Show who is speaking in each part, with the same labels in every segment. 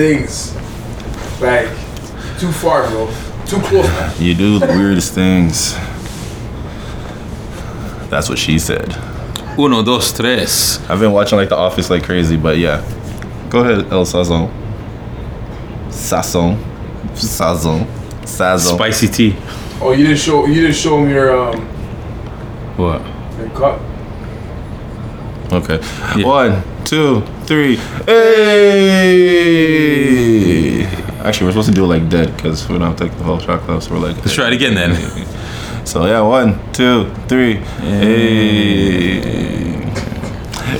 Speaker 1: things, like too far, bro. Too close.
Speaker 2: You do the weirdest things. That's what she said.
Speaker 3: Uno, dos, tres.
Speaker 2: I've been watching like The Office like crazy, but yeah. Go ahead, El Sazon. Sazon. Sazon. Sazon.
Speaker 3: Spicy tea.
Speaker 1: Oh, you didn't show. You didn't show him your um
Speaker 3: What?
Speaker 1: your cut.
Speaker 2: Okay.
Speaker 3: Yeah.
Speaker 2: One, two, three. Hey! Actually, we're supposed to do it like dead because we don't take the whole shot glass. So we're like,
Speaker 3: Let's try it again then.
Speaker 2: So yeah, one, two, three. Hey.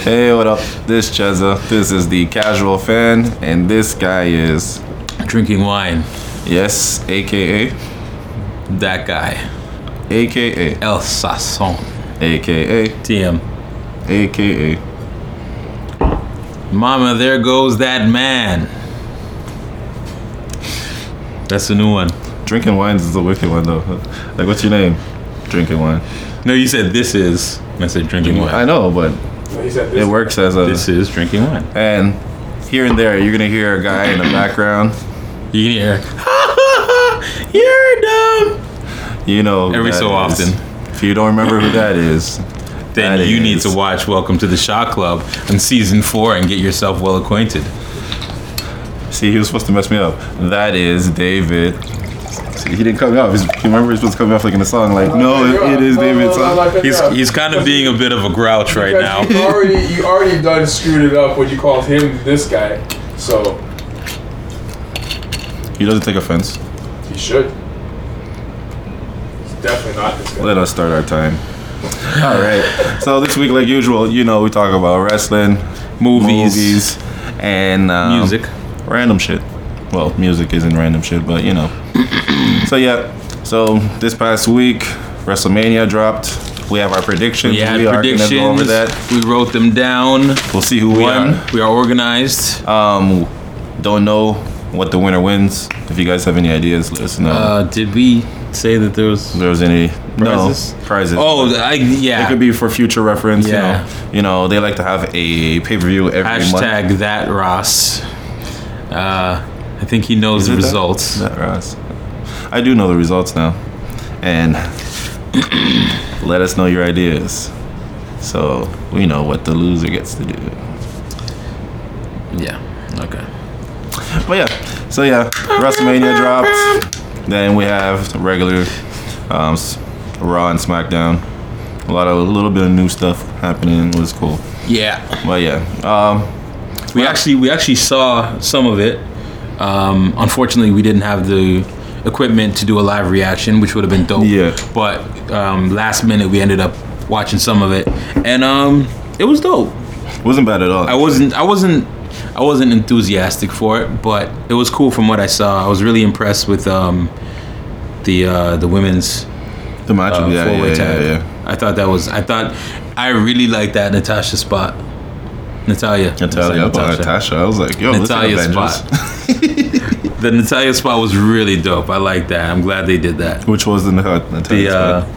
Speaker 2: Hey, what up? This Cheza. This is the casual fan, and this guy is
Speaker 3: Drinking wine.
Speaker 2: yes, aka
Speaker 3: That guy.
Speaker 2: aka
Speaker 3: El Sazon.
Speaker 2: aka
Speaker 3: TM.
Speaker 2: aka.
Speaker 3: Mama, there goes that man. That's a new one.
Speaker 2: Drinking wines is a wicked one though. Like, what's your name? Drinking wine.
Speaker 3: No, you said this is. I said drinking wine.
Speaker 2: I know, but
Speaker 1: No, he said this.
Speaker 2: it works as a
Speaker 3: This is drinking wine.
Speaker 2: and here and there you're gonna hear a guy in the background.
Speaker 3: You can hear. You're dumb.
Speaker 2: You know, who
Speaker 3: Every
Speaker 2: that
Speaker 3: so
Speaker 2: is.
Speaker 3: often.
Speaker 2: If you don't remember who that is,
Speaker 3: Then
Speaker 2: That
Speaker 3: you
Speaker 2: is-
Speaker 3: need to watch Welcome to the Shot Club in season four and get yourself well acquainted.
Speaker 2: See, he was supposed to mess me up. That is David. See, he didn't cut me off. He's, he remember he's supposed to cut me off like in the song. Like, no, it, it
Speaker 1: uh,
Speaker 2: is David's song.
Speaker 3: He's he's kind of being a bit of a grouch right now.
Speaker 1: You uh, already, you already done screwed it up when you called him this guy. So
Speaker 2: He doesn't take offense.
Speaker 1: he should. He's definitely not this guy.
Speaker 2: Let us start our time. All right. So this week, like usual, you know, we talk about wrestling,
Speaker 3: Movies.
Speaker 2: movies and um,
Speaker 3: Music.
Speaker 2: random shit. Well, music isn't random shit, but you know. so yeah. So this past week, WrestleMania dropped. We have our predictions.
Speaker 3: We had
Speaker 2: are gonna
Speaker 3: predictions.
Speaker 2: go over that.
Speaker 3: We wrote them down.
Speaker 2: We'll see who
Speaker 3: We
Speaker 2: won.
Speaker 3: are, we are organized.
Speaker 2: Um, don't know what the winner wins. If you guys have any ideas, let us know.
Speaker 3: Uh, did we say that there
Speaker 2: if
Speaker 3: was?
Speaker 2: there was any
Speaker 3: prizes?
Speaker 2: no prizes.
Speaker 3: Oh, I yeah.
Speaker 2: it could be for future reference.
Speaker 3: Yeah.
Speaker 2: You know, you know they like to have a pay per view every month.
Speaker 3: Hashtag that Ross. Uh, I think he knows the
Speaker 2: it that?
Speaker 3: results.
Speaker 2: That Ross. I do know the results now, and let us know your ideas, so we know what the loser gets to do.
Speaker 3: Yeah. Okay.
Speaker 2: But yeah, so yeah, WrestleMania dropped. Then we have the regular um, s- Raw and SmackDown. A lot of a little bit of new stuff happening was cool.
Speaker 3: Yeah.
Speaker 2: But yeah, um,
Speaker 3: We actually we actually saw some of it. Um, unfortunately, we didn't have the equipment to do a live reaction, which would have been dope.
Speaker 2: Yeah.
Speaker 3: But um, last minute, we ended up watching some of it, and um, it was dope.
Speaker 2: wasn't bad at all.
Speaker 3: I wasn't I wasn't I wasn't enthusiastic for it, but it was cool from what I saw. I was really impressed with um, the uh, the women's
Speaker 2: the match.
Speaker 3: uh,
Speaker 2: yeah,
Speaker 3: four-way
Speaker 2: yeah,
Speaker 3: tag.
Speaker 2: yeah, yeah.
Speaker 3: I thought that was. I thought I really liked that Natasha spot. Natalia.
Speaker 2: Natalia, Oh,
Speaker 3: Sorry,
Speaker 2: up on Natasha. I was like, yo, this is
Speaker 3: Natalia
Speaker 2: Avengers.
Speaker 3: spot. the Natalia spot was really dope. I like that. I'm glad they did that.
Speaker 2: Which was the Nat- Natalia
Speaker 3: The
Speaker 2: spot?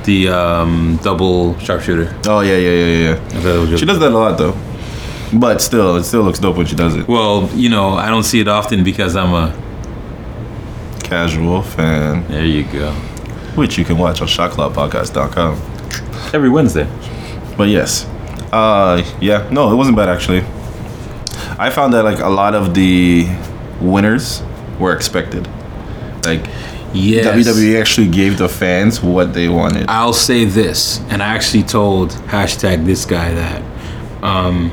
Speaker 3: uh, the um, double sharpshooter.
Speaker 2: Oh yeah, yeah, yeah, yeah, yeah. She does that a lot though, but still, it still looks dope when she does it.
Speaker 3: Well, you know, I don't see it often because I'm a.
Speaker 2: Casual fan,
Speaker 3: There you go.
Speaker 2: which you can watch on ShotCloudPodcast.com.
Speaker 3: Every Wednesday.
Speaker 2: But yes, uh, yeah, no, it wasn't bad actually. I found that like a lot of the winners were expected. Like
Speaker 3: Yes. Ah.
Speaker 2: WWE actually gave the fans what they wanted.
Speaker 3: I'll say this, and I actually told hashtag this guy that um,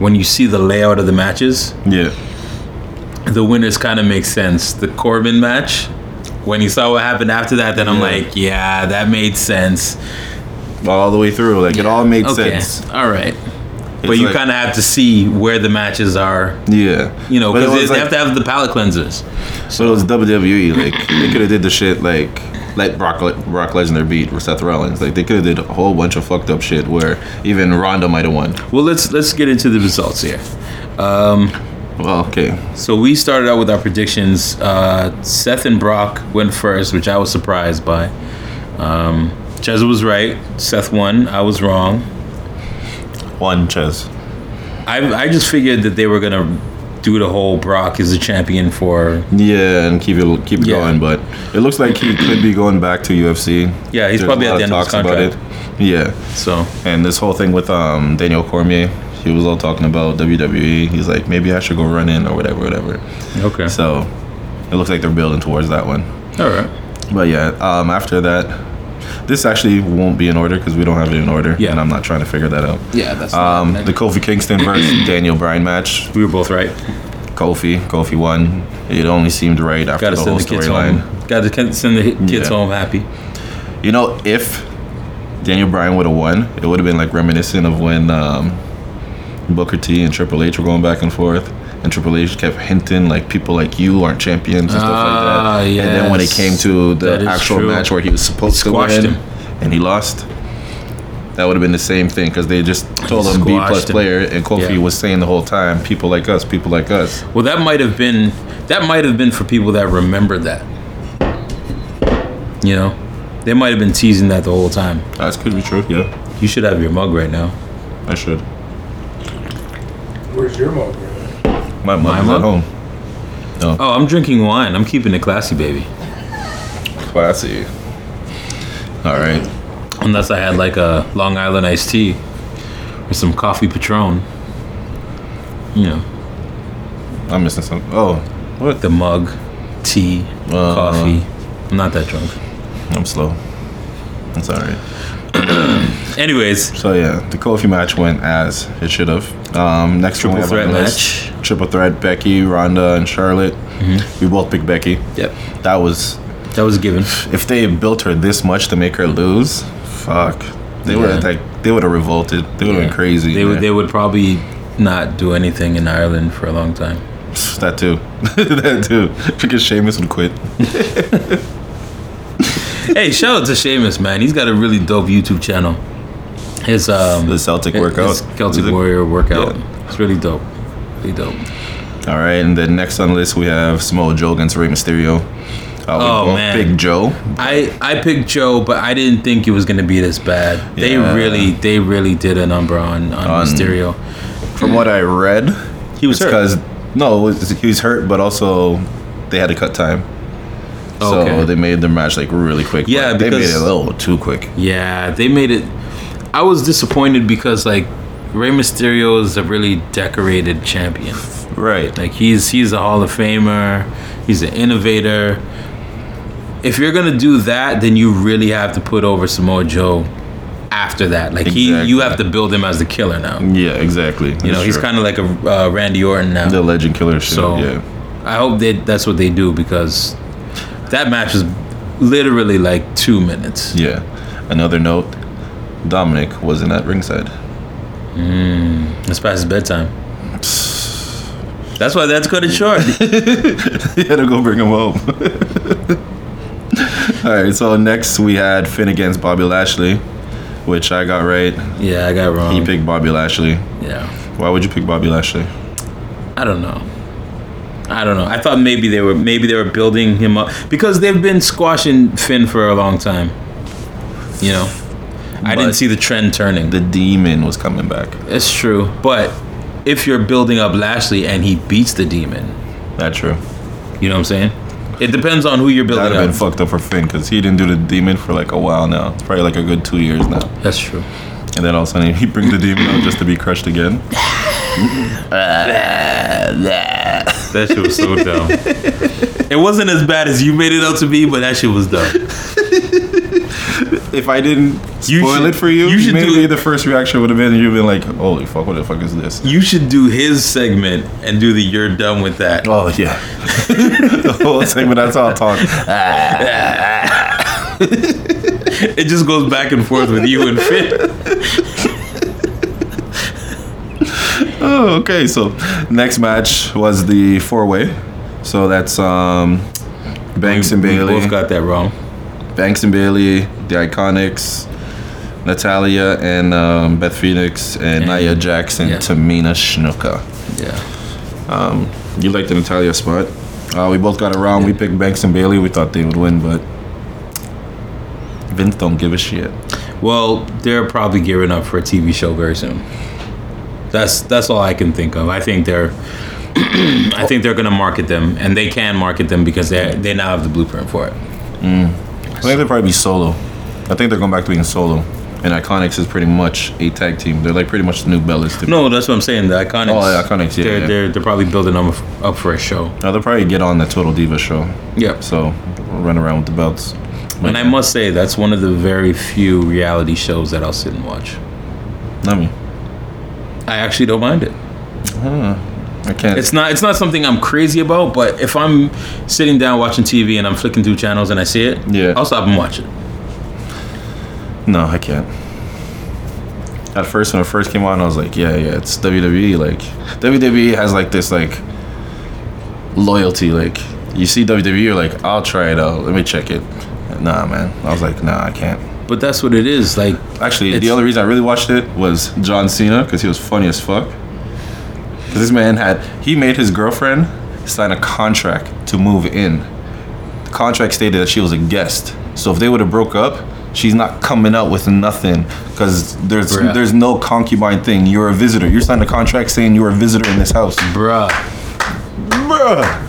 Speaker 3: when you see the layout of the matches,
Speaker 2: yeah,
Speaker 3: the winners kind of make sense. The Corbin match, when you saw what happened after that, then I'm
Speaker 2: Yeah.
Speaker 3: like, yeah, that made sense.
Speaker 2: all the way through. Like it all made
Speaker 3: Okay,
Speaker 2: sense.
Speaker 3: all right. but you kind of have to see where the matches are,
Speaker 2: of yeah,
Speaker 3: you know,
Speaker 2: But it
Speaker 3: because they,
Speaker 2: was,
Speaker 3: they
Speaker 2: like-
Speaker 3: have to have the palate cleansers.
Speaker 2: So it was WWE. Like
Speaker 3: Mm.
Speaker 2: they could have did the shit like let Brock Le- Brock Lesnar beat Seth Rollins. Like they could have did a whole bunch of fucked up shit where even Ronda might have won.
Speaker 3: Well, let's let's get into the results here. Um,
Speaker 2: Well, okay,
Speaker 3: So we started out with our predictions. Uh, Seth and Brock went first, which I was surprised by. Um, Cheza was right. Seth won. I was wrong.
Speaker 2: one chess.
Speaker 3: I, I just figured that they were gonna do the whole Brock is the champion for.
Speaker 2: Yeah, and keep it keep it
Speaker 3: Yeah.
Speaker 2: going. But it looks like he could be going back to UFC.
Speaker 3: Yeah, he's
Speaker 2: There's
Speaker 3: probably
Speaker 2: a
Speaker 3: at
Speaker 2: lot
Speaker 3: the end of his
Speaker 2: talks about
Speaker 3: contract.
Speaker 2: it. Yeah,
Speaker 3: So
Speaker 2: and this whole thing with um, Daniel Cormier, he was all talking about WWE. He's like, maybe I should go run in or whatever, whatever.
Speaker 3: okay,
Speaker 2: So it looks like they're building towards that one.
Speaker 3: all right,
Speaker 2: But yeah, um, after that, this actually won't be in order because we don't have it in order,
Speaker 3: Yeah.
Speaker 2: and I'm not trying to figure that out.
Speaker 3: yeah, that's
Speaker 2: Um, the Kofi Kingston versus Daniel Bryan match.
Speaker 3: we were both right.
Speaker 2: Kofi, Kofi won. It only seemed right after
Speaker 3: Got to
Speaker 2: the
Speaker 3: send
Speaker 2: whole
Speaker 3: the kids
Speaker 2: storyline.
Speaker 3: home. Got to send the hi- kids
Speaker 2: Yeah.
Speaker 3: home happy.
Speaker 2: You know, if Daniel Bryan would have won, it would have been like reminiscent of when um, Booker T and Triple H were going back and forth, and Triple H kept hinting like people like you aren't champions and stuff
Speaker 3: Ah,
Speaker 2: like that. And then when it
Speaker 3: yes.
Speaker 2: came to
Speaker 3: That
Speaker 2: the
Speaker 3: is
Speaker 2: actual
Speaker 3: true.
Speaker 2: match where he was supposed to
Speaker 3: Squashed
Speaker 2: win,
Speaker 3: him.
Speaker 2: and he lost. That would have been the same thing because they just told him B plus
Speaker 3: Squashed him.
Speaker 2: player, and Kofi
Speaker 3: Yeah.
Speaker 2: was saying the whole time, "People like us, people like us."
Speaker 3: Well, that might have been that might have been for people that remembered that. You know, they might have been teasing that the whole time.
Speaker 2: That could be true. Yeah,
Speaker 3: You should have your mug right now.
Speaker 2: I should.
Speaker 1: Where's your mug?
Speaker 2: My mom is
Speaker 3: mom?
Speaker 2: at home.
Speaker 3: Oh, I'm drinking wine. I'm keeping it classy, baby.
Speaker 2: Classy. All right.
Speaker 3: Unless I had like a Long Island iced tea or some coffee Patron. You know,
Speaker 2: I'm missing something. Oh,
Speaker 3: the mug, tea, coffee. I'm not that drunk.
Speaker 2: I'm slow. That's all right.
Speaker 3: Anyways,
Speaker 2: So yeah, the Kofi match went as it should have. Um, next one we
Speaker 3: triple
Speaker 2: have on
Speaker 3: threat
Speaker 2: the list,
Speaker 3: match. Mm-hmm.
Speaker 2: triple threat: Becky, Ronda, and Charlotte. We both picked Becky.
Speaker 3: Yep.
Speaker 2: That was
Speaker 3: That was a given.
Speaker 2: if they built her this much to make her lose. Fuck. They would have
Speaker 3: Yeah.
Speaker 2: like they would have revolted. They would have been crazy.
Speaker 3: They would
Speaker 2: man.
Speaker 3: they would probably not do anything in Ireland for a long time.
Speaker 2: that too. that too. Because Sheamus would quit.
Speaker 3: hey, shout out to Seamus, man. He's got a really dope YouTube channel. His um
Speaker 2: The Celtic
Speaker 3: his
Speaker 2: workout.
Speaker 3: Celtic
Speaker 2: Is it-
Speaker 3: Warrior workout.
Speaker 2: Yeah.
Speaker 3: It's really dope. Really dope.
Speaker 2: All right, and then next on the list we have Samoa Joe against Rey Mysterio. Uh, we
Speaker 3: Oh,
Speaker 2: both
Speaker 3: man.
Speaker 2: picked Joe.
Speaker 3: I I picked Joe, but I didn't think it was gonna be this bad. They
Speaker 2: Yeah.
Speaker 3: really they really did a number on on, Mysterio.
Speaker 2: From what I read, he
Speaker 3: was hurt.
Speaker 2: because no, it was- he was hurt, but also they had to cut time, so
Speaker 3: Oh, Okay.
Speaker 2: they made their match like really quick. but
Speaker 3: Yeah,
Speaker 2: they made
Speaker 3: because-
Speaker 2: it a little too quick.
Speaker 3: Yeah, they made it. I was disappointed because like Rey Mysterio is a really decorated champion.
Speaker 2: Right.
Speaker 3: Like he's he's a Hall of Famer. He's an innovator. If you're gonna do that, then you really have to put over Samoa Joe after that. Like he, you
Speaker 2: Exactly. Mm,
Speaker 3: have to build him as the killer now.
Speaker 2: Yeah, exactly.
Speaker 3: You know, he's kind of like a uh, Randy Orton now.
Speaker 2: the legend killer. Shit.
Speaker 3: So
Speaker 2: yeah,
Speaker 3: I hope that that's what they do because that match is literally like two minutes.
Speaker 2: yeah. Another note: Dominic wasn't at ringside.
Speaker 3: It's past his bedtime. That's why that's cut it short.
Speaker 2: he had to go bring him home. All right, so next we had Finn against Bobby Lashley, which I got right.
Speaker 3: yeah, I got wrong.
Speaker 2: He picked Bobby Lashley.
Speaker 3: yeah,
Speaker 2: Why would you pick Bobby Lashley?
Speaker 3: I don't know. I don't know. I thought maybe they were maybe they were building him up because they've been squashing Finn for a long time. You know, I didn't
Speaker 2: But-
Speaker 3: see the trend turning.
Speaker 2: The demon was coming back.
Speaker 3: It's true, but if you're building up Lashley and he beats the demon,
Speaker 2: That's true.
Speaker 3: You know what I'm saying? It depends on who you're
Speaker 2: That'd
Speaker 3: building
Speaker 2: have
Speaker 3: up.
Speaker 2: been fucked up for Finn because he didn't do the demon for like a while now. It's probably like a good two years now.
Speaker 3: That's true.
Speaker 2: And then all of a sudden he brings the demon out just to be crushed again.
Speaker 3: That shit was so dumb. It wasn't as bad as you made it out to be, but that shit was dumb.
Speaker 2: If I didn't
Speaker 3: You
Speaker 2: spoil
Speaker 3: should-
Speaker 2: it for you,
Speaker 3: you should
Speaker 2: maybe
Speaker 3: do it.
Speaker 2: the first reaction would have been you've been like, holy fuck, what the fuck is this?
Speaker 3: You should do his segment and do the "You're done with that."
Speaker 2: Oh yeah, the whole segment. That's all talk.
Speaker 3: It just goes back and forth with you and Finn.
Speaker 2: Oh, okay. So next match was the four way. So that's um, Banks and
Speaker 3: We
Speaker 2: Bailey.
Speaker 3: both got that wrong.
Speaker 2: Banks and Bailey, the Iconics, Natalia and um, Beth Phoenix and,
Speaker 3: And-
Speaker 2: Nia Jackson,
Speaker 3: yeah.
Speaker 2: Tamina Snuka.
Speaker 3: Yeah.
Speaker 2: You like the Natalia spot? Uh, we both got around. We picked Banks and Bailey. We thought they would win, but Vince don't give a shit.
Speaker 3: Well, they're probably gearing up for a TV show very soon. That's that's all I can think of. I think they're I think they're gonna market them, and they can market them because they they now have the blueprint for it.
Speaker 2: I think they'll probably be solo. I think they're going back to being solo. And Iconics is pretty much a tag team. They're like pretty much the new Bellas. To me.
Speaker 3: No, that's what I'm saying. The iconics.
Speaker 2: Oh, yeah, Iconics, yeah,
Speaker 3: They're,
Speaker 2: yeah.
Speaker 3: they're they're probably building them f- up for a show.
Speaker 2: Now they'll probably get on the Total Diva show.
Speaker 3: Yep.
Speaker 2: So run around with the belts.
Speaker 3: And I must say that's one of the very few reality shows that I'll sit and watch.
Speaker 2: I mean,
Speaker 3: I actually don't mind it.
Speaker 2: I can't.
Speaker 3: It's not it's not something I'm crazy about, but if I'm sitting down watching TV and I'm flicking through channels and I see it,
Speaker 2: Yeah.
Speaker 3: I'll stop and watch it.
Speaker 2: No, I can't. At first, when it first came on, I was like, yeah, yeah, it's WWE. Like, WWE has like this like loyalty. Like, you see WWE, you're like, I'll try it out. Let me check it. Nah, man. I was like, nah, I can't.
Speaker 3: But that's what it is. Like
Speaker 2: Actually, the
Speaker 3: It's-
Speaker 2: only reason I really watched it was John Cena because he was funny as fuck. Because this man had he made his girlfriend sign a contract to move in. The contract stated that she was a guest, so if they would have broke up, she's not coming out with nothing because there's
Speaker 3: Bruh.
Speaker 2: there's no concubine thing. You're a visitor. You signed a contract saying you're a visitor in this house,
Speaker 3: bruh.
Speaker 2: bruh.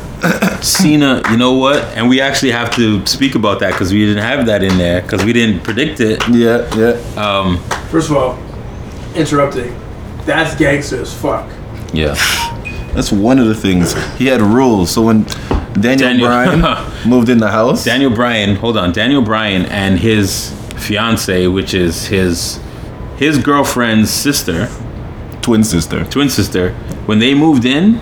Speaker 3: Cena, you know what? And we actually have to speak about that because we didn't have that in there because we didn't predict it.
Speaker 2: Yeah, yeah,
Speaker 3: Um,
Speaker 1: First of all, interrupting. That's gangster as fuck.
Speaker 2: yeah. That's one of the things he had rules. So when Daniel,
Speaker 3: Daniel-
Speaker 2: Bryan moved in the house,
Speaker 3: Daniel Bryan, hold on. Daniel Bryan and his fiance, which is his his girlfriend's sister,
Speaker 2: twin sister.
Speaker 3: twin sister, when they moved in,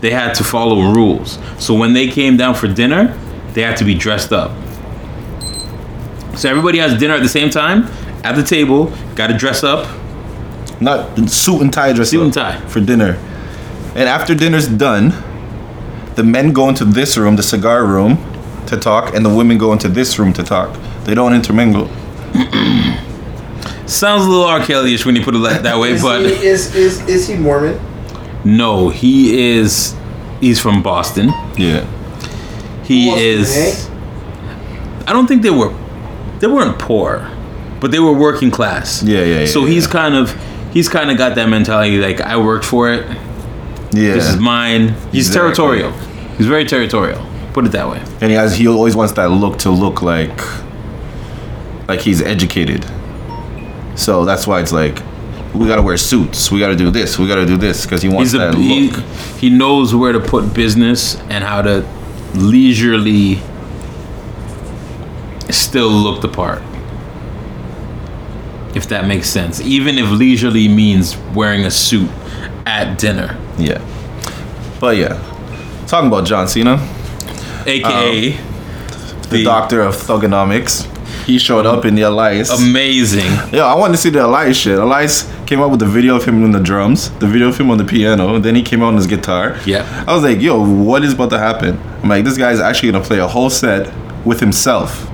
Speaker 3: they had to follow rules. So when they came down for dinner, they had to be dressed up. So everybody has dinner at the same time at the table. Got to dress up.
Speaker 2: Not suit and tie dress.
Speaker 3: Suit
Speaker 2: up
Speaker 3: and tie.
Speaker 2: for dinner. And after dinner's done, the men go into this room, the cigar room, to talk, and the women go into this room to talk. They don't intermingle.
Speaker 3: Sounds a little R. Kelly-ish when you put it like that way,
Speaker 4: Is
Speaker 3: but
Speaker 4: he, is, is, is he Mormon?
Speaker 3: no, he is he's from Boston.
Speaker 2: Yeah.
Speaker 3: He
Speaker 4: Boston,
Speaker 3: is.
Speaker 4: eh?
Speaker 3: I don't think they were. They weren't poor, but they were working class.
Speaker 2: Yeah, yeah, yeah,
Speaker 3: So he's kind of, he's kind of got that mentality. Like I worked for it.
Speaker 2: Yeah.
Speaker 3: This is mine. He's
Speaker 2: Exactly.
Speaker 3: territorial. He's very territorial. Put it that way.
Speaker 2: and he has he always wants that look to look like like he's educated. So that's why it's like we gotta wear suits. We gotta do this. We gotta do this because he wants
Speaker 3: He's a
Speaker 2: that
Speaker 3: he,
Speaker 2: look.
Speaker 3: he knows where to put business and how to leisurely still look the part. If that makes sense. Even if leisurely means wearing a suit at dinner.
Speaker 2: Yeah. But yeah, talking about John Cena.
Speaker 3: aka
Speaker 2: the, doctor of thugonomics. He showed up in the Elias.
Speaker 3: Um, amazing
Speaker 2: Yo, I wanted to see the Elias shit. Elias came out with the video of him on the drums, the video of him on the piano, then he came out on his guitar.
Speaker 3: Yeah.
Speaker 2: I was like, yo, what is about to happen? I'm like, this guy's actually gonna play a whole set with himself.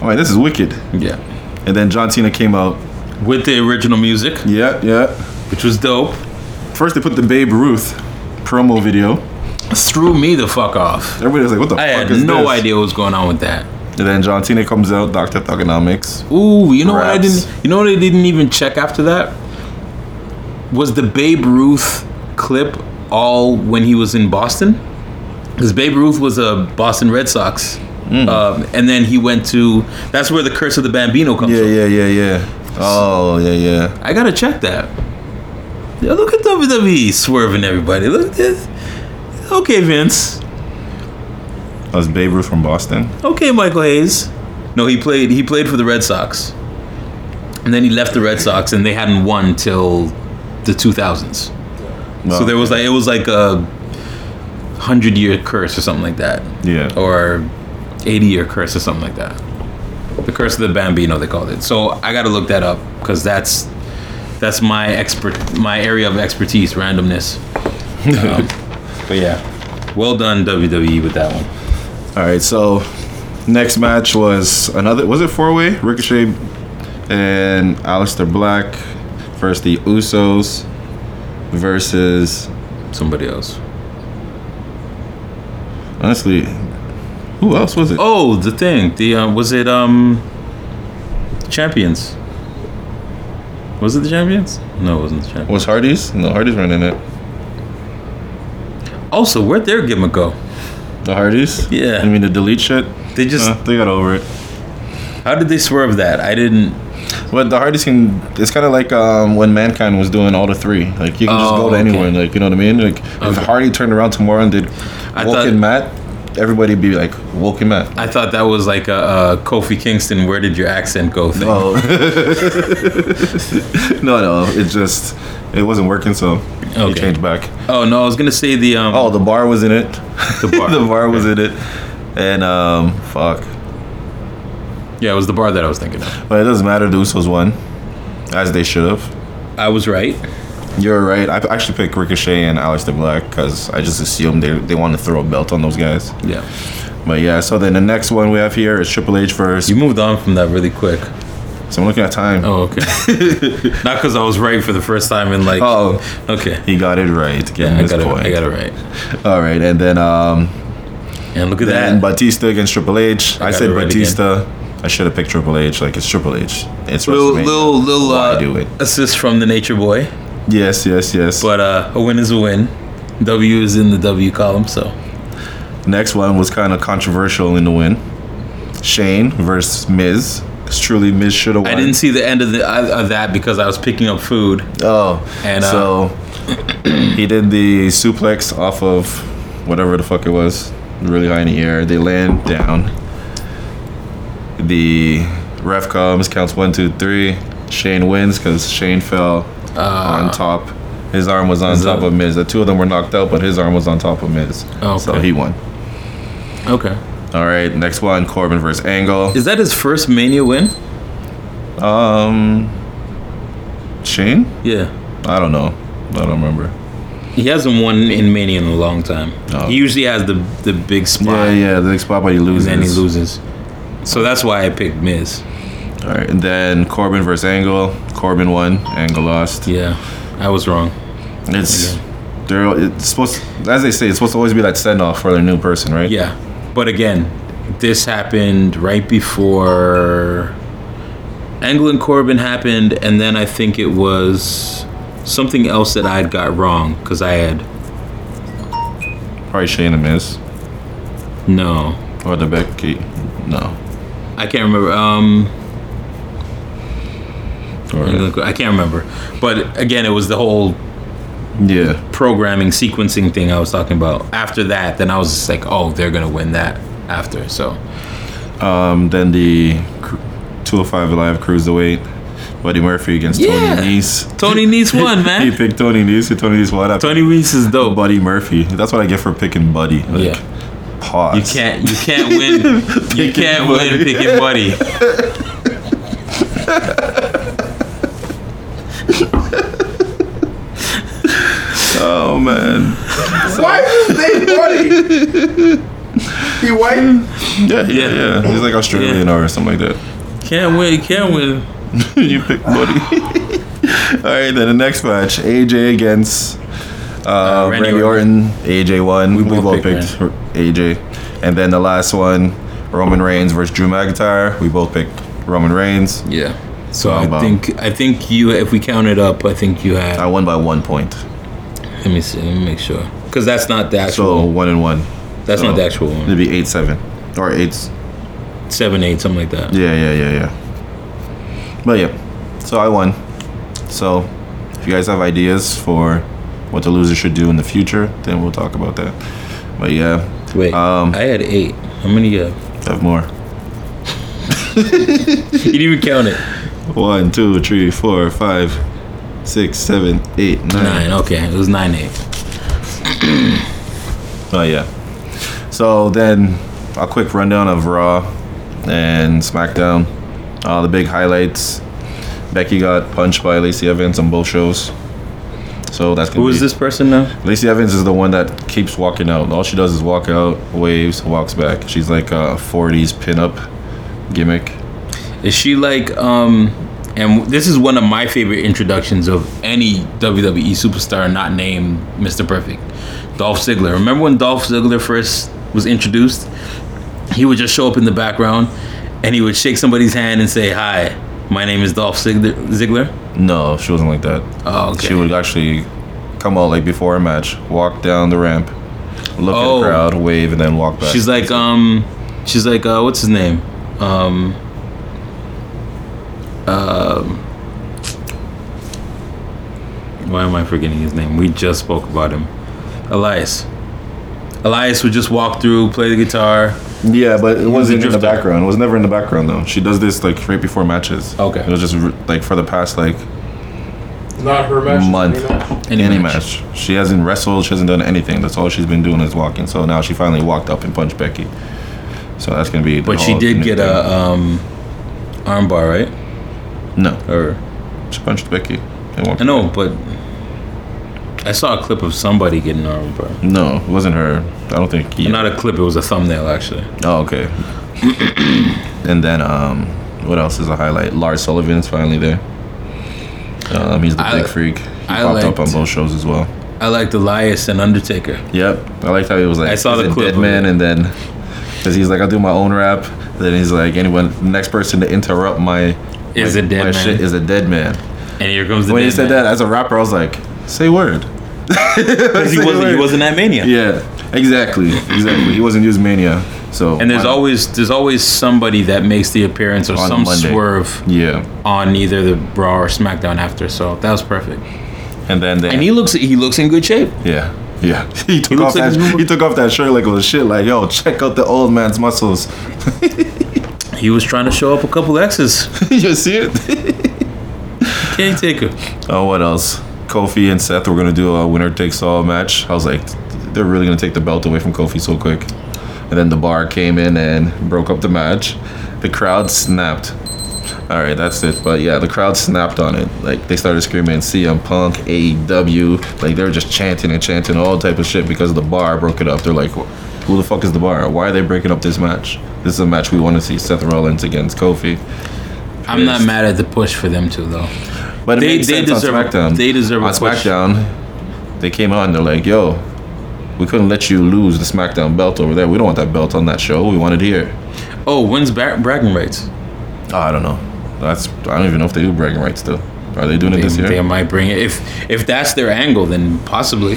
Speaker 2: I'm like, this is wicked.
Speaker 3: yeah
Speaker 2: And then John Cena came out.
Speaker 3: with the original music
Speaker 2: Yeah, yeah.
Speaker 3: which was dope
Speaker 2: First they put the Babe Ruth promo video.
Speaker 3: threw me the fuck off
Speaker 2: Everybody was like, what the
Speaker 3: i
Speaker 2: fuck
Speaker 3: had
Speaker 2: is
Speaker 3: no
Speaker 2: this?
Speaker 3: idea what was going on with that
Speaker 2: And then John Cena comes out, Dr. Thugonomics.
Speaker 3: ooh you know what i
Speaker 2: Raps.
Speaker 3: didn't you know what i didn't even check after that was the babe ruth clip all when he was in boston because babe ruth was a boston red sox um, and then he went to that's where the curse of the bambino comes
Speaker 2: Yeah,
Speaker 3: from
Speaker 2: yeah, yeah, yeah. Oh, yeah, yeah.
Speaker 3: I gotta check that. Yo, look at WWE swerving everybody. Look at this. Okay, Vince.
Speaker 2: That was Babe Ruth from Boston.
Speaker 3: Okay, Michael Hayes. No, he played. He played for the Red Sox, and then he left the Red Sox, and they hadn't won till the 2000s. so there was like it was like a hundred year curse or something like that,
Speaker 2: yeah,
Speaker 3: or 80 year curse or something like that. The curse of the Bambino, they called it. So I gotta look that up because that's that's my expert my area of expertise, randomness. Um, but yeah, well done WWE with that one.
Speaker 2: All right, so next match was another. Was it four way? Ricochet and Aleister Black versus the Usos versus
Speaker 3: Somebody else.
Speaker 2: honestly, who else was it?
Speaker 3: Oh, the thing. The uh, was it um champions? Was it the champions? No, it wasn't the champions.
Speaker 2: Was Hardy's? No, Hardy's weren't in it.
Speaker 3: Also, where'd their gimmick go?
Speaker 2: The Hardys?
Speaker 3: Yeah.
Speaker 2: You mean the delete shit?
Speaker 3: They just
Speaker 2: Uh, they got over it.
Speaker 3: how did they swerve that? I didn't.
Speaker 2: But the hardest can it's kind of like um, when mankind was doing all the three. Like you can just
Speaker 3: Oh,
Speaker 2: go to
Speaker 3: okay.
Speaker 2: anyone. Like you know what I mean? Like if
Speaker 3: Okay.
Speaker 2: Hardy turned around tomorrow and did
Speaker 3: I
Speaker 2: Woken
Speaker 3: thought-
Speaker 2: Matt, everybody be like Woken Matt.
Speaker 3: I thought that was like a, uh Kofi Kingston. Where did your accent go? Thing.
Speaker 2: Oh no, no, it just it wasn't working, so he
Speaker 3: Okay.
Speaker 2: changed back.
Speaker 3: Oh no, I was gonna say the um.
Speaker 2: Oh, the bar was in it.
Speaker 3: The bar.
Speaker 2: the bar was in it, and um, fuck.
Speaker 3: yeah, it was the bar that I was thinking of.
Speaker 2: But it doesn't matter. The Usos won, as they should have.
Speaker 3: I was right.
Speaker 2: You're right. I actually picked Ricochet and Aleister Black because I just assumed they, they want to throw a belt on those guys.
Speaker 3: Yeah.
Speaker 2: But yeah, so then the next one we have here is Triple H versus.
Speaker 3: You moved on from that really quick.
Speaker 2: So I'm looking at time.
Speaker 3: Oh, okay. Not because I was right for the first time in like.
Speaker 2: Oh.
Speaker 3: Okay.
Speaker 2: He got it right. Getting
Speaker 3: Yeah, I
Speaker 2: his
Speaker 3: got it.
Speaker 2: point.
Speaker 3: I got it right.
Speaker 2: All right, and then um,
Speaker 3: And look at
Speaker 2: then
Speaker 3: that.
Speaker 2: Batista against Triple H. I,
Speaker 3: got
Speaker 2: said
Speaker 3: it right
Speaker 2: Batista. I should have picked Triple H. Like it's Triple H. It's
Speaker 3: little
Speaker 2: WrestleMania.
Speaker 3: little little
Speaker 2: Why
Speaker 3: uh,
Speaker 2: do it?
Speaker 3: assist from the Nature Boy,
Speaker 2: Yes, yes, yes.
Speaker 3: but uh, a win is a win. W is in the W column, so
Speaker 2: Next one was kind of controversial in the win. Shane versus Miz. 'Cause truly, Miz should have won.
Speaker 3: I didn't see the end of the uh, of that because I was picking up food.
Speaker 2: Oh,
Speaker 3: And, uh,
Speaker 2: so he did the suplex off of whatever the fuck it was, really high in the air. They land down. The ref comes, counts one, two, three. Shane wins because Shane fell on top. His arm was on
Speaker 3: Uh, Is
Speaker 2: top
Speaker 3: that-
Speaker 2: of Miz. The two of them were knocked out, but his arm was on top of Miz.
Speaker 3: Oh,
Speaker 2: So
Speaker 3: okay.
Speaker 2: he won.
Speaker 3: Okay,
Speaker 2: All right, next one Corbin versus Angle.
Speaker 3: is that his first Mania win?
Speaker 2: Um, Shane?
Speaker 3: Yeah,
Speaker 2: I don't know. I don't remember.
Speaker 3: he hasn't won in Mania in a long time.
Speaker 2: Oh.
Speaker 3: He usually has the the big spot,
Speaker 2: Yeah, yeah, the spot where he
Speaker 3: and
Speaker 2: loses.
Speaker 3: then he loses. So that's why I picked Miz.
Speaker 2: All right, and then Corbin versus Angle. Corbin won. Angle lost.
Speaker 3: Yeah, I was wrong.
Speaker 2: It's they're it's supposed as they say it's supposed to always be that send off for their new person, right?
Speaker 3: Yeah, but again, this happened right before Angle and Corbin happened, and then I think it was something else that I had got wrong because I had
Speaker 2: Probably Shane and Miz
Speaker 3: no,
Speaker 2: or the Becky. No.
Speaker 3: I can't remember. Um,
Speaker 2: Or,
Speaker 3: Angle and Cor- I can't remember, but again, it was the whole
Speaker 2: yeah.
Speaker 3: programming sequencing thing I was talking about. After that, then I was just like, oh, they're gonna win that after. So
Speaker 2: Um. Then the cru- 205 Live Cruiserweight. Buddy Murphy against
Speaker 3: Yeah.
Speaker 2: Tony Nese.
Speaker 3: Tony Nese won,
Speaker 2: He
Speaker 3: man.
Speaker 2: picked Tony Nese. and Tony Nese won. I
Speaker 3: Tony Nese is
Speaker 2: picked
Speaker 3: dope.
Speaker 2: Buddy Murphy. That's what I get for picking Buddy. Like,
Speaker 3: Yeah.
Speaker 2: Pause.
Speaker 3: You can't you can't win you
Speaker 2: Picking
Speaker 3: can't win
Speaker 2: Buddy.
Speaker 3: picking buddy.
Speaker 2: Oh man.
Speaker 1: Why is his name Buddy? he white?
Speaker 2: Yeah. Yeah.
Speaker 3: Yeah.
Speaker 2: Yeah. He's like Australian or something like that.
Speaker 3: Can't win, can't win.
Speaker 2: you pick Buddy. All right, then the next match: AJ against uh,
Speaker 3: Uh,
Speaker 2: Randy,
Speaker 3: Randy
Speaker 2: Orton. AJ won. We,
Speaker 3: both
Speaker 2: both
Speaker 3: picked
Speaker 2: picked AJ, and then the last one: Roman Reigns versus Drew McIntyre. We both picked Roman Reigns.
Speaker 3: Yeah. So
Speaker 2: Wow,
Speaker 3: I
Speaker 2: wow.
Speaker 3: think I think you if we count it up, I think you had
Speaker 2: I won by one point,
Speaker 3: let me see, let me make sure. Because that's not the
Speaker 2: so
Speaker 3: actual
Speaker 2: one and one.
Speaker 3: that's
Speaker 2: so-
Speaker 3: not the actual one.
Speaker 2: It'd be eight seven or eight.
Speaker 3: Seven, eight, something like that.
Speaker 2: Yeah, yeah, yeah, yeah. But yeah, so I won. So if you guys have ideas for what the loser should do in the future, then we'll talk about that. But yeah,
Speaker 3: Wait.
Speaker 2: Um,
Speaker 3: I had eight. How many uh, you have?
Speaker 2: Have more.
Speaker 3: You didn't even count it.
Speaker 2: One, two, three, four, five, six, seven, eight, nine.
Speaker 3: Nine, okay. It was nine eight.
Speaker 2: Oh yeah. So then, a quick rundown of Raw and SmackDown. Uh, the big highlights. Becky got punched by Lacey Evans on both shows. So that's gonna
Speaker 3: Who
Speaker 2: be-
Speaker 3: is this person now?
Speaker 2: Lacey Evans is the one that keeps walking out. All she does is walk out, waves, walks back. She's like a 40s pinup gimmick.
Speaker 3: Is she like um and this is one of my favorite introductions of any WWE superstar not named Mr. Perfect. Dolph Ziggler. Remember when Dolph Ziggler first was introduced? He would just show up in the background and he would shake somebody's hand and say, "Hi, my name is Dolph Ziggler." Ziggler.
Speaker 2: No, she wasn't like that.
Speaker 3: Oh, okay.
Speaker 2: She would actually come out like before a match, walk down the ramp, look at
Speaker 3: Oh.
Speaker 2: the crowd, wave, and then walk back.
Speaker 3: She's like, um, she's like, uh, what's his name? Um, um, why am I forgetting his name? We just spoke about him, Elias. Elias would just walk through, play the guitar.
Speaker 2: yeah, but it wasn't in the
Speaker 3: drifter.
Speaker 2: background. It was never in the background though. She does this like right before matches.
Speaker 3: Okay.
Speaker 2: It was just r- like for the past like
Speaker 1: Not her match.
Speaker 2: month.
Speaker 3: Any
Speaker 2: Any,
Speaker 3: match.
Speaker 2: match. She hasn't wrestled. She hasn't done anything. That's all she's been doing is walking. So now she finally walked up and punched Becky. So that's gonna be. the
Speaker 3: But she
Speaker 2: whole
Speaker 3: did
Speaker 2: new
Speaker 3: get
Speaker 2: thing.
Speaker 3: a um, armbar, right?
Speaker 2: no.
Speaker 3: Or
Speaker 2: She punched Becky. at one
Speaker 3: I know, but I saw a clip of somebody getting an armbar.
Speaker 2: No, it wasn't her. I don't think. he-
Speaker 3: Not a clip; it was a thumbnail, actually.
Speaker 2: Oh, okay. and then, um, what else is a highlight? Lars Sullivan's finally there. Um, he's the
Speaker 3: I-
Speaker 2: big freak. He
Speaker 3: I
Speaker 2: popped up
Speaker 3: liked-
Speaker 2: on both shows as well.
Speaker 3: I liked Elias and Undertaker.
Speaker 2: Yep, I liked how he was like.
Speaker 3: I saw
Speaker 2: "Is
Speaker 3: the
Speaker 2: it
Speaker 3: clip
Speaker 2: Dead
Speaker 3: of
Speaker 2: man,
Speaker 3: it.
Speaker 2: and then because he's like, I'll do my own rap. Then he's like, anyone next person to interrupt my
Speaker 3: Is
Speaker 2: my-
Speaker 3: a dead
Speaker 2: my
Speaker 3: man.
Speaker 2: shit is a dead man.
Speaker 3: And here comes the
Speaker 2: when he
Speaker 3: dead
Speaker 2: said
Speaker 3: man.
Speaker 2: that as a rapper, I was like, say word.
Speaker 3: because he
Speaker 2: Say
Speaker 3: wasn't he
Speaker 2: word.
Speaker 3: wasn't at Mania.
Speaker 2: Yeah, exactly, exactly. he wasn't using mania. So
Speaker 3: And there's
Speaker 2: why-
Speaker 3: always there's always somebody that makes the appearance or
Speaker 2: On
Speaker 3: some
Speaker 2: Monday.
Speaker 3: swerve
Speaker 2: yeah,
Speaker 3: on either the Raw or SmackDown after. So that was perfect.
Speaker 2: and then they
Speaker 3: And he looks he looks in good shape.
Speaker 2: Yeah. Yeah. He took
Speaker 3: looks
Speaker 2: off
Speaker 3: like
Speaker 2: that
Speaker 3: he's moving.
Speaker 2: he took off that shirt like it was shit, like, yo, check out the old man's muscles.
Speaker 3: He was trying to show up a couple X's.
Speaker 2: you see it?
Speaker 3: Can't take her.
Speaker 2: oh, what else? Kofi and Seth were gonna do a winner takes all match. I was like, they're really gonna take the belt away from Kofi so quick. And then the bar came in and broke up the match. The crowd snapped. All right, that's it. But yeah, the crowd snapped on it. Like they started screaming CM Punk, AEW. Like they were just chanting and chanting all type of shit because the bar broke it up. They're like, who the fuck is the bar? Why are they breaking up this match? This is a match we want to see Seth Rollins against Kofi.
Speaker 3: I'm not mad at the push for them too though.
Speaker 2: But it
Speaker 3: They-
Speaker 2: made
Speaker 3: they
Speaker 2: sense
Speaker 3: deserve-
Speaker 2: on SmackDown.
Speaker 3: they deserve a
Speaker 2: on
Speaker 3: push.
Speaker 2: SmackDown. They came on. They're like, yo, we couldn't let you lose the SmackDown belt over there. We don't want that belt on that show. We want it here.
Speaker 3: Oh, when's bra- bragging rights?
Speaker 2: Oh, I don't know. That's I don't even know if they do bragging rights still. Are they doing it
Speaker 3: They,
Speaker 2: this year?
Speaker 3: they might bring it if if that's their angle, then possibly.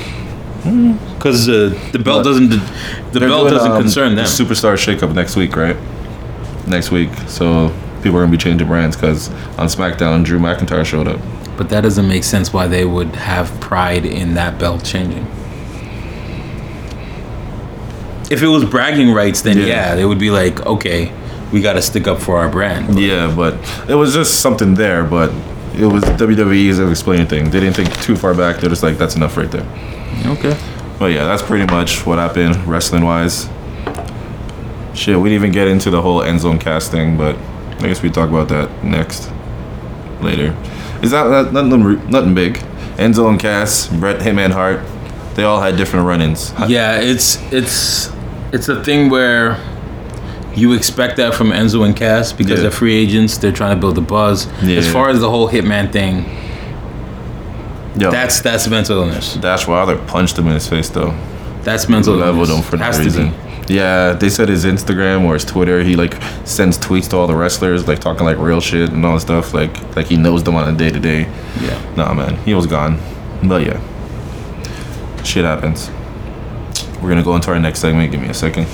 Speaker 3: Because uh, the
Speaker 2: Hmm. But
Speaker 3: belt doesn't the
Speaker 2: They're
Speaker 3: belt
Speaker 2: doing,
Speaker 3: doesn't
Speaker 2: um,
Speaker 3: concern
Speaker 2: the
Speaker 3: them.
Speaker 2: Superstar shakeup next week, right? Next week. So people are gonna be changing brands because on SmackDown, Drew McIntyre showed up.
Speaker 3: But that doesn't make sense why they would have pride in that belt changing. If it was bragging rights, then yeah,
Speaker 2: Yeah.
Speaker 3: they would be like, okay, we got to stick up for our brand.
Speaker 2: Yeah, but it was just something there. But it was WWE's explaining thing. They didn't think too far back. They're just like, that's enough right there.
Speaker 3: Okay.
Speaker 2: But yeah, that's pretty much what happened wrestling wise. Shit, we didn't even get into the whole end zone cast thing, but I guess we talk about that next, later. Is that, that nothing, re- nothing big? End zone cast, Brett Hitman Hart, they all had different run-ins.
Speaker 3: Yeah, it's it's it's a thing where you expect that from Enzo and Cass because
Speaker 2: Yeah.
Speaker 3: they're free agents. They're trying to build a buzz. As
Speaker 2: Yeah.
Speaker 3: far as the whole Hitman thing,
Speaker 2: Yo,
Speaker 3: that's that's mental illness.
Speaker 2: Dash Wilder punched him in his face though.
Speaker 3: That's mental
Speaker 2: leveled him
Speaker 3: illness.
Speaker 2: for no
Speaker 3: Has to
Speaker 2: reason.
Speaker 3: be.
Speaker 2: Yeah, they said his Instagram or his Twitter. He like sends tweets to all the wrestlers, like talking like real shit and all that stuff. Like like he knows them on a day to day.
Speaker 3: Yeah.
Speaker 2: Nah, man, he was gone. But yeah, shit happens. We're gonna go into our next segment. Give me a second.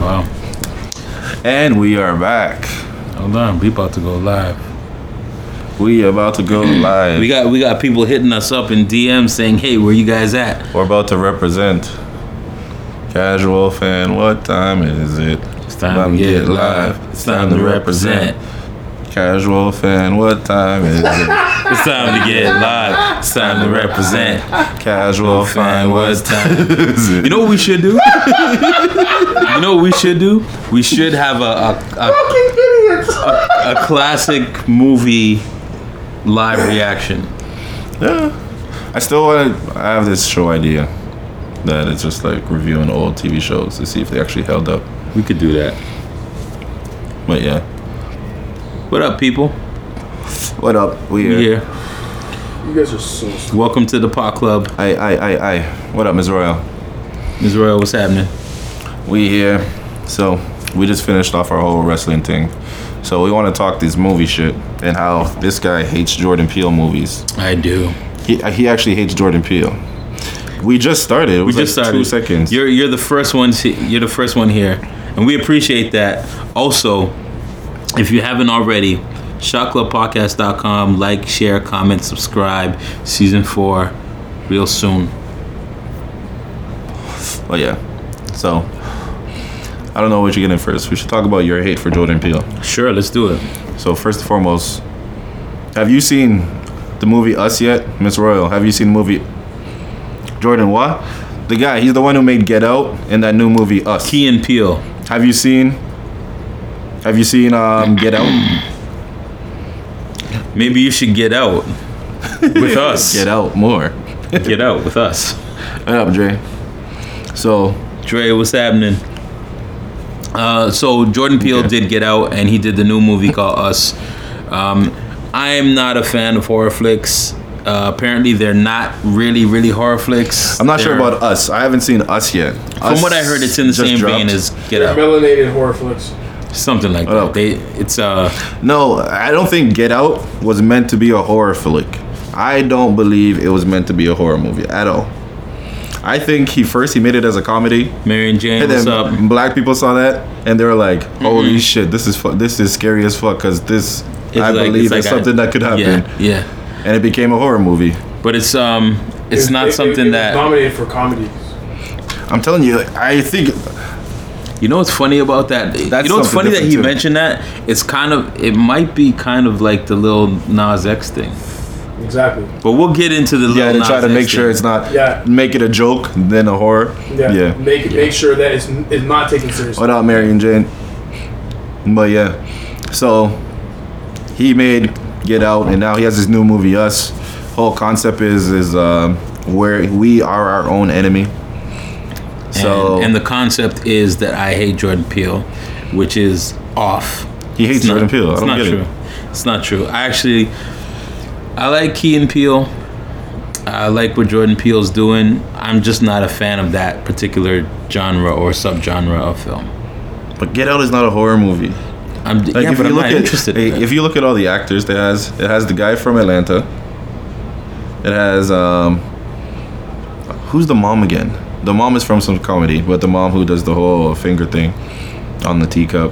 Speaker 3: Wow.
Speaker 2: And we are back.
Speaker 3: Hold on, we about to go live.
Speaker 2: We about to go live.
Speaker 3: We got we got people hitting us up in DM saying, "Hey, where you guys at?"
Speaker 2: We're about to represent. Casual fan, what time is it?
Speaker 3: It's time to get live. It's time to represent.
Speaker 2: Casual fan, what time is it?
Speaker 3: It's time to get live. It's time to represent.
Speaker 2: Casual fan, what time is it?
Speaker 3: You know what we should do? you know what we should do? We should have a a, a, a classic movie live reaction.
Speaker 2: Yeah. I still want to. I have this show idea that it's just like reviewing old TV shows to see if they actually held up.
Speaker 3: We could do that.
Speaker 2: But yeah.
Speaker 3: What up, people?
Speaker 2: What up? We here.
Speaker 3: Here,
Speaker 1: You guys are so.
Speaker 3: welcome to the Pot Club.
Speaker 2: I, I, I, I. What up, Ms. Royal?
Speaker 3: Ms. Royal, what's happening?
Speaker 2: We here. So we just finished off our whole wrestling thing. So we want to talk this movie shit and how this guy hates Jordan Peele movies.
Speaker 3: I do.
Speaker 2: He he actually hates Jordan Peele. We just started. It
Speaker 3: We
Speaker 2: was like
Speaker 3: just started.
Speaker 2: two seconds.
Speaker 3: You're you're the first one. To, you're the first one here, and we appreciate that. Also, if you haven't already, shotclubpodcast.com. Like, share, comment, subscribe. Season four, real soon.
Speaker 2: oh yeah. So I don't know what you're getting first. We should talk about your hate for Jordan Peele.
Speaker 3: Sure, let's do it.
Speaker 2: So first and foremost, have you seen the movie Us yet, Miss Royal? Have you seen the movie Jordan? What? The guy. He's the one who made Get Out and that new movie Us.
Speaker 3: Key and Peel.
Speaker 2: Have you seen? Have you seen um, Get Out?
Speaker 3: Maybe you should get out with us.
Speaker 2: Get Out more.
Speaker 3: Get out with us.
Speaker 2: What up, Dre? So
Speaker 3: Dre, what's happening? Uh, so Jordan Peele did get out, and he did the new movie called Us. Um, I am not a fan of horror flicks. Uh, apparently, they're not really, really horror flicks.
Speaker 2: I'm not sure
Speaker 3: They're-
Speaker 2: about Us. I haven't seen Us yet.
Speaker 3: From what I heard, it's in the same vein as Get Out,
Speaker 1: Melanated horror flicks.
Speaker 3: something like
Speaker 2: What up?
Speaker 3: that. They, it's uh,
Speaker 2: No, I don't think Get Out was meant to be a horror flick. I don't believe it was meant to be a horror movie at all. I think he first he made it as a comedy,
Speaker 3: Mary and Jane.
Speaker 2: and
Speaker 3: What's
Speaker 2: then
Speaker 3: up?
Speaker 2: black people saw that and they were like, "Holy shit, this is fu- this is scary as fuck." Because this,
Speaker 3: It's
Speaker 2: I
Speaker 3: like-
Speaker 2: believe,
Speaker 3: it's
Speaker 2: is
Speaker 3: like I-
Speaker 2: something that could happen,
Speaker 3: Yeah, yeah.
Speaker 2: and it became a horror movie.
Speaker 3: But it's um, it's
Speaker 1: It- it-
Speaker 3: not
Speaker 1: it-
Speaker 3: something
Speaker 1: it's
Speaker 3: that
Speaker 1: nominated for comedies.
Speaker 2: I'm telling you, I think
Speaker 3: you know. What's funny about that?
Speaker 2: That's
Speaker 3: you know what's
Speaker 2: something
Speaker 3: funny that
Speaker 2: different
Speaker 3: he
Speaker 2: too.
Speaker 3: mentioned that? It's kind of, it might be kind of like the little Nas X thing.
Speaker 1: Exactly.
Speaker 3: But we'll get into the
Speaker 2: yeah,
Speaker 3: little
Speaker 2: to try
Speaker 3: Nas
Speaker 2: to make
Speaker 3: X
Speaker 2: sure
Speaker 3: thing.
Speaker 2: it's not
Speaker 1: Yeah.
Speaker 2: make it a joke then a horror.
Speaker 1: Yeah.
Speaker 2: yeah.
Speaker 1: Make make sure that it's, it's not taken seriously.
Speaker 2: What up, Mary and Jane? But yeah, so he made Get Out, and now he has this new movie Us. Whole concept is is um, where we are our own enemy. So
Speaker 3: and, and the concept is that I hate Jordan Peele, which is off.
Speaker 2: he hates
Speaker 3: It's not-
Speaker 2: Jordan Peele. I
Speaker 3: it's
Speaker 2: don't
Speaker 3: not
Speaker 2: get
Speaker 3: true.
Speaker 2: it.
Speaker 3: It's not true. I actually, I like Key and Peele. I like what Jordan Peele's doing. I'm just not a fan of that particular genre or subgenre of film.
Speaker 2: But Get Out is not a horror movie.
Speaker 3: I'm
Speaker 2: Like
Speaker 3: yeah,
Speaker 2: if
Speaker 3: but
Speaker 2: you
Speaker 3: I'm
Speaker 2: look
Speaker 3: not
Speaker 2: at
Speaker 3: interested. in
Speaker 2: hey,
Speaker 3: that.
Speaker 2: if you look at all the actors, it has it has the guy from Atlanta. It has um, who's the mom again? The mom is from some comedy, but the mom who does the whole finger thing on the teacup.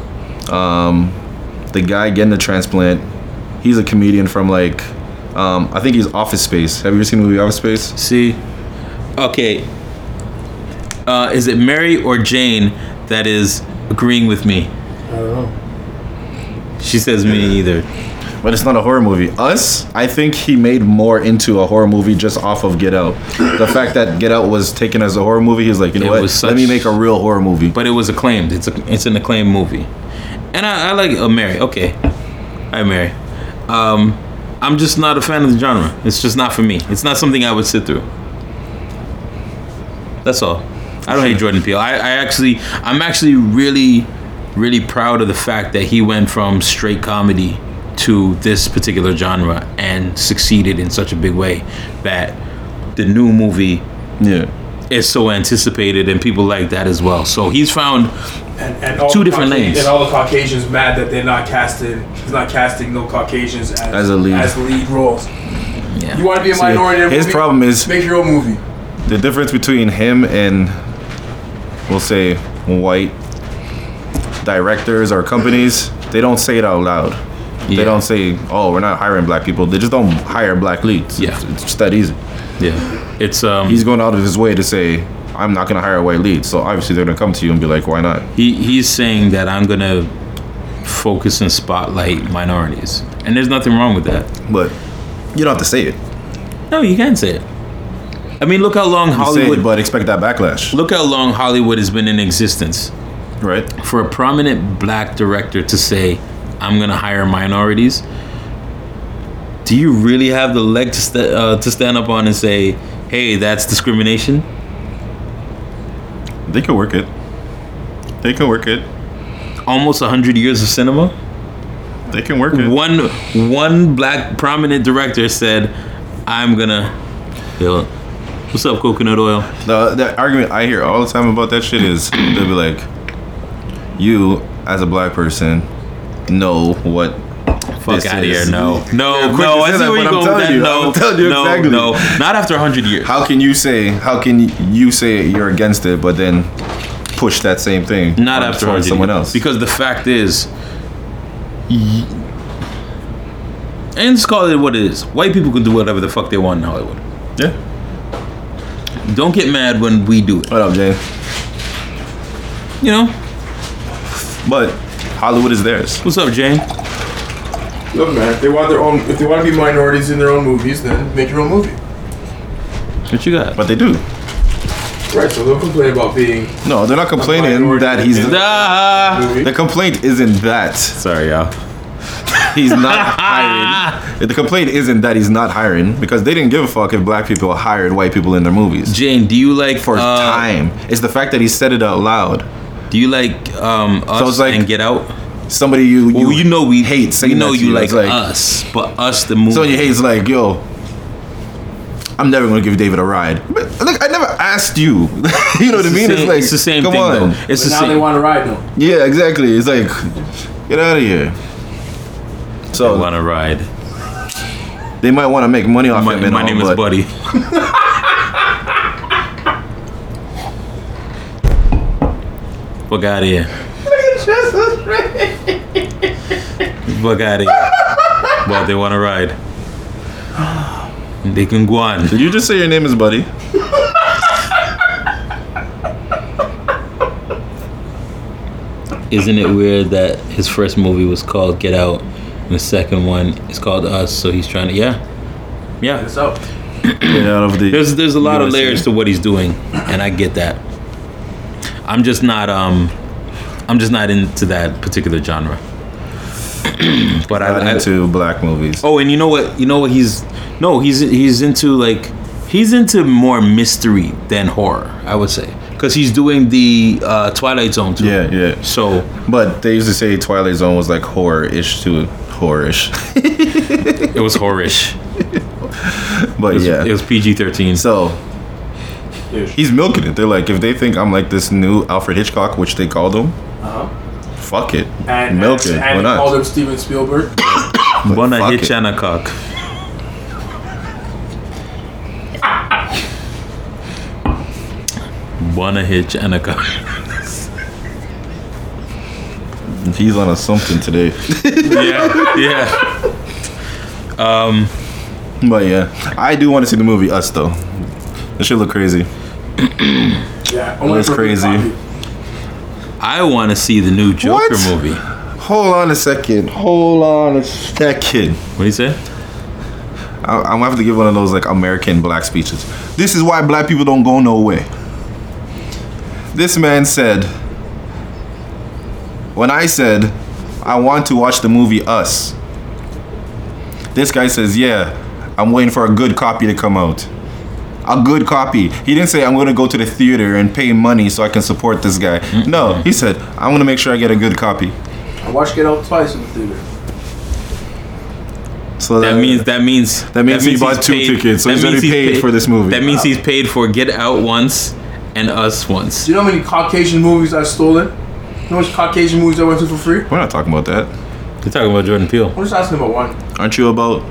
Speaker 2: Um, the guy getting the transplant, he's a comedian from like, um, I think he's Office Space. Have you ever seen the movie Office Space?
Speaker 3: See, okay. Uh, is it Mary or Jane that is agreeing with me?
Speaker 1: I don't know.
Speaker 3: She says me either.
Speaker 2: But it's not a horror movie. Us, I think he made more into a horror movie just off of Get Out. The fact that Get Out was taken as a horror movie, he was like, you know
Speaker 3: It
Speaker 2: what?
Speaker 3: was
Speaker 2: Let me
Speaker 3: such-
Speaker 2: make a real horror movie. But
Speaker 3: but it was acclaimed. It's a, it's an acclaimed movie, and I, I like oh, Mary. Okay, I Mary. Um, I'm just not a fan of the genre. It's just not for me. It's not something I would sit through. That's all. I don't hate Jordan Peele. I, I actually, I'm actually really, really proud of the fact that he went from straight comedy to this particular genre and succeeded in such a big way that the new movie
Speaker 2: yeah,
Speaker 3: is so anticipated and people like that as well. So he's found
Speaker 1: And, and all
Speaker 3: Two
Speaker 1: the
Speaker 3: different
Speaker 1: Cauca-
Speaker 3: lanes.
Speaker 1: And all the Caucasians mad that they're not casting. He's not casting no Caucasians as,
Speaker 2: As a lead.
Speaker 1: as lead roles. You want to be a
Speaker 2: See,
Speaker 1: minority? in a
Speaker 2: his
Speaker 1: movie?
Speaker 2: problem is-
Speaker 1: make your own movie.
Speaker 2: the difference between him and we'll say white directors or companies, they don't say it out loud.
Speaker 3: Yeah.
Speaker 2: They don't say, "Oh, we're not hiring black people." They just don't hire black leads.
Speaker 3: Yeah.
Speaker 2: It's, it's just that easy.
Speaker 3: yeah, it's um
Speaker 2: He's going out of his way to say, "I'm not gonna hire a white lead." So obviously they're gonna come to you and be like, "Why not?"
Speaker 3: he he's saying that I'm gonna focus and spotlight minorities, and there's nothing wrong with that.
Speaker 2: But you don't have to say it.
Speaker 3: No, you can say it. I mean, look how long Hollywood.
Speaker 2: Say it, but expect that backlash,
Speaker 3: Look how long Hollywood has been in existence.
Speaker 2: right?
Speaker 3: For a prominent black director to say, "I'm gonna hire minorities," do you really have the leg to st- uh, to stand up on and say, "Hey, that's discrimination"?
Speaker 2: They could work it. They can work it.
Speaker 3: Almost hundred years of cinema.
Speaker 2: They can work it.
Speaker 3: one one black prominent director said, "I'm gonna." Yo, What's up, coconut oil?
Speaker 2: The, the argument I hear all the time about that shit is they'll be like, you as a black person know what.
Speaker 3: Fuck
Speaker 2: this
Speaker 3: out of here.
Speaker 2: is."
Speaker 3: No. No,
Speaker 2: Yeah, quick
Speaker 3: no.
Speaker 2: to
Speaker 3: I
Speaker 2: say
Speaker 3: see
Speaker 2: that,
Speaker 3: where
Speaker 2: but
Speaker 3: you're
Speaker 2: I'm
Speaker 3: going with
Speaker 2: telling
Speaker 3: that.
Speaker 2: you,
Speaker 3: No.
Speaker 2: I'm telling you
Speaker 3: no,
Speaker 2: exactly.
Speaker 3: no. Not after 100 years.
Speaker 2: How can you say? How can you say you're against it, but then push that same thing?
Speaker 3: Not
Speaker 2: on-
Speaker 3: after
Speaker 2: towards
Speaker 3: 100
Speaker 2: someone
Speaker 3: years.
Speaker 2: else.
Speaker 3: Because the fact is, y- and let's call it what it is. White people can do whatever the fuck they want in Hollywood.
Speaker 2: yeah.
Speaker 3: Don't get mad when we do it.
Speaker 2: What up, Jay?
Speaker 3: You know?
Speaker 2: But Hollywood is theirs.
Speaker 3: What's up, Jane?
Speaker 1: Look, man, if they want their own, if they want to be minorities in their own movies, then make your own movie.
Speaker 3: What you got?
Speaker 2: But they do.
Speaker 1: Right. So don't complain about being.
Speaker 2: No, they're not complaining
Speaker 1: minority
Speaker 2: that he's.
Speaker 1: is-
Speaker 3: Ah!
Speaker 1: Movie.
Speaker 2: The complaint isn't that
Speaker 3: Sorry, y'all.
Speaker 2: he's not hiring. The complaint isn't that he's not hiring because they didn't give a fuck if black people hired white people in their movies
Speaker 3: Jane, do you like
Speaker 2: for
Speaker 3: uh,
Speaker 2: time. It's the fact that he said it out loud.
Speaker 3: Do you like um us
Speaker 2: it's like-
Speaker 3: and Get Out?
Speaker 2: Somebody you
Speaker 3: Well, you know we
Speaker 2: hate saying
Speaker 3: You know
Speaker 2: that to
Speaker 3: you
Speaker 2: you.
Speaker 3: like,
Speaker 2: It's like-
Speaker 3: us, but us the movie.
Speaker 2: So your hate's like, yo, I'm never gonna give David a ride. But look, I never asked you. you know what I
Speaker 3: the
Speaker 2: mean?
Speaker 3: same-
Speaker 2: it's like,
Speaker 3: it's the same
Speaker 2: come
Speaker 3: thing.
Speaker 2: on.
Speaker 3: Though. It's
Speaker 4: But
Speaker 3: the
Speaker 4: now
Speaker 3: same.
Speaker 4: they want to ride them.
Speaker 2: Yeah, exactly. It's like, get out of here.
Speaker 3: I
Speaker 2: So
Speaker 3: want to ride.
Speaker 2: they might want to make money off
Speaker 3: My,
Speaker 2: him. and
Speaker 3: my
Speaker 2: all,
Speaker 3: name is
Speaker 2: but
Speaker 3: Buddy. Fuck out of here. Fuck out of here. But they want to ride. They can go on.
Speaker 2: Did you just say your name is Buddy?
Speaker 3: Isn't it weird that his first movie was called Get Out, and the second one is called Us? So he's trying to, yeah, yeah.
Speaker 4: So
Speaker 2: Get out of the.
Speaker 3: There's there's a lot of
Speaker 2: USA.
Speaker 3: layers to what he's doing, and I get that. I'm just not um, I'm just not into that particular genre. but
Speaker 2: Got
Speaker 3: I, I
Speaker 2: into black movies.
Speaker 3: oh, and you know what? You know what? He's no, he's he's into like he's into more mystery than horror. I would say because he's doing the uh, Twilight Zone too.
Speaker 2: Yeah, yeah.
Speaker 3: So
Speaker 2: But they used to say Twilight Zone was like horror-ish to horror-ish.
Speaker 3: it was horrorish.
Speaker 2: But yeah,
Speaker 3: It was PG thirteen.
Speaker 2: So
Speaker 1: Ish.
Speaker 2: he's milking it. They're like, if they think I'm like this new Alfred Hitchcock, which they called him, fuck it,
Speaker 1: Uh-huh. And
Speaker 2: milk
Speaker 1: and,
Speaker 2: it.
Speaker 1: and
Speaker 2: Why
Speaker 1: they called
Speaker 2: not?
Speaker 1: him Steven Spielberg.
Speaker 3: Bona
Speaker 2: fuck it.
Speaker 3: Hitchanakok. Bona Hitchanakok.
Speaker 2: He's on a something today.
Speaker 3: yeah, yeah.
Speaker 2: but yeah, I do want to see the movie Us though. This should look crazy.
Speaker 1: Yeah, only
Speaker 2: That's
Speaker 1: for a
Speaker 2: crazy.
Speaker 1: copy.
Speaker 3: I want to see the new Joker
Speaker 2: What?
Speaker 3: movie.
Speaker 2: Hold on a second. Hold on a second.
Speaker 3: What do you say?
Speaker 2: I, I'm gonna have to give one of those like American black speeches. This is why black people don't go nowhere. This man said, when I said, I want to watch the movie Us, this guy says, yeah, I'm waiting for a good copy to come out. A good copy. He didn't say, I'm gonna go to the theater and pay money so I can support this guy. No, he said, I'm gonna make sure I get a good copy.
Speaker 4: I watched Get Out twice in the theater.
Speaker 2: So
Speaker 3: That means that means
Speaker 2: Uh, That means he bought
Speaker 3: he's
Speaker 2: two tickets, so he's already
Speaker 3: he's
Speaker 2: paid for this movie.
Speaker 3: That means he's paid for Get Out once and Us once.
Speaker 1: Do you know how many Caucasian movies I've stolen? You know how much Caucasian movies I went to for free?
Speaker 2: we're not talking about that.
Speaker 3: You're talking about Jordan Peele.
Speaker 1: I'm just asking about one.
Speaker 2: Aren't you about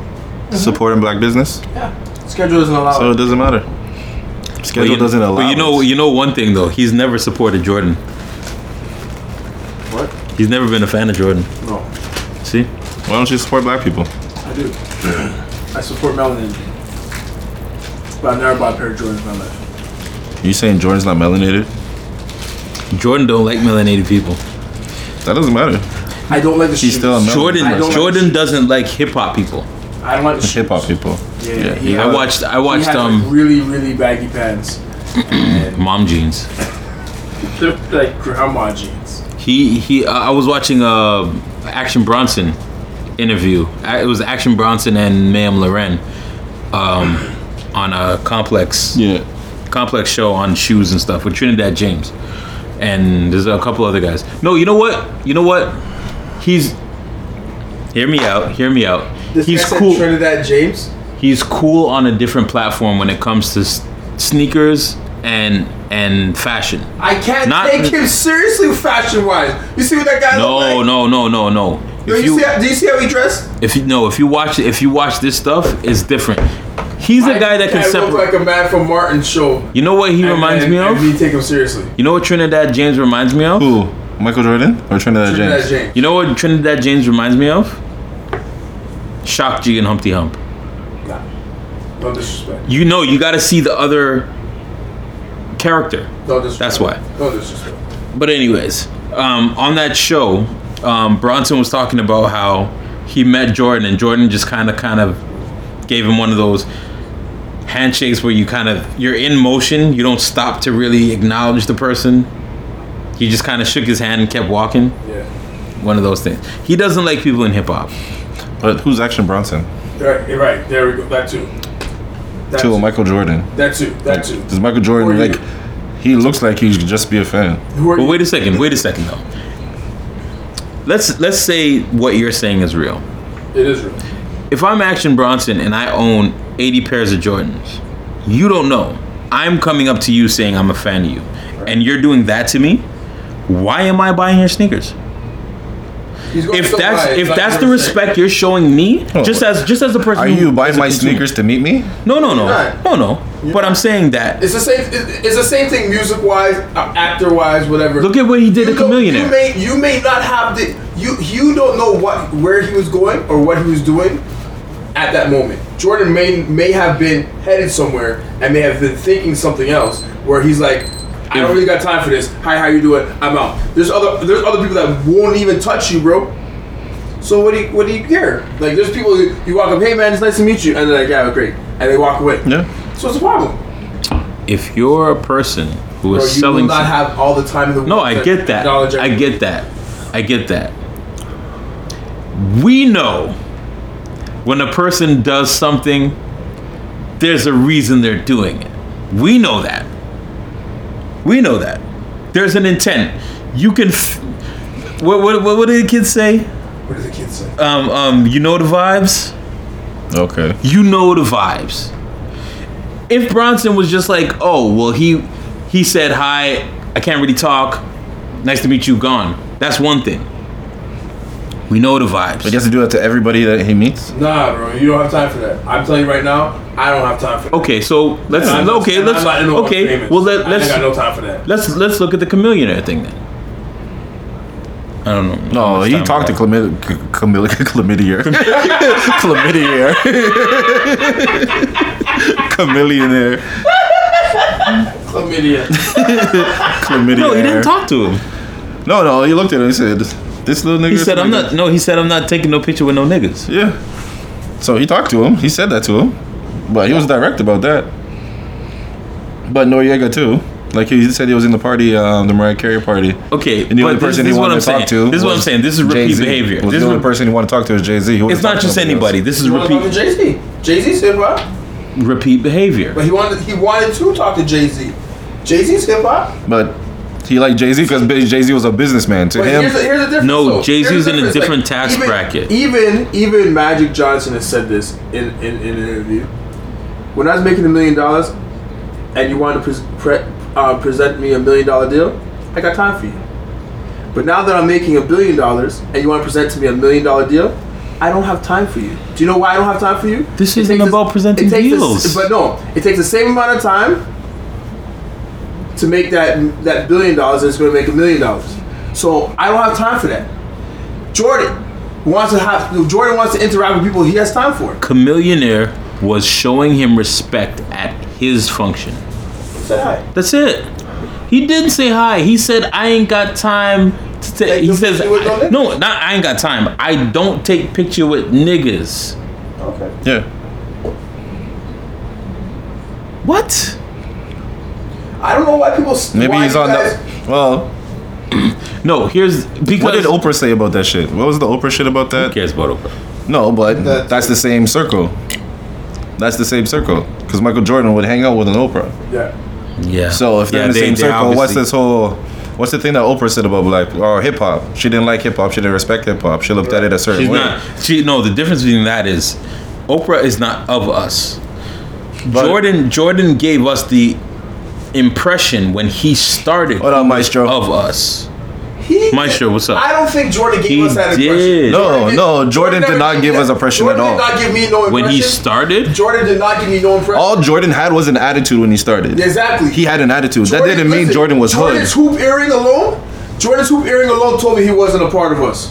Speaker 2: supporting black business?
Speaker 1: Yeah. Schedule doesn't allow
Speaker 2: So
Speaker 1: it.
Speaker 2: it doesn't matter.
Speaker 3: But
Speaker 2: Schedule
Speaker 3: you,
Speaker 2: doesn't allow.
Speaker 3: but you know,
Speaker 2: it.
Speaker 3: you know one thing though. He's never supported Jordan.
Speaker 1: What?
Speaker 3: He's never been a fan of Jordan.
Speaker 1: No.
Speaker 3: See.
Speaker 2: why don't you support black people?
Speaker 1: I do. I support melanin. But I've never bought a pair of Jordans in my life.
Speaker 2: You saying Jordan's not melanated?
Speaker 3: Jordan don't like melanated people.
Speaker 2: That doesn't matter.
Speaker 1: I don't like the
Speaker 2: He's
Speaker 1: shoes.
Speaker 2: still a mel-
Speaker 3: Jordan
Speaker 1: I don't
Speaker 3: Jordan doesn't like hip hop people.
Speaker 1: I don't like the shoes.
Speaker 2: Hip hop people.
Speaker 1: Yeah, he-
Speaker 2: you
Speaker 3: I
Speaker 2: know,
Speaker 3: watched I
Speaker 1: He
Speaker 3: watched
Speaker 1: had, like,
Speaker 3: um
Speaker 1: really, really baggy pants. and
Speaker 3: mom jeans.
Speaker 1: they're like grandma jeans.
Speaker 3: He he uh, I was watching uh Action Bronson interview. I, it was Action Bronson and Ma'am Loren um on a complex
Speaker 2: Yeah.
Speaker 3: complex show on shoes and stuff with Trinidad James. And there's a couple other guys. No, you know what? You know what? He's Hear me out. Hear me out.
Speaker 1: This
Speaker 3: He's
Speaker 1: guy said
Speaker 3: cool.
Speaker 1: Trinidad James.
Speaker 3: he's cool on a different platform when it comes to s- sneakers and and fashion.
Speaker 1: I can't
Speaker 3: Not-
Speaker 1: take him seriously fashion wise. You see what that guy look
Speaker 3: No,
Speaker 1: like?
Speaker 3: no, no, no, no.
Speaker 1: Yo,
Speaker 3: If
Speaker 1: you,
Speaker 3: you
Speaker 1: see how, do you see how he dressed?
Speaker 3: if you no if you watch if you watch this stuff, it's different. He's a guy that can
Speaker 1: That look
Speaker 3: separate.
Speaker 1: like a man from Martin show.
Speaker 3: You know what he
Speaker 1: And-
Speaker 3: reminds
Speaker 1: and-
Speaker 3: me
Speaker 1: and
Speaker 3: of?
Speaker 1: me take him seriously.
Speaker 3: You know what Trinidad James reminds me of?
Speaker 2: Who? Michael Jordan or
Speaker 1: Trinidad
Speaker 2: Trinidad, James?
Speaker 1: James.
Speaker 3: You know what Trinidad James reminds me of? Shock G and Humpty Hump.
Speaker 1: Nah. No disrespect.
Speaker 3: You know, you gotta see the other character.
Speaker 1: No disrespect.
Speaker 3: That's why.
Speaker 1: No disrespect.
Speaker 3: But anyways, um, on that show, um, Bronson was talking about how he met Jordan, and Jordan just kind of, kind of gave him one of those handshakes where you kind of you're in motion, you don't stop to really acknowledge the person. He just kind of shook his hand and kept walking.
Speaker 1: Yeah.
Speaker 3: One of those things. He doesn't like people in hip hop.
Speaker 2: But who's Action Bronson?
Speaker 1: Right, you're right. There we go. That too. That
Speaker 2: To
Speaker 1: too.
Speaker 2: Michael Jordan.
Speaker 1: That too. That too.
Speaker 2: Does Michael
Speaker 1: Who
Speaker 2: Jordan
Speaker 1: are you?
Speaker 2: like? He looks like he should just be a fan.
Speaker 1: Who are
Speaker 3: But
Speaker 1: you?
Speaker 3: wait a second. Wait a second though. Let's let's say what you're saying is real.
Speaker 1: It is real.
Speaker 3: If I'm Action Bronson and I own 80 pairs of Jordans, you don't know. I'm coming up to you saying I'm a fan of you, and you're doing that to me. Why am I buying your sneakers?
Speaker 1: He's going
Speaker 3: If
Speaker 1: so
Speaker 3: that's
Speaker 1: high, it's
Speaker 3: if
Speaker 1: not
Speaker 3: that's the
Speaker 1: even a
Speaker 3: respect you're showing me, just as just as the person.
Speaker 2: Oh. Are
Speaker 3: who
Speaker 2: you
Speaker 3: is
Speaker 2: buying
Speaker 3: a
Speaker 2: my
Speaker 3: consumer.
Speaker 2: sneakers to meet me?
Speaker 3: No, no,
Speaker 1: You're
Speaker 3: no,
Speaker 1: not.
Speaker 3: no, no. But I'm saying that.
Speaker 1: It's the same. it- It's the same thing, music wise, actor wise, whatever.
Speaker 3: Look at what he did
Speaker 1: You
Speaker 3: at
Speaker 1: don't-
Speaker 3: Chameleon.
Speaker 1: You may, you may not have the you you don't know what where he was going or what he was doing at that moment. Jordan may may have been headed somewhere and may have been thinking something else where he's like, I
Speaker 3: If-
Speaker 1: don't really got time for this. Hi, how you doing? I'm out. There's other there's other people that won't even touch you, bro. So what do you, what do you care? Like there's people who- you walk up, hey man, it's nice to meet you, and they're like, yeah, great, and they walk away.
Speaker 2: Yeah.
Speaker 1: So it's a problem.
Speaker 3: If you're a person who is
Speaker 1: Bro, you
Speaker 3: selling,
Speaker 1: will not
Speaker 3: some-
Speaker 1: have all the time in the
Speaker 3: No,
Speaker 1: world
Speaker 3: I
Speaker 1: to
Speaker 3: get that.
Speaker 1: acknowledge
Speaker 3: I
Speaker 1: everything.
Speaker 3: get that. I get that. We know when a person does something, there's a reason they're doing it. We know that. We know that. There's an intent. You can. F- what, what, what, what did the kids say?
Speaker 1: What do the kids say?
Speaker 3: Um, um, you know the vibes?
Speaker 2: Okay.
Speaker 3: you know the vibes. If Bronson was just like, oh, well, he he said hi, I can't really talk, nice to meet you, gone. That's one thing. We know the vibes.
Speaker 2: But he has to do that to everybody that he meets.
Speaker 1: Nah, bro, you don't have time for that. I'm telling you right now, I don't have time for that.
Speaker 3: okay, so let's
Speaker 1: I'm not-
Speaker 3: Oh, okay
Speaker 1: I'm
Speaker 3: let's
Speaker 1: not in no
Speaker 3: okay
Speaker 1: agreement.
Speaker 3: well let,
Speaker 1: I
Speaker 3: let's
Speaker 1: ain't got no time for that.
Speaker 3: let's let's look at the chameleonaire thing then. I don't know.
Speaker 2: No, he
Speaker 3: Time
Speaker 2: talked to
Speaker 3: about-
Speaker 2: chlamyd- ch- chlamyd- chlamydia. chlamydia. Chameleonaire.
Speaker 1: Chlamydia.
Speaker 2: Chlamydia.
Speaker 3: No, he didn't talk to him.
Speaker 2: No, no, he looked at him and said, This little nigga.
Speaker 3: He
Speaker 2: is
Speaker 3: said, "I'm
Speaker 2: like
Speaker 3: not." No, he said, "I'm not taking no picture with no niggas."
Speaker 2: that." Yeah. So he talked to him. He said that to him. But he was direct about that. But Noriega, too. Like he said, he was in the party, um, the Mariah Carey party.
Speaker 3: Okay,
Speaker 2: And the
Speaker 3: but
Speaker 2: only person
Speaker 3: this, this
Speaker 2: he
Speaker 3: is what
Speaker 2: wanted
Speaker 3: I'm
Speaker 2: to
Speaker 3: saying.
Speaker 2: talk to
Speaker 3: This is what I'm
Speaker 2: was
Speaker 3: saying. This is repeat
Speaker 2: Jay-Z.
Speaker 3: behavior.
Speaker 2: Was
Speaker 3: This
Speaker 2: the
Speaker 3: is
Speaker 2: only person he wanted to talk to was Jay Z.
Speaker 3: It's not just anybody. This is
Speaker 1: You want to talk to
Speaker 3: repeat
Speaker 1: Jay Z? Jay Z said what?
Speaker 3: repeat behavior.
Speaker 1: But he wanted he wanted to talk to Jay Z. Jay Z said what?
Speaker 2: But he liked Jay Z because Jay Z was a businessman. To
Speaker 1: But
Speaker 2: him,
Speaker 1: here's the, here's the difference.
Speaker 3: No,
Speaker 1: though.
Speaker 3: Jay-Z's
Speaker 1: Here's the
Speaker 3: in a
Speaker 1: difference.
Speaker 3: different tax
Speaker 1: even-
Speaker 3: bracket.
Speaker 1: Even even Magic Johnson has said this in, in, in an interview. When I was making a million dollars, and you wanted to pres pre- uh, present me a million dollar deal, I got time for you. But now that I'm making a billion dollars, and you want to present to me a million dollar deal, I don't have time for you. Do you know why I don't have time for you?
Speaker 3: This
Speaker 1: It
Speaker 3: isn't
Speaker 1: takes
Speaker 3: about presenting
Speaker 1: it takes the-
Speaker 3: deals.
Speaker 1: but no, it takes the same amount of time to make that that billion dollars and it's going to make a million dollars. So I don't have time for that. Jordan wants to have Jordan wants to interact with people he has time for.
Speaker 3: Chameleonaire was showing him respect at his function.
Speaker 1: Say hi.
Speaker 3: That's it. He didn't say hi. He said, "I ain't got time." To ta-"
Speaker 1: Take
Speaker 3: He
Speaker 1: no
Speaker 3: says,
Speaker 1: picture with no niggas?
Speaker 3: "No, not I ain't got time. I don't take picture with niggas."
Speaker 1: Okay.
Speaker 2: yeah,
Speaker 3: What?
Speaker 1: I don't know why people. s-
Speaker 2: maybe
Speaker 1: why
Speaker 2: he's
Speaker 1: you
Speaker 2: on
Speaker 1: guys,
Speaker 2: the. Well,
Speaker 3: No, here's because
Speaker 2: what did Oprah say about that shit? What was the Oprah shit about
Speaker 3: Who
Speaker 2: that?
Speaker 3: cares about Oprah?
Speaker 2: No, but
Speaker 1: That-
Speaker 2: that's the same circle. That's the same circle because Michael Jordan would hang out with an Oprah.
Speaker 1: Yeah.
Speaker 3: Yeah.
Speaker 2: So if they're in the
Speaker 3: they-
Speaker 2: same
Speaker 3: they
Speaker 2: circle, what's
Speaker 3: obviously-
Speaker 2: this whole? What's the thing that Oprah said about black or hip hop? She didn't like hip hop. She didn't respect hip hop. She looked at it a certain
Speaker 3: She's
Speaker 2: way.
Speaker 3: not. She no. The difference between that is, Oprah is not of us.
Speaker 2: But-
Speaker 3: Jordan Jordan gave us the impression when he started
Speaker 2: Hold on, Maestro.
Speaker 3: of us.
Speaker 1: He,
Speaker 3: Maestro, what's up?
Speaker 1: I don't think Jordan gave
Speaker 3: He
Speaker 1: us that
Speaker 3: did.
Speaker 1: impression.
Speaker 2: No, no, Jordan did
Speaker 1: never
Speaker 2: not give
Speaker 1: that.
Speaker 2: us impression at
Speaker 1: Jordan
Speaker 2: all.
Speaker 1: did not give me no impression.
Speaker 3: when he started,
Speaker 1: Jordan did not give me no impression.
Speaker 2: All Jordan had was an attitude when he started.
Speaker 1: exactly.
Speaker 2: He had an attitude. that
Speaker 1: Jordan-
Speaker 2: didn't mean
Speaker 1: listen,
Speaker 2: Jordan was hood.
Speaker 1: Jordan's hoop earring alone. Jordan's hoop earring alone told me he wasn't a part of us.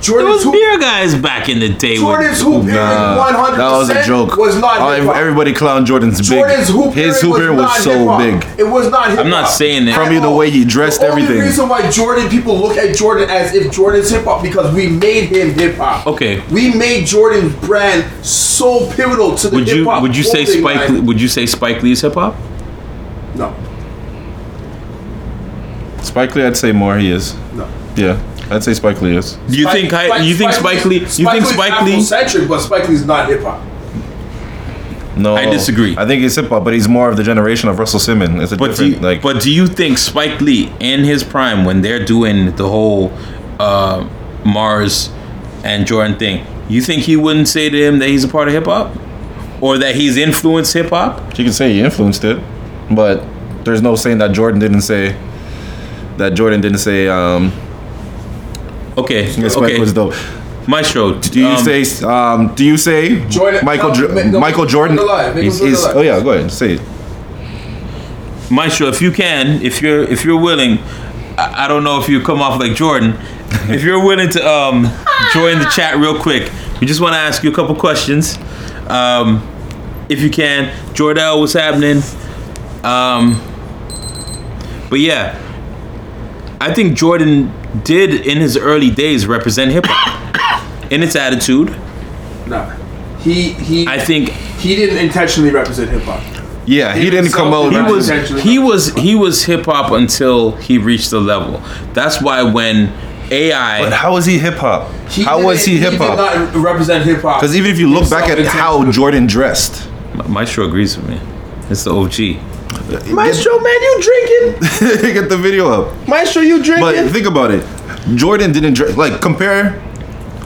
Speaker 1: Jordan's
Speaker 3: those
Speaker 1: hoop,
Speaker 3: beer guys back in the day.
Speaker 1: Jordan's hoop
Speaker 2: Nah,
Speaker 1: earring 100
Speaker 2: that was a joke.
Speaker 1: Was not
Speaker 2: Oh,
Speaker 1: hip-hop.
Speaker 2: everybody clowned Jordan's big.
Speaker 1: Jordan's hoop
Speaker 2: His hoop earring was
Speaker 1: not
Speaker 2: so
Speaker 1: hip-hop.
Speaker 2: big.
Speaker 1: It was not hip hop.
Speaker 3: I'm not saying that.
Speaker 2: From you, the way he dressed,
Speaker 1: the only
Speaker 2: everything.
Speaker 1: reason why Jordan people look at Jordan as if Jordan's hip hop because we made him hip hop.
Speaker 3: Okay.
Speaker 1: We made Jordan's brand so pivotal to the
Speaker 3: would
Speaker 1: hip
Speaker 3: you
Speaker 1: hop.
Speaker 3: would you say Spike Lee, would you say Spike Lee is hip hop?
Speaker 1: No,
Speaker 2: Spike Lee, I'd say more he is.
Speaker 1: no.
Speaker 2: Yeah, I'd say Spike Lee is.
Speaker 3: Do you think I, you think Spike Lee you think Spike Lee
Speaker 1: Centric, but Spike Lee's not hip hop.
Speaker 2: No,
Speaker 3: I disagree.
Speaker 2: I think he's hip hop, but he's more of the generation of Russell Simmons. It's a
Speaker 3: But do
Speaker 2: different
Speaker 3: you,
Speaker 2: like.
Speaker 3: but do you think Spike Lee in his prime when they're doing the whole uh, Mars and Jordan thing, you think he wouldn't say to him that he's a part of hip hop or that he's influenced hip hop?
Speaker 2: you can say he influenced it, but there's no saying that Jordan didn't say. That Jordan didn't say. Um,
Speaker 3: Okay,
Speaker 2: yeah, Spike
Speaker 3: okay.
Speaker 2: was dope.
Speaker 3: Maestro,
Speaker 2: Do you
Speaker 3: um,
Speaker 2: say? Um, do you say
Speaker 1: Jordan-
Speaker 2: Michael
Speaker 1: no,
Speaker 2: Jo-
Speaker 1: ma- no,
Speaker 2: Michael
Speaker 1: make
Speaker 2: Jordan
Speaker 1: him alive, make him
Speaker 2: is,
Speaker 1: look
Speaker 2: is?
Speaker 1: alive.
Speaker 2: Oh yeah, go ahead say it.
Speaker 3: Maestro, if you can, if you're if you're willing, I, I don't know if you come off like Jordan. if you're willing to um, join the chat real quick, we just want to ask you a couple questions. Um, if you can, Jordell, what's happening? Um, but yeah, I think Jordan did in his early days represent hip hop in its attitude.
Speaker 1: Nah. He he.
Speaker 3: I think
Speaker 1: he didn't intentionally represent hip hop.
Speaker 2: Yeah, he
Speaker 1: Even
Speaker 2: didn't
Speaker 1: so,
Speaker 2: come out.
Speaker 1: he
Speaker 3: he
Speaker 1: Not
Speaker 3: was
Speaker 1: intentionally.
Speaker 3: he was he was hip hop until he reached the level. That's why when
Speaker 2: But
Speaker 3: AI
Speaker 2: how was he hip hop?
Speaker 1: He
Speaker 2: How was he
Speaker 1: didn't-
Speaker 2: hip
Speaker 1: He
Speaker 2: hop?
Speaker 1: did not represent hip hop.
Speaker 2: Because even if you look back at how Jordan dressed,
Speaker 3: Maestro agrees with me. It's the OG.
Speaker 1: Maestro, man, you drinking?
Speaker 2: get the video up.
Speaker 1: Maestro, you
Speaker 2: But think about it. Jordan didn't dress like compare.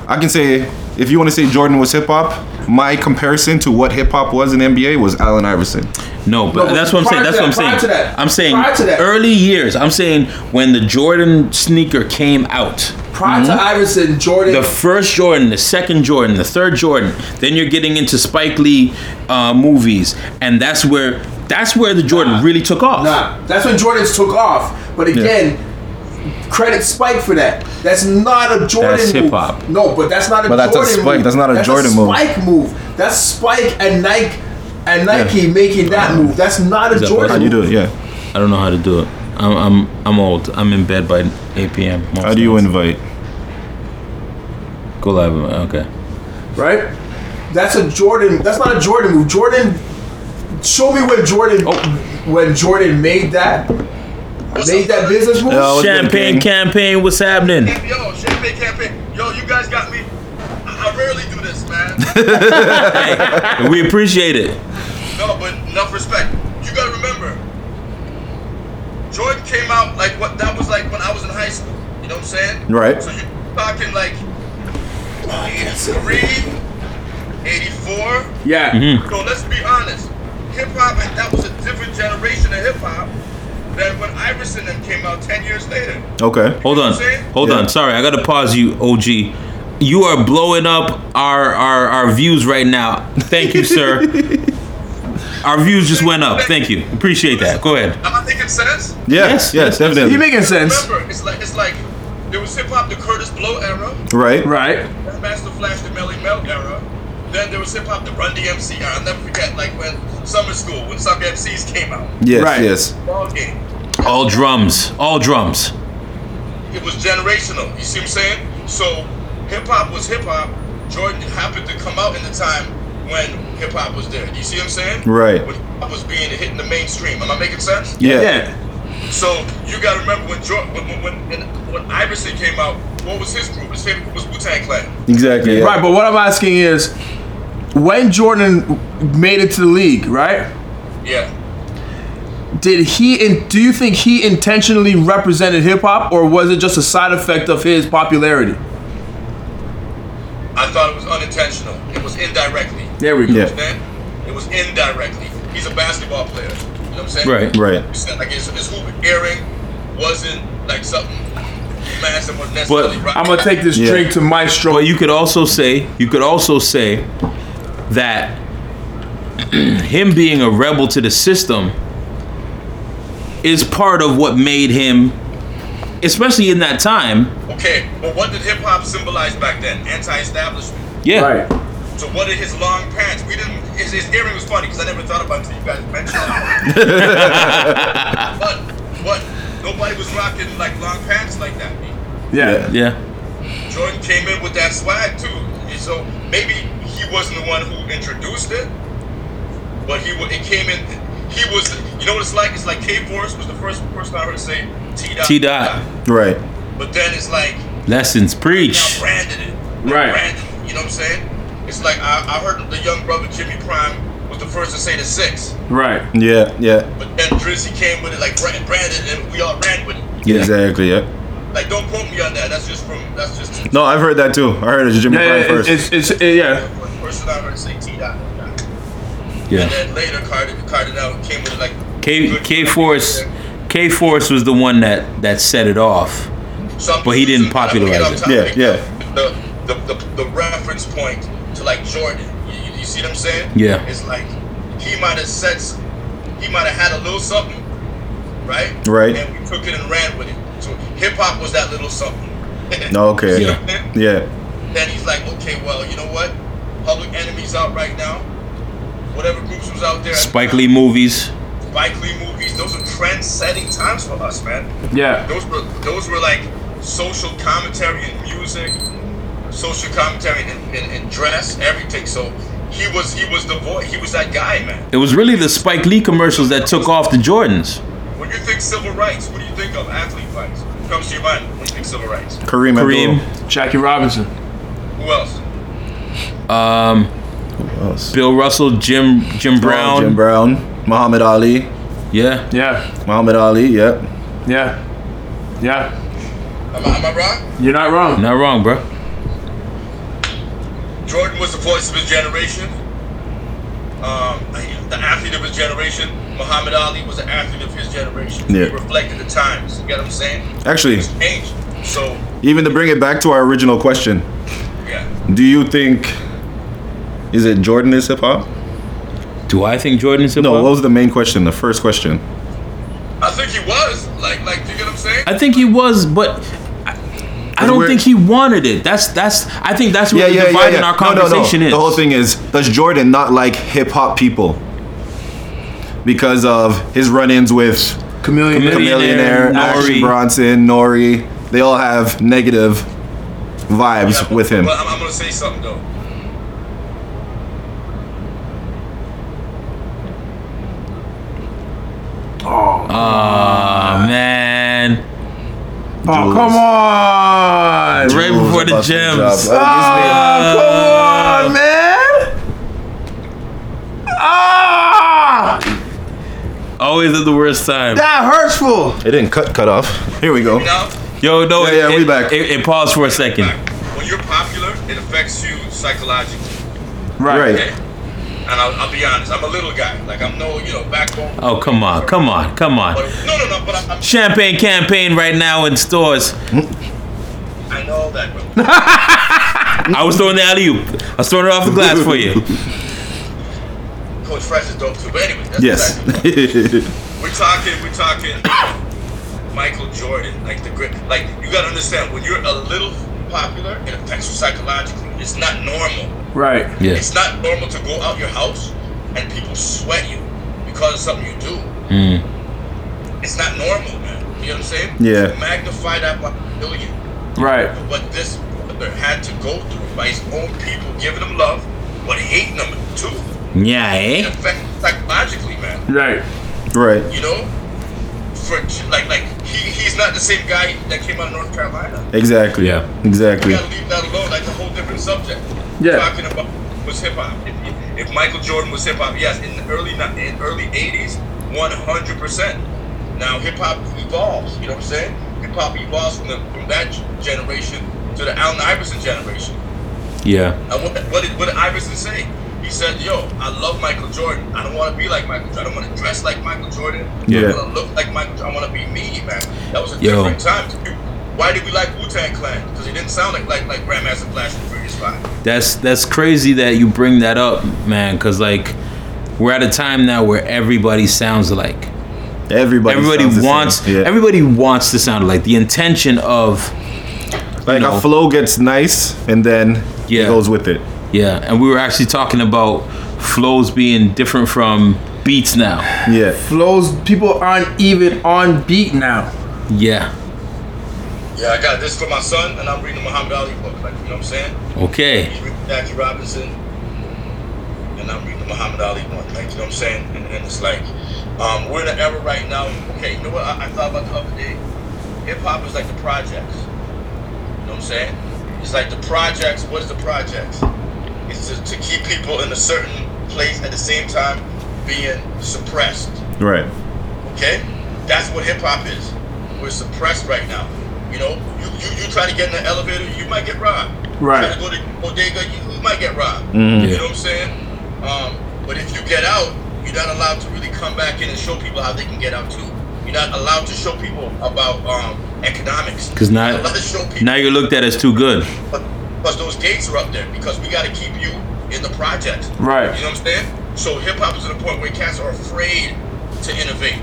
Speaker 2: I can say if you want to say Jordan was hip hop, my comparison to what hip hop was in NBA was Allen Iverson.
Speaker 3: No, but
Speaker 1: No, but
Speaker 3: that's what I'm saying.
Speaker 1: prior
Speaker 3: That's
Speaker 1: to
Speaker 3: what I'm
Speaker 1: that, prior
Speaker 3: saying.
Speaker 1: to that,
Speaker 3: I'm saying
Speaker 1: prior to that.
Speaker 3: early years. I'm saying when the Jordan sneaker came out.
Speaker 1: Prior
Speaker 2: Mm-hmm.
Speaker 1: to Iverson, Jordan.
Speaker 3: The first Jordan, the second Jordan, the third Jordan. Then you're getting into Spike Lee uh, movies, and that's where that's where the Jordan really took off.
Speaker 1: Nah, that's when Jordans took off. But again, credit Spike for that. That's not a Jordan
Speaker 3: That's
Speaker 1: move.
Speaker 3: hip-hop.
Speaker 1: No, but that's not a
Speaker 2: But that's a
Speaker 1: Jordan
Speaker 2: Spike-
Speaker 1: move.
Speaker 2: that's not a Jordan move.
Speaker 1: Spike move. That's Spike and Nike and Nike making that move. That's not a
Speaker 3: that
Speaker 1: Jordan.
Speaker 2: How do you
Speaker 1: move.
Speaker 2: do it? Yeah.
Speaker 3: I don't know how to do it. I'm I'm, I'm old. I'm in bed by 8 p.m. most
Speaker 2: How do you
Speaker 3: nights.
Speaker 2: invite?
Speaker 3: Go live. Okay.
Speaker 1: right? That's a Jordan. That's not a Jordan move. Jordan, show me when Jordan,
Speaker 2: Oh.
Speaker 1: when Jordan made that, made that business move.
Speaker 2: No. Oh, it's been
Speaker 3: Champagne
Speaker 2: king.
Speaker 3: campaign. What's happening?
Speaker 5: Yo, champagne campaign. Yo, you guys got me. I I rarely do this, man.
Speaker 3: we appreciate it.
Speaker 5: no, but enough respect. You gotta remember, Jordan came out like what that was like when I was in high school. You know what I'm saying?
Speaker 2: Right.
Speaker 5: So you talking like 83, 84.
Speaker 1: Yeah,
Speaker 5: So let's be honest. Hip hop, that was a different generation of hip hop than when Iverson then came out 10 years later.
Speaker 2: Okay.
Speaker 3: Hold on. Hold
Speaker 2: Yeah.
Speaker 3: on. Sorry, I gotta pause you, OG. You are blowing up our our, our views right now. Thank you, sir. our views just went up. Thank you. Appreciate that. Go ahead.
Speaker 5: Am I making sense?
Speaker 2: Yeah, yes,
Speaker 3: Yes, yes,
Speaker 2: yes, definitely.
Speaker 1: he making sense,
Speaker 5: Remember, it's like it's like there was hip hop, the Curtis Blow era,
Speaker 2: right.
Speaker 1: right?
Speaker 5: Master Flash, the Melly Mel era. Then there was hip hop, the Run DMC. era. I'll never forget, like when summer school, when some MCs came out,
Speaker 2: Yes,
Speaker 1: Right.
Speaker 2: yes.
Speaker 5: ball game.
Speaker 3: All drums. All drums.
Speaker 5: It was generational. You see what I'm saying? So hip hop was hip hop. Jordan happened to come out in the time when hip hop was there. You see what I'm saying?
Speaker 2: Right.
Speaker 5: When hip hop was being hitting the mainstream. Am I making sense?
Speaker 2: Yeah.
Speaker 1: Yeah,
Speaker 5: So you gotta remember when Jordan, when when, when, when Iverson came out, what was his group? His favorite group was Wu Tang Clan.
Speaker 2: Exactly. yeah.
Speaker 1: right. But what I'm asking is, when Jordan made it to the league, right?
Speaker 5: Yeah.
Speaker 1: Did he? In, do you think he intentionally represented hip hop, or was it just a side effect of his popularity?
Speaker 5: I thought it was unintentional. It was indirectly.
Speaker 1: There we go.
Speaker 2: Yeah.
Speaker 5: Man, it It was indirectly. He's a basketball player. You know what I'm saying?
Speaker 3: Right.
Speaker 2: Right.
Speaker 5: You said, Like his, his hoop earring wasn't like something massive or
Speaker 3: But
Speaker 5: necessarily right.
Speaker 1: I'm gonna take this
Speaker 2: Yeah.
Speaker 1: drink to Maestro.
Speaker 3: But you could also say you could also say that him being a rebel to the system is part of what made him, especially in that time.
Speaker 5: Okay, but what did hip hop symbolize back then? Anti-establishment.
Speaker 3: Yeah,
Speaker 1: Right.
Speaker 5: So what did his long pants? We didn't. His, his earring was funny because I never thought about it until you guys mentioned it. but what? Nobody was rocking like long pants like that.
Speaker 1: Yeah.
Speaker 3: yeah,
Speaker 5: Jordan came in with that swag too. And so maybe he wasn't the one who introduced it, but he wa- it came in. He was. You know what it's like? It's like K Force was the first person I heard say T dot.
Speaker 3: T dot.
Speaker 2: Right.
Speaker 5: But then it's like
Speaker 3: Lessons
Speaker 5: y'all
Speaker 3: preach.
Speaker 5: branded it. Like,
Speaker 1: Right.
Speaker 5: Branded, it, you know what I'm saying? It's like I, I heard the young brother Jimmy Prime was the first to say the six,
Speaker 1: Right.
Speaker 2: Yeah. Yeah.
Speaker 5: but then Drizzy came with it like brand, branded, it, and we all ran with it.
Speaker 3: Yeah.
Speaker 2: Exactly. Yeah.
Speaker 5: Like don't quote me on that. That's just from that's just
Speaker 2: No, I've heard that too. I heard it's Jimmy
Speaker 1: Yeah.
Speaker 2: Prime
Speaker 1: yeah,
Speaker 2: first.
Speaker 1: It's, it's, it's yeah.
Speaker 5: the person I heard say T dot. And
Speaker 3: Yeah,
Speaker 5: then later Carter Carter out came with it like
Speaker 3: K
Speaker 5: good-
Speaker 3: K Force K Force was the one that that set it off.
Speaker 5: So I'm
Speaker 3: But he didn't
Speaker 5: confused. I'm
Speaker 3: popularize
Speaker 5: getting off
Speaker 3: it.
Speaker 5: topic.
Speaker 2: Yeah,
Speaker 5: The, the, the, the reference point to like Jordan. You, you- you see what I'm saying?
Speaker 3: Yeah.
Speaker 5: It's like he might have said, s- he might have had a little something, right?
Speaker 2: Right.
Speaker 5: And we took it and ran with it. So hip hop was that little something.
Speaker 2: No, okay.
Speaker 3: Yeah.
Speaker 5: Then
Speaker 2: Yeah.
Speaker 5: he's like, okay, well, you know what? Public Enemy's out right now. Whatever groups was out there. at the
Speaker 3: Spike
Speaker 5: time.
Speaker 3: Lee movies.
Speaker 5: Spike Lee movies. Those are trend-setting times for us, man
Speaker 1: Yeah.
Speaker 5: those were those were like social commentary and music, social commentary and, and, and dress, everything. So he was he was the boy. He was that guy, man.
Speaker 3: It was really the Spike Lee commercials that took off the Jordans.
Speaker 5: When you think civil rights, what do you think of athlete rights? What comes to your mind when you think civil rights?
Speaker 2: Kareem.
Speaker 3: Kareem.
Speaker 2: Abdul.
Speaker 1: Jackie Robinson.
Speaker 5: Who else?
Speaker 3: Um,
Speaker 2: Who else?
Speaker 3: Bill Russell, Jim Jim Brown.
Speaker 2: Oh, Jim Brown. Muhammad Ali.
Speaker 3: Yeah.
Speaker 1: Yeah.
Speaker 2: Muhammad Ali. Yep.
Speaker 1: Yeah. Yeah.
Speaker 5: Am I, am I wrong?
Speaker 1: You're not wrong.
Speaker 3: Not wrong, bro.
Speaker 5: Jordan was the voice of his generation. Um, the athlete of his generation. Muhammad Ali was an athlete of his generation.
Speaker 2: Yeah.
Speaker 5: He reflected the times. You get what I'm saying?
Speaker 2: Actually,
Speaker 5: It's changed. So
Speaker 2: even to bring it back to our original question,
Speaker 5: yeah.
Speaker 2: do you think is it Jordan is hip hop?
Speaker 3: Do I think Jordan's hip
Speaker 2: No, what was the main question? The first question.
Speaker 5: I think he was. Like like you get what I'm saying?
Speaker 3: I think he was, but I, I don't
Speaker 2: we're-
Speaker 3: think he wanted it. That's that's. I think that's where the divide in our
Speaker 2: No, no, no.
Speaker 3: conversation is.
Speaker 2: The whole thing is, does Jordan not like hip hop people because of his run-ins with
Speaker 1: Chameleon.
Speaker 3: Chameleon.
Speaker 2: Millionaire,
Speaker 3: Nori.
Speaker 2: Action Bronson, Nori. They all have negative vibes
Speaker 5: Yeah,
Speaker 2: with him.
Speaker 5: But I'm, I'm gonna say something though.
Speaker 3: Aw, man,
Speaker 1: Oh, come on.
Speaker 3: right before the gems. Ah!
Speaker 1: Oh, come on, man. Ah,
Speaker 3: Always at the worst time.
Speaker 1: that hurtful.
Speaker 2: It didn't cut cut off. Here we go.
Speaker 5: Now,
Speaker 3: Yo, no,
Speaker 2: Yeah, yeah,
Speaker 3: it,
Speaker 2: we
Speaker 3: it-
Speaker 2: back.
Speaker 3: It, it paused for a second.
Speaker 5: like, when you're popular, it affects you psychologically.
Speaker 2: Right.
Speaker 5: Okay. And I'll, I'll be honest, I'm a little guy. Like I'm no, you know, backbone.
Speaker 3: Oh, come on, come on, come
Speaker 5: But,
Speaker 3: on.
Speaker 5: no, no, no. But I'm, I'm,
Speaker 3: Champagne campaign right now in stores.
Speaker 5: I know all that, bro.
Speaker 3: I was throwing the alley oop. I was throwing it off the glass for you.
Speaker 5: Coach Fresh is dope too. But anyway, that's
Speaker 2: Yes.
Speaker 5: exactly- We're talking, we're talking Michael Jordan, like the great, like you gotta understand when you're a little popular, it affects you psychologically. It's not normal.
Speaker 1: Right.
Speaker 3: Yeah.
Speaker 5: It's not normal to go out your house and people sweat you because of something you do. It's not normal, man. You know what I'm saying?
Speaker 2: Yeah.
Speaker 5: To magnify that by a million.
Speaker 1: Right.
Speaker 5: What this brother had to go through by his own people giving him love, but hating him too.
Speaker 3: Yeah, eh?
Speaker 5: It affects him psychologically, man.
Speaker 1: Right.
Speaker 2: right.
Speaker 5: You know? For like like he, he's not the same guy that came out of North Carolina.
Speaker 2: Exactly.
Speaker 3: Yeah.
Speaker 5: We
Speaker 2: Exactly.
Speaker 5: gotta leave that alone. That's a whole different subject.
Speaker 1: Yeah.
Speaker 5: Talking about was hip hop. If, if Michael Jordan was hip hop, yes, in the early ni- in early '80s, 100. percent Now hip hop evolves. You know what I'm saying? Hip hop evolves from the, from that generation to the Allen Iverson generation.
Speaker 3: Yeah.
Speaker 5: And what what did, what did Iverson say? He said, "Yo, I love Michael Jordan. I don't want to be like Michael. Jordan. I don't want to dress like Michael Jordan. I
Speaker 2: Yeah.
Speaker 5: don't want to look like Michael. Jordan. I want to be me, man. That was a
Speaker 3: Yo.
Speaker 5: different time. Why did we like Wu Tang Clan? Because it didn't sound like like like Grandmaster Flash from Furious Five.
Speaker 3: That's that's crazy that you bring that up, man. Cause like we're at a time now where everybody sounds alike.
Speaker 2: Everybody.
Speaker 3: Everybody
Speaker 2: sounds the same.
Speaker 3: wants.
Speaker 2: Yeah.
Speaker 3: Everybody wants to sound alike. The intention of
Speaker 2: like
Speaker 3: you know.
Speaker 2: a flow gets nice, and then
Speaker 3: Yeah.
Speaker 2: it goes with it.
Speaker 3: yeah, and we were actually talking about flows being different from beats now.
Speaker 2: Yeah.
Speaker 1: Flows, people aren't even on beat now.
Speaker 3: Yeah.
Speaker 5: Yeah, I got this for my son, and I'm reading the Muhammad Ali book. Like you know what I'm saying?
Speaker 3: Okay.
Speaker 5: He's reading Jackie Robinson, and I'm reading the Muhammad Ali one. Like you know what I'm saying? And, and it's like um, we're in an era right now. Okay, you know what? I, I thought about the other day. Hip hop is like the projects. You know what I'm saying? It's like the projects. What is the projects? It's to, to keep people in a certain place at the same time being suppressed.
Speaker 2: Right.
Speaker 5: Okay? That's what hip hop is. We're suppressed right now. You know, you, you, you try to get in the elevator, you might get robbed.
Speaker 1: Right.
Speaker 5: You try to go to bodega, you, you might get robbed. You
Speaker 3: Yeah.
Speaker 5: know what I'm saying? Um, but if you get out, you're not allowed to really come back in and show people how they can get out too. You're not allowed to show people about um, economics.
Speaker 3: 'Cause now-
Speaker 5: You're not allowed to show people
Speaker 3: Now you're looked at as too good.
Speaker 5: because those gates are up there because we got to keep you in the project.
Speaker 1: Right.
Speaker 5: You know what I'm saying? So hip hop is at a point where cats are afraid to innovate.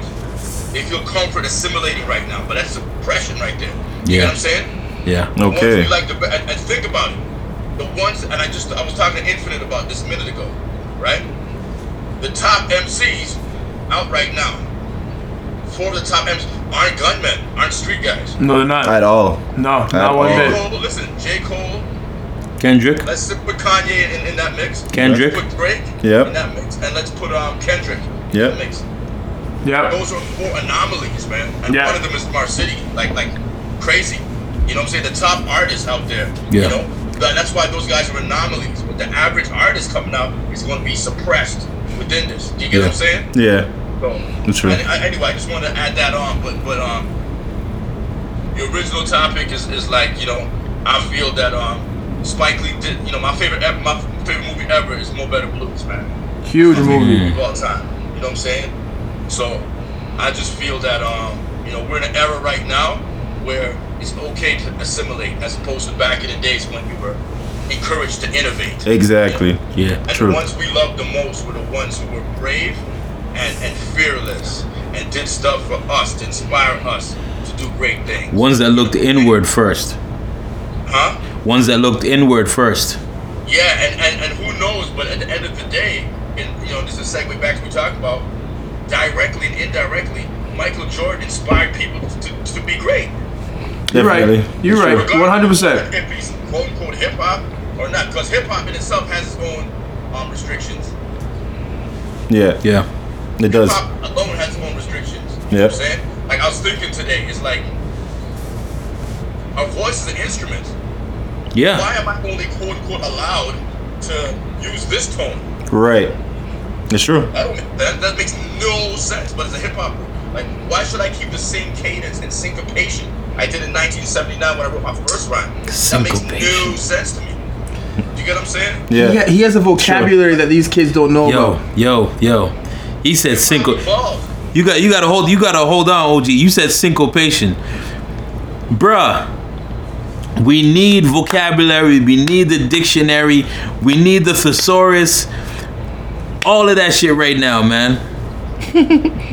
Speaker 5: They feel comfort assimilating right now, but that's suppression right there. You
Speaker 3: Yeah.
Speaker 5: know what I'm saying?
Speaker 3: Yeah.
Speaker 5: The ones
Speaker 2: Okay.
Speaker 5: we like the be- and, and think about it. The ones, and I just I was talking to Infinite about this a minute ago, right? The top MCs out right now, four of the top MCs aren't gunmen, aren't street guys.
Speaker 1: No, they're not.
Speaker 2: At all.
Speaker 1: No,
Speaker 2: At
Speaker 1: not one
Speaker 2: all.
Speaker 5: J.
Speaker 1: bit.
Speaker 5: Cole, listen, J. Cole,
Speaker 3: Kendrick.
Speaker 5: Let's sit- put Kanye in, in that mix.
Speaker 3: Kendrick.
Speaker 5: Let's put Drake
Speaker 2: Yep.
Speaker 5: in that mix. And let's put um, Kendrick in
Speaker 2: Yep.
Speaker 5: that mix.
Speaker 1: Yep.
Speaker 5: Those are four anomalies, man. And
Speaker 1: Yeah.
Speaker 5: one of them is Mar City. Like, like crazy. You know what I'm saying? The top artists out there.
Speaker 3: Yeah.
Speaker 5: You know? That- that's why those guys are anomalies. But the average artist coming out is going to be suppressed within this. Do you get
Speaker 3: Yeah.
Speaker 5: what I'm saying?
Speaker 2: Yeah.
Speaker 5: So,
Speaker 2: That's true.
Speaker 5: I, I, anyway, I just wanted to add that on. But, but um, the original topic is, is like you know I feel that um Spike Lee did you know my favorite ever, my favorite movie ever is Mo Better Blues man
Speaker 1: Huge
Speaker 2: Hmm.
Speaker 1: movie.
Speaker 5: of all time you know what I'm saying so I just feel that um you know we're in an era right now where it's okay to assimilate as opposed to back in the days when we were encouraged to innovate
Speaker 2: Exactly.
Speaker 3: Yeah.
Speaker 5: and
Speaker 2: True.
Speaker 5: the ones we loved the most were the ones who were brave and, and fearless and did stuff for us to inspire us to do great things
Speaker 3: Ones that looked inward first.
Speaker 5: huh
Speaker 3: Ones that looked inward first.
Speaker 5: Yeah, and, and, and who knows? But at the end of the day, and you know, this is a segue back to what we talked about directly and indirectly. Michael Jordan inspired people to, to be great.
Speaker 1: You're right.
Speaker 2: Definitely.
Speaker 1: You're right.
Speaker 5: Regardless
Speaker 1: 100%.
Speaker 5: If he's quote unquote hip hop or not, because hip hop in itself has its own um, restrictions.
Speaker 2: Yeah.
Speaker 3: Yeah.
Speaker 2: It does.
Speaker 5: Hip hop alone has its own restrictions. You know
Speaker 2: Yep.
Speaker 5: what I'm saying? Like I was thinking today, it's like our voice is an instrument. Why
Speaker 3: Yeah.
Speaker 5: am I only quote unquote allowed to use this tone?
Speaker 2: Right. It's true.
Speaker 5: I don't, that, that makes no sense, but it's a hip hop group. Like, why should I keep the same cadence and syncopation I did in 1979 when I wrote my first rhyme? That makes
Speaker 3: Syncopation.
Speaker 5: no sense to me. You get what I'm saying?
Speaker 1: He,
Speaker 2: Yeah.
Speaker 1: ha- he has a vocabulary that these kids don't know
Speaker 3: Yo,
Speaker 1: about.
Speaker 3: yo, yo. He said
Speaker 5: Single.
Speaker 3: synco. You got you got to hold you got to hold on, OG. You said syncopation, bruh. We need vocabulary. We need the dictionary. We need the thesaurus. All of that shit right now, man.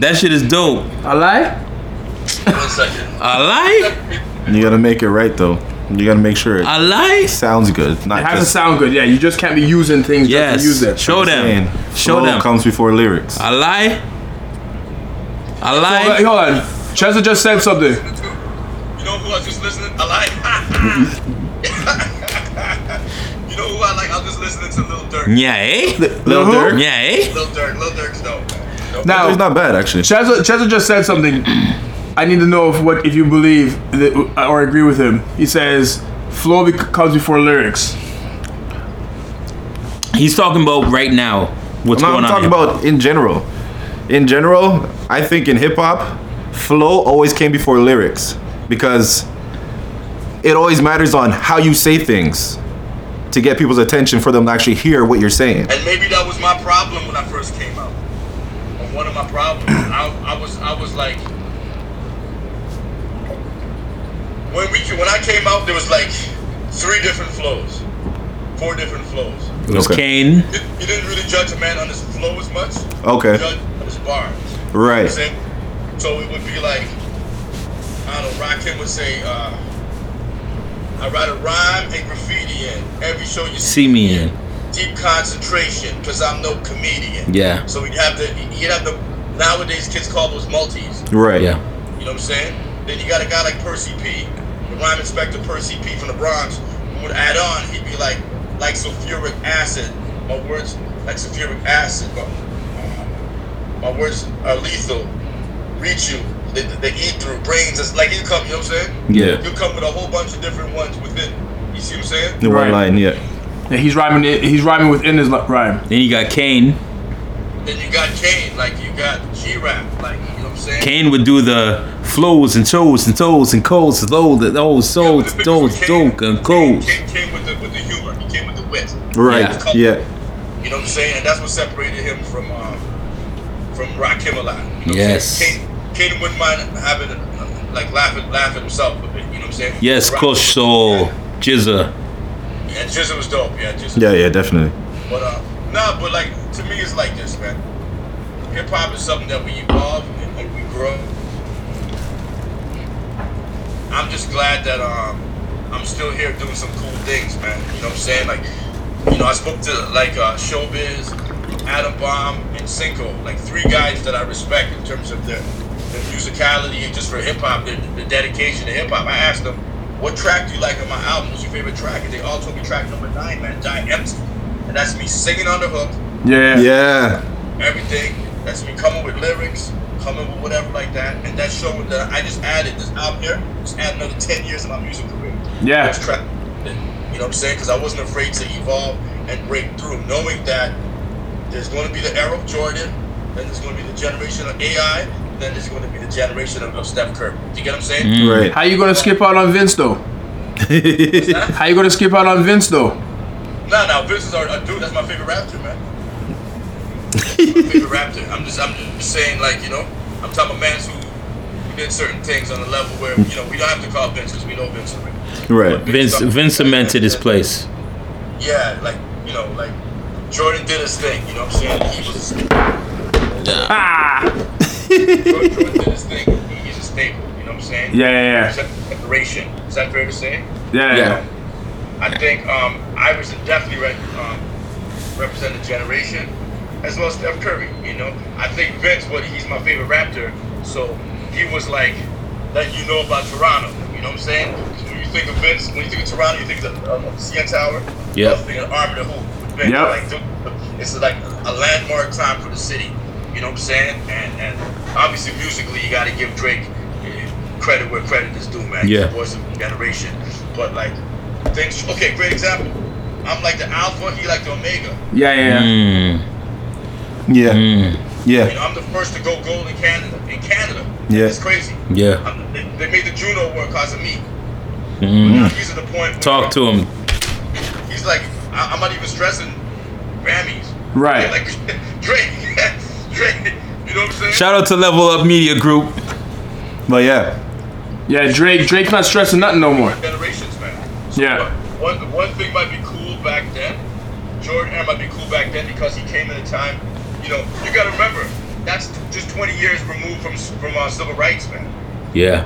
Speaker 3: that shit is dope.
Speaker 1: I lie?
Speaker 5: One second.
Speaker 3: I lie.
Speaker 2: You gotta make it right though. You gotta make sure it
Speaker 3: I lie.
Speaker 2: sounds good. Not
Speaker 1: It has to
Speaker 2: just
Speaker 1: sound good. Yeah, you just can't be using things just to use
Speaker 3: Yes.
Speaker 1: that.
Speaker 3: Show them.
Speaker 2: saying.
Speaker 3: Show
Speaker 2: Flow
Speaker 3: them. Uh,
Speaker 2: comes before lyrics.
Speaker 3: I lie. I
Speaker 1: Hold on,
Speaker 3: lie.
Speaker 1: hold on. Chester just said something.
Speaker 5: You know who I was just listening? I like. you know who I like? I was just listening to Lil Durk.
Speaker 3: Yeah, eh?
Speaker 2: Lil
Speaker 1: Who?
Speaker 2: Durk.
Speaker 3: Yeah, eh?
Speaker 5: Lil Durk. Lil Durk's dope. man. Dope.
Speaker 1: Now-
Speaker 2: It's not bad actually.
Speaker 1: Chester, Chester just said something. I need to know if what if you believe that, or agree with him. He says flow bec- comes before lyrics.
Speaker 3: He's talking about right now. What's
Speaker 2: No,
Speaker 3: going
Speaker 2: I'm
Speaker 3: on?
Speaker 2: talking
Speaker 3: here.
Speaker 2: about in general. In general, I think in hip hop, flow always came before lyrics because it always matters on how you say things to get people's attention for them to actually hear what you're saying.
Speaker 5: And maybe that was my problem when I first came out. Or one of my problems. I, I was I was like when we when I came out there was like three different flows. Four different flows.
Speaker 3: It was
Speaker 2: Okay.
Speaker 3: Kane.
Speaker 5: You, you didn't really judge a man on his flow as much.
Speaker 2: Okay.
Speaker 5: You judged on his bars.
Speaker 2: Right.
Speaker 5: You know what I'm saying? So it would be like, I don't know, Rakim would say, uh, I write a rhyme and graffiti in every show you
Speaker 3: See me in.
Speaker 5: Deep concentration, because I'm no comedian.
Speaker 3: Yeah.
Speaker 5: So we'd have to, you'd have to, nowadays kids call those multis.
Speaker 2: Right.
Speaker 3: Yeah.
Speaker 5: You know what I'm saying? Then you got a guy like Percy P, the rhyme inspector Percy P from the Bronx, who would add on, he'd be like, like sulfuric acid. My words, like sulfuric acid. My, my words are lethal, reach you. They, they eat through brains. It's like he'll come, you know what I'm saying?
Speaker 2: Yeah.
Speaker 5: He'll come with a whole bunch of different ones within. You see what I'm saying?
Speaker 2: The one
Speaker 1: Right.
Speaker 2: line. Yeah.
Speaker 1: Yeah, he's rhyming. it- He's rhyming within his li- rhyme.
Speaker 3: Then you got Kane.
Speaker 5: Then you got Kane, like you got G-Rap, like, you know what I'm saying?
Speaker 3: Kane would do the flows and toes and toes and colds and those and those
Speaker 5: Yeah,
Speaker 3: souls
Speaker 5: but the
Speaker 3: those
Speaker 5: pictures
Speaker 3: doke
Speaker 5: came-
Speaker 3: and colds.
Speaker 5: Came, came with the with the humor. He came with the wit.
Speaker 2: Right.
Speaker 5: Yeah.
Speaker 2: Yeah.
Speaker 5: You know what I'm saying? And that's what separated him from um, from Rakim a lot. You know what I'm
Speaker 3: Yes.
Speaker 5: saying? Kane, Kane wouldn't mind having uh, like laugh at laugh at himself a bit. You know what I'm saying?
Speaker 3: Yes,
Speaker 5: Rakim-
Speaker 3: Kush Soul, Jizza.
Speaker 5: Yeah, Jizza was dope. Yeah, Jizza.
Speaker 2: Yeah. Yeah. Definitely.
Speaker 5: But uh, nah, but like to me, it's like this, man. Hip hop is something that we evolve and, and we grow. I'm just glad that um, I'm still here doing some cool things, man. You know what I'm saying? Like, you know, I spoke to like uh, Showbiz, Adam Bomb, and Cinco, like three guys that I respect in terms of their, their musicality and just for hip hop, their, their dedication to hip hop. I asked them, "What track do you like on my album? What's your favorite track?" And they all told me track number nine, man, "Die Empty," and that's me singing on the hook
Speaker 1: Yeah.
Speaker 2: Yeah.
Speaker 5: everything. That's me coming with lyrics, coming with whatever like that, and that's showing that I just added this album here, just add another ten years of my music career.
Speaker 1: Yeah.
Speaker 5: That's crap. You know what I'm saying? Because I wasn't afraid to evolve and break through, knowing that there's going to be the era of Jordan, then there's going to be the generation of AI, then there's going to be the generation of, of Steph Curry. Do you get what I'm saying?
Speaker 1: How
Speaker 2: Mm. Right.
Speaker 1: you gonna skip out on Vince though? How you gonna skip out on Vince though?
Speaker 5: No, no, Vince is our, our dude. That's my favorite Raptor, man. my favorite Raptor. I'm just, I'm just saying, like you know, I'm talking about mans who, who did certain things on a level where you know we don't have to call Vince because we know Vince already.
Speaker 2: Right.
Speaker 3: Vince Vince cemented his place.
Speaker 5: Yeah, like you know, like Jordan did his thing. You know what I'm saying? He was.
Speaker 1: Ah.
Speaker 5: Jordan, Jordan did his thing. He- He's a staple. You know what I'm saying?
Speaker 1: Yeah, yeah, yeah.
Speaker 5: Separation. Is that fair to say?
Speaker 1: Yeah, yeah.
Speaker 5: I think um, Iverson definitely re- um, represented generation, as well as Steph Curry. You know, I think Vince, what he's my favorite Raptor, so he was like letting you know about Toronto. You know what I'm saying? 'Cause When you think of Vince, when you think of Toronto, you think of the uh, CN Tower.
Speaker 3: Yeah.
Speaker 5: You think of Armour the Hoop. Vince,
Speaker 1: Yep.
Speaker 5: like, dude, it's like a landmark time for the city. You know what I'm saying? And and obviously musically, you got to give Drake eh, credit where credit is due, man.
Speaker 3: Yeah.
Speaker 5: He's the voice of the generation. But like things. Okay, great example. I'm like the alpha. He like the omega.
Speaker 1: Yeah, yeah, yeah.
Speaker 3: Mm,
Speaker 2: Yeah.
Speaker 3: mm,
Speaker 5: You
Speaker 2: Yeah.
Speaker 5: know, I'm the first to go gold in Canada. In Canada.
Speaker 2: Yeah.
Speaker 5: It's crazy.
Speaker 3: yeah.
Speaker 5: I'm, they, they made the Juno award because of me.
Speaker 3: Mm.
Speaker 5: He's at the point. where
Speaker 3: Talk to him.
Speaker 5: He's like, I, I'm not even stressing Grammys.
Speaker 1: Right.
Speaker 5: They're Like Drake, Drake. You know what I'm saying?
Speaker 3: Shout out to Level Up Media Group.
Speaker 2: But yeah.
Speaker 1: Yeah, Drake. Drake's not stressing nothing no more.
Speaker 5: generations, man.
Speaker 1: Yeah.
Speaker 5: One, one thing might be cool back then. Jordan Air might be cool back then because he came in a time, you know, you got to remember, that's just 20 years removed from from uh, civil rights, man.
Speaker 3: Yeah.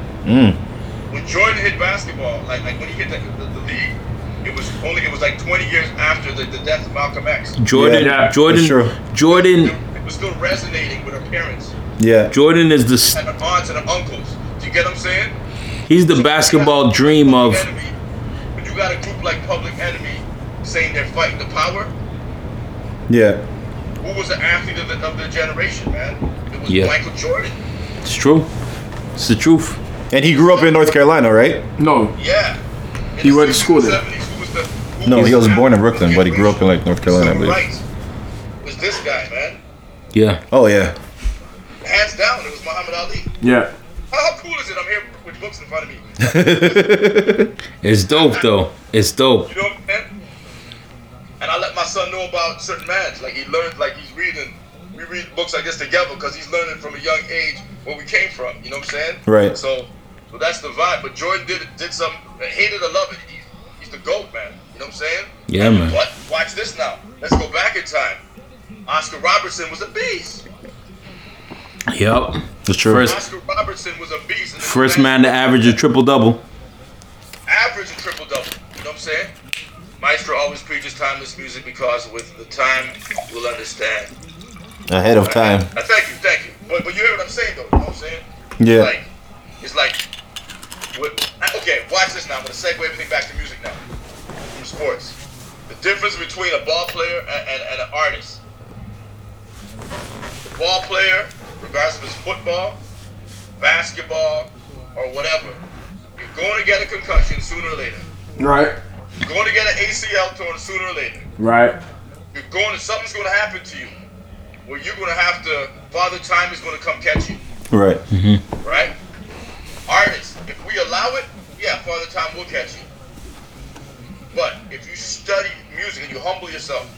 Speaker 5: When Jordan hit basketball, like like when he hit the, the, the league, it was only it was like 20 years after the, the death of Malcolm X.
Speaker 3: Jordan
Speaker 1: Yeah, that's
Speaker 2: true.
Speaker 3: Jordan Jordan
Speaker 5: It was still resonating with her parents
Speaker 2: Yeah.
Speaker 3: Jordan is the s-
Speaker 5: and her aunts and her uncles. Do you get what I'm saying?
Speaker 3: he's the basketball dream of
Speaker 5: Public Enemy, but you got a group like Public Enemy saying they're fighting the power.
Speaker 2: Yeah.
Speaker 5: Who was the athlete of the, of the generation, man? It was
Speaker 3: Yeah.
Speaker 5: Michael Jordan.
Speaker 3: It's true. It's the truth.
Speaker 2: And he grew up in North Carolina, right?
Speaker 1: No.
Speaker 5: Yeah. In
Speaker 1: He
Speaker 5: the
Speaker 1: went to
Speaker 5: 60s,
Speaker 1: school there.
Speaker 5: 70s, who was the- who
Speaker 2: No, he was
Speaker 5: the
Speaker 2: born in
Speaker 5: athlete of the
Speaker 2: Brooklyn, but he grew up in like North Carolina, I
Speaker 5: Civil
Speaker 2: believe.
Speaker 5: rights was this guy, man.
Speaker 3: Yeah.
Speaker 2: Oh yeah.
Speaker 5: Hands down, it was Muhammad Ali.
Speaker 1: Yeah.
Speaker 5: How cool is it? I'm here with books in front of me.
Speaker 3: It's dope though. It's dope.
Speaker 5: You know what I'm saying? know about certain match. Like he learned, like he's reading. We read books, I guess, together because he's learning from a young age where we came from. You know what I'm saying?
Speaker 2: Right.
Speaker 5: So, so that's the vibe. But Jordan did did some hated or love it. He's, he's the goat, man. You know what I'm saying?
Speaker 3: Yeah, man.
Speaker 5: What? Watch this now. Let's go back in time. Oscar Robertson was a beast.
Speaker 3: Yep.
Speaker 2: That's true.
Speaker 3: First,
Speaker 5: Oscar Robertson was a beast. And
Speaker 3: first man to average a triple double.
Speaker 5: average a triple double. You know what I'm saying? Maestro always preaches timeless music because with the time we'll understand.
Speaker 2: ahead of time.
Speaker 5: I thank you, thank you. But, but you hear what I'm saying though, you know what I'm saying?
Speaker 2: Yeah.
Speaker 5: Like it's like what, uh, okay, watch this now. I'm gonna segue everything back to music now. From sports. The difference between a ball player and, and, and an artist. The ball player, regardless if it's football, basketball, or whatever, you're going to get a concussion sooner or later.
Speaker 1: Right.
Speaker 5: You're going to get an ACL torn sooner or later.
Speaker 1: Right.
Speaker 5: You're going to something's going to happen to you. Where you're going to have to Father Time is going to come catch you,
Speaker 2: Right.
Speaker 5: right? Artists, if we allow it, yeah, Father Time will catch you. But if you study music and you humble yourself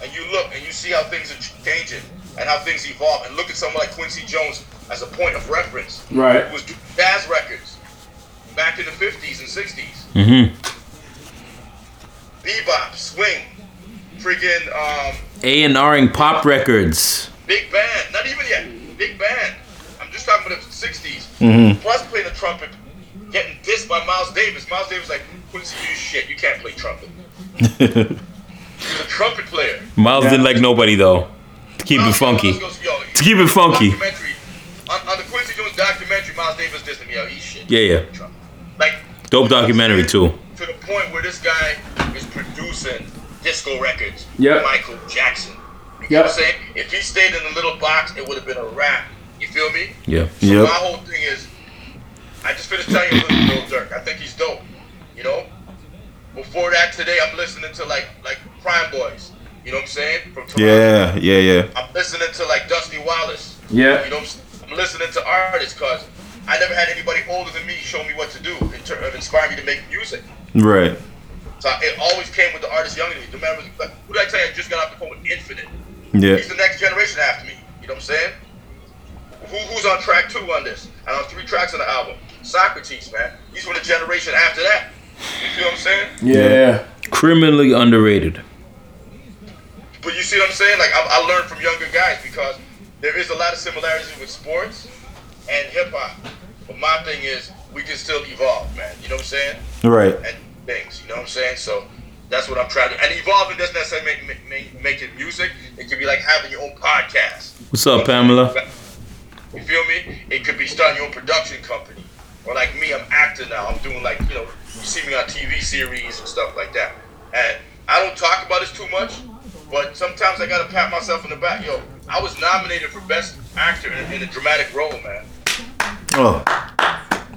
Speaker 5: and you look and you see how things are changing and how things evolve and look at someone like Quincy Jones as a point of reference,
Speaker 1: Right.
Speaker 5: it was jazz records back in the 50s and 60s.
Speaker 3: Mm-hmm.
Speaker 5: Bebop, swing, freaking um,
Speaker 3: A and R ing pop records.
Speaker 5: big band, not even yet, big band. I'm just talking about the 60s.
Speaker 3: Mm-hmm.
Speaker 5: Plus playing the trumpet, getting dissed by Miles Davis. Miles Davis like, Quincy, you shit, you can't play trumpet. He's a trumpet player.
Speaker 3: Miles didn't like nobody though. To keep it
Speaker 5: Miles
Speaker 3: funky.
Speaker 5: Davis goes, yo, you-
Speaker 3: keep it funky.
Speaker 5: documentary. On, on the Quincy Jones documentary, Miles Davis dissed him, yo, he shit.
Speaker 3: Yeah, yeah.
Speaker 5: Trumpet. Like,
Speaker 3: Dope documentary too.
Speaker 5: to the point where this guy is producing disco records.
Speaker 1: Yep.
Speaker 5: Michael Jackson. You know
Speaker 1: Yep.
Speaker 5: what I'm saying? If he stayed in the little box, it would have been a rap. You feel me?
Speaker 3: Yeah.
Speaker 5: So
Speaker 2: Yep.
Speaker 5: my whole thing is, I just finished telling you about Lil Durk. I think he's dope. You know. Before that, today I'm listening to like like Prime Boys. You know what I'm saying? From Toronto.
Speaker 2: Yeah. Yeah. Yeah.
Speaker 5: I'm listening to like Dusty Wallace.
Speaker 1: Yeah.
Speaker 5: You know, I'm listening to artists because I never had anybody older than me show me what to do in ter- of inspire me to make music.
Speaker 2: Right.
Speaker 5: So it always came with the artist younger than me. The man was like, who did I tell you I just got off the phone with Infinite?
Speaker 2: Yeah.
Speaker 5: He's the next generation after me. You know what I'm saying? Who, who's on track two on this? And on three tracks on the album. Socrates, man. He's from the generation after that. You feel what I'm saying?
Speaker 1: Yeah.
Speaker 3: Criminally underrated.
Speaker 5: But you see what I'm saying? Like I, I learned from younger guys because there is a lot of similarities with sports and hip hop. But my thing is, we can still evolve, man. You know what I'm saying?
Speaker 2: Right.
Speaker 5: and things. You know what I'm saying? So that's what I'm trying to. And evolving doesn't necessarily make, make, make, make it music. It could be like having your own podcast.
Speaker 3: What's up, Pamela?
Speaker 5: You feel me? It could be starting your own production company. Or like me, I'm acting now. I'm doing like you know, you see me on TV series and stuff like that. And I don't talk about this too much, but sometimes I gotta pat myself in the back. Yo, I was nominated for best actor in, in a dramatic role, man.
Speaker 2: Oh.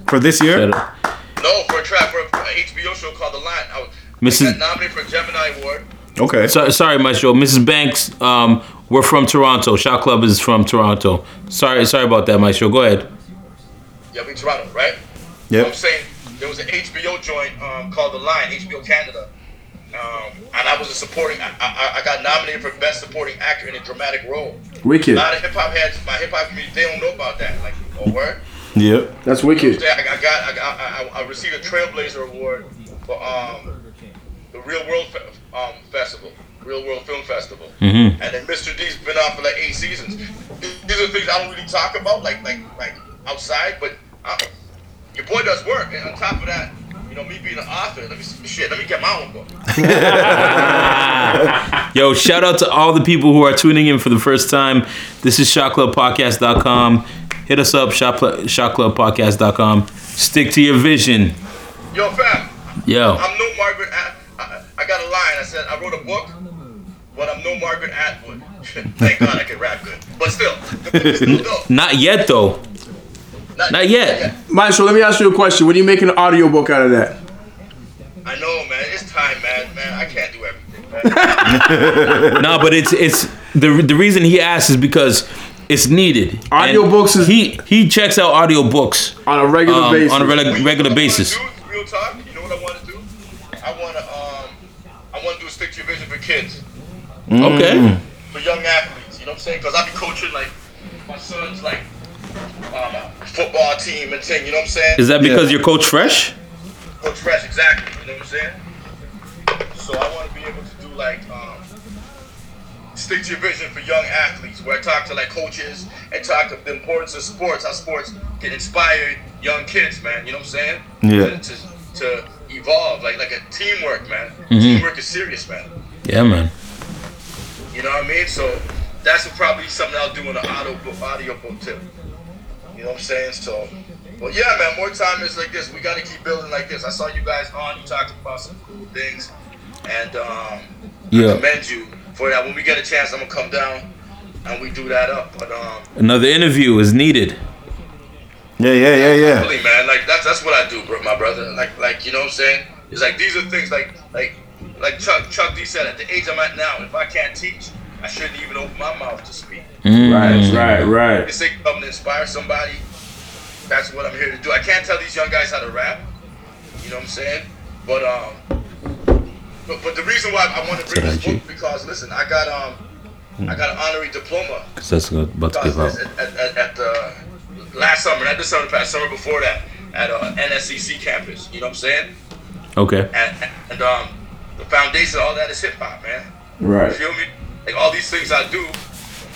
Speaker 2: For this year.
Speaker 5: No, for a trap for, a- for an HBO show called The Line. I was
Speaker 3: Mrs.
Speaker 5: I got nominated for a Gemini Award.
Speaker 2: Okay.
Speaker 3: So, sorry, Maestro. Mrs. Banks, um, we're from Toronto. Shot Club is from Toronto. Sorry, sorry about that, Maestro. Go ahead.
Speaker 5: Yeah, we in Toronto, right? I'm
Speaker 2: Yep.
Speaker 5: saying there was an HBO joint um, called The Line, HBO Canada, um, and I was a supporting. I, I, I got nominated for best supporting actor in a dramatic role. A
Speaker 1: Wicked.
Speaker 5: lot of hip hop heads, my hip hop community, they don't know about that. Like, oh word.
Speaker 2: Yep.
Speaker 1: That's wicked.
Speaker 5: Yeah, I got, I got, I, got- I, I- I received a Trailblazer Award for um, the Real World Fe- um, Festival, Real World Film Festival, and then Mr. D's been out for like eight seasons. Th- These are things I don't really talk about, like like like outside, but I, your boy does work, and on top of that. You know, me being an author, let me see, shit, let me get my own book.
Speaker 3: Yo, shout out to all the people who are tuning in for the first time. This is shotclubpodcast.com. Hit us up, shot, shotclubpodcast.com. Stick to your vision.
Speaker 5: Yo, fam,
Speaker 3: Yo,
Speaker 5: I'm no Margaret. At- I, I got a line. I said I wrote a book, but I'm no Margaret Atwood. Thank God I can rap good, but still, still dope.
Speaker 3: not yet, though. Not yet.
Speaker 1: Maestro, let me ask you a question. When are you making an audiobook out of that?
Speaker 5: I know, man. It's time, man. Man, I can't do everything, man.
Speaker 3: No, but it's it's the the reason he asked is because it's needed. And
Speaker 1: Audiobooks is-
Speaker 3: he he checks out audiobooks
Speaker 1: On a regular
Speaker 3: um,
Speaker 1: basis.
Speaker 3: on a
Speaker 5: You
Speaker 3: reg-
Speaker 5: know
Speaker 3: regular
Speaker 5: what I wanna
Speaker 3: basis.
Speaker 5: do? Real talk. You know what I want to do? I want to um, I want to do a stick to your vision for kids.
Speaker 1: Mm.
Speaker 3: Okay.
Speaker 5: for young athletes. You know what I'm saying? Because I be coaching like my son's like um, football team and thing. You know what I'm saying?
Speaker 3: Is that because you're coach fresh?
Speaker 5: Coach Fresh, exactly. You know what I'm saying? So I want to be able to do like um, stick to your vision for young athletes, where I talk to like coaches and talk of the importance of sports, how sports can inspire young kids, man. You know what I'm saying?
Speaker 2: Yeah.
Speaker 5: To, to, to evolve, like like a teamwork, man. Teamwork is serious, man.
Speaker 3: Yeah, man.
Speaker 5: You know what I mean? So that's probably something I'll do in an audio book, audio book too. You know what I'm saying? So, but yeah, man, more time is like this. We got to keep building like this. I saw you guys on. You talked about some cool things, and um, I
Speaker 3: Yeah.
Speaker 5: commend you for that. When we get a chance, I'm gonna come down and we do that up. But um,
Speaker 3: Another interview is needed.
Speaker 2: Yeah, yeah, yeah, yeah.
Speaker 5: really, man, like that's that's what I do, bro, my brother. Like like you know what I'm saying? It's like these are things like like like Chuck Chuck D said at the age I'm at now. If I can't teach, I shouldn't even open my mouth to speak.
Speaker 1: Right, right,
Speaker 3: Mm.
Speaker 1: right.
Speaker 5: to say something to inspire somebody, that's what I'm here to do. I can't tell these young guys how to rap. You know what I'm saying? But um, but, but the reason why I want to bring this book because listen, I got um, I got an honorary diploma
Speaker 3: Because that's about to
Speaker 5: because
Speaker 3: give out.
Speaker 5: at, at, at, at the last summer, not this summer, the past summer before that, at uh, NSCC campus. You know what I'm saying?
Speaker 3: Okay.
Speaker 5: And, and um, the foundation, of all that is hip hop, man. You
Speaker 1: Right.
Speaker 5: feel me? Like all these things I do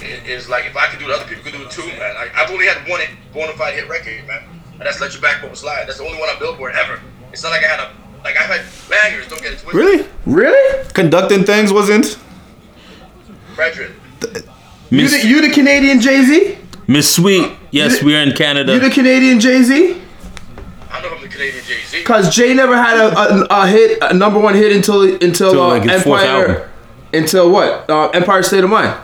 Speaker 5: i- is like if I could do it, other people could do it too, man. Like, I've only had one hit- bona fide hit record, man, and that's Let Your Backbone Slide. That's the only one on Billboard ever. It's not like I had a like I had bangers. Don't get it twisted.
Speaker 2: Really?
Speaker 1: Really?
Speaker 2: Conducting things wasn't?
Speaker 5: Frederick.
Speaker 1: You
Speaker 3: Miss,
Speaker 1: the, you the Canadian Jay Z?
Speaker 3: Miss Sweet. Yes,
Speaker 1: the-
Speaker 3: we are in
Speaker 1: You the
Speaker 3: Canada.
Speaker 1: Canadian Jay Z?
Speaker 5: I know I'm the Canadian Jay Z.
Speaker 1: Cause Jay never had a, a, a hit, a number one hit until until
Speaker 3: Till,
Speaker 1: uh,
Speaker 3: like, his fourth album.
Speaker 1: Empire, until what? Uh, Empire State of Mind.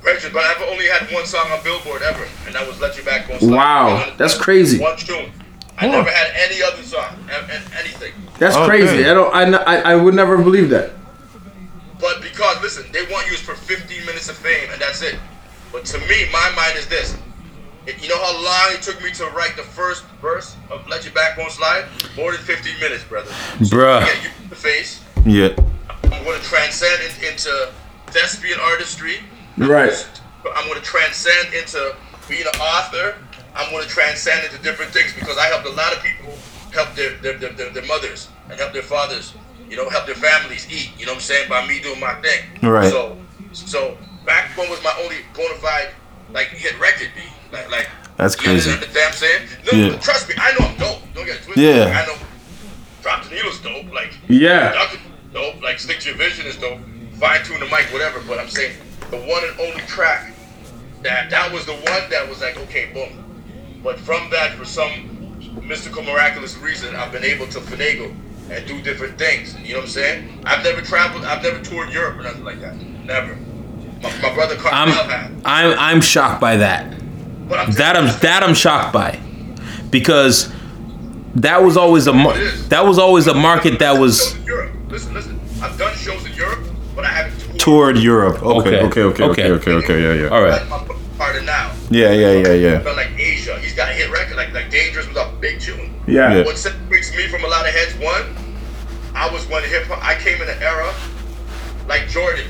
Speaker 5: Frederick, but I've only had one song on Billboard ever, and that was Let Your Backbone Slide.
Speaker 1: Wow, that's crazy.
Speaker 5: One tune. I never had any other song, a- a- anything.
Speaker 1: That's
Speaker 4: Oh,
Speaker 2: Okay.
Speaker 1: crazy. I don't. I, n- I- I would never believe that.
Speaker 5: But because listen, they want you for 15 minutes of fame, and that's it. But to me, my mind is this: If- you know how long it took me to write the first verse of "Let Your Backbone Slide"? More than 15 minutes, brother.
Speaker 3: Bruh.
Speaker 5: Yeah, you in the face.
Speaker 2: Yeah.
Speaker 5: I'm going to transcend in- into thespian artistry.
Speaker 1: Right.
Speaker 5: I'm going to transcend into being an author. I'm going to transcend into different things because I helped a lot of people help their their, their, their, their mothers and help their fathers, you know, help their families eat. You know what I'm saying? By me doing my thing.
Speaker 2: Right.
Speaker 5: So, so Backbone was my only bona fide like hit record. B. Like, like
Speaker 2: That's
Speaker 5: you
Speaker 2: crazy.
Speaker 5: understand what I'm saying? No,
Speaker 2: Yeah.
Speaker 5: trust me, I know I'm dope. Don't get it twisted.
Speaker 2: Yeah.
Speaker 5: Like, I know Drop the Needle's dope. Like,
Speaker 1: Yeah.
Speaker 5: Dr. dope. Like, Stick to Your Vision is dope. Fine tune the mic, whatever. But I'm saying the one and only track that that was the one that was like, okay, boom. But from that, for some mystical, miraculous reason, I've been able to finagle and do different things. You know what I'm saying? I've never traveled. I've never toured Europe or nothing like that. Never. My, my brother
Speaker 3: I'm,
Speaker 5: Carmel had.
Speaker 3: I'm, I'm shocked by that.
Speaker 5: But I'm
Speaker 3: That I'm that I'm shocked by, because that was always a mar- that was always a market that was
Speaker 5: Shows in Europe. Listen, listen. I've done shows in Europe, but I haven't toured.
Speaker 2: Toured Europe. Okay, okay,
Speaker 3: Okay.
Speaker 2: okay, okay,
Speaker 3: Okay.
Speaker 2: okay, okay, yeah, yeah.
Speaker 3: all right.
Speaker 5: Like my brother Carter now.
Speaker 2: Yeah, yeah, yeah, yeah.
Speaker 5: But like Asia, he's got a hit record. Like like Dangerous was a big tune.
Speaker 1: Yeah.
Speaker 2: Yeah.
Speaker 5: What separates me from a lot of heads, one, I was when hip hop. I came in an era like Jordan,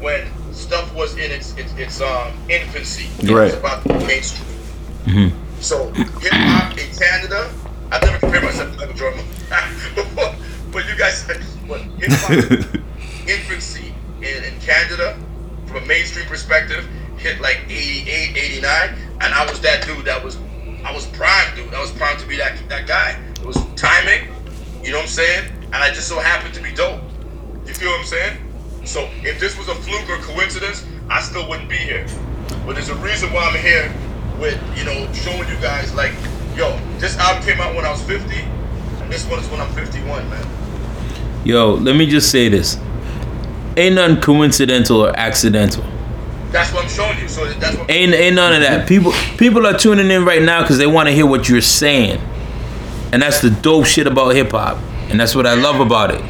Speaker 5: when stuff was in its its, its um infancy. It
Speaker 2: Right.
Speaker 5: was about the mainstream.
Speaker 3: Mm-hmm.
Speaker 5: So hip hop in Canada, I never compare myself to Michael Jordan. but you guys, but hip hop infancy in, in Canada from a mainstream perspective hit like 88, 89, and I was that dude that was I was prime dude. I was prime to be that that guy. It was timing, you know what I'm saying? And I just so happened to be dope. You feel what I'm saying? So if this was a fluke or coincidence, I still wouldn't be here. But there's a reason why I'm here with, you know, showing you guys like, yo, this album came out when I was 50, and this one is when I'm 51, man.
Speaker 3: Yo, let me just say this: ain't none coincidental or accidental.
Speaker 5: That's what I'm showing you. So that's what
Speaker 3: Ain't ain't none of that. People people are tuning in right now because they want to hear what you're saying, and that's the dope shit about hip hop, and that's what I love about it.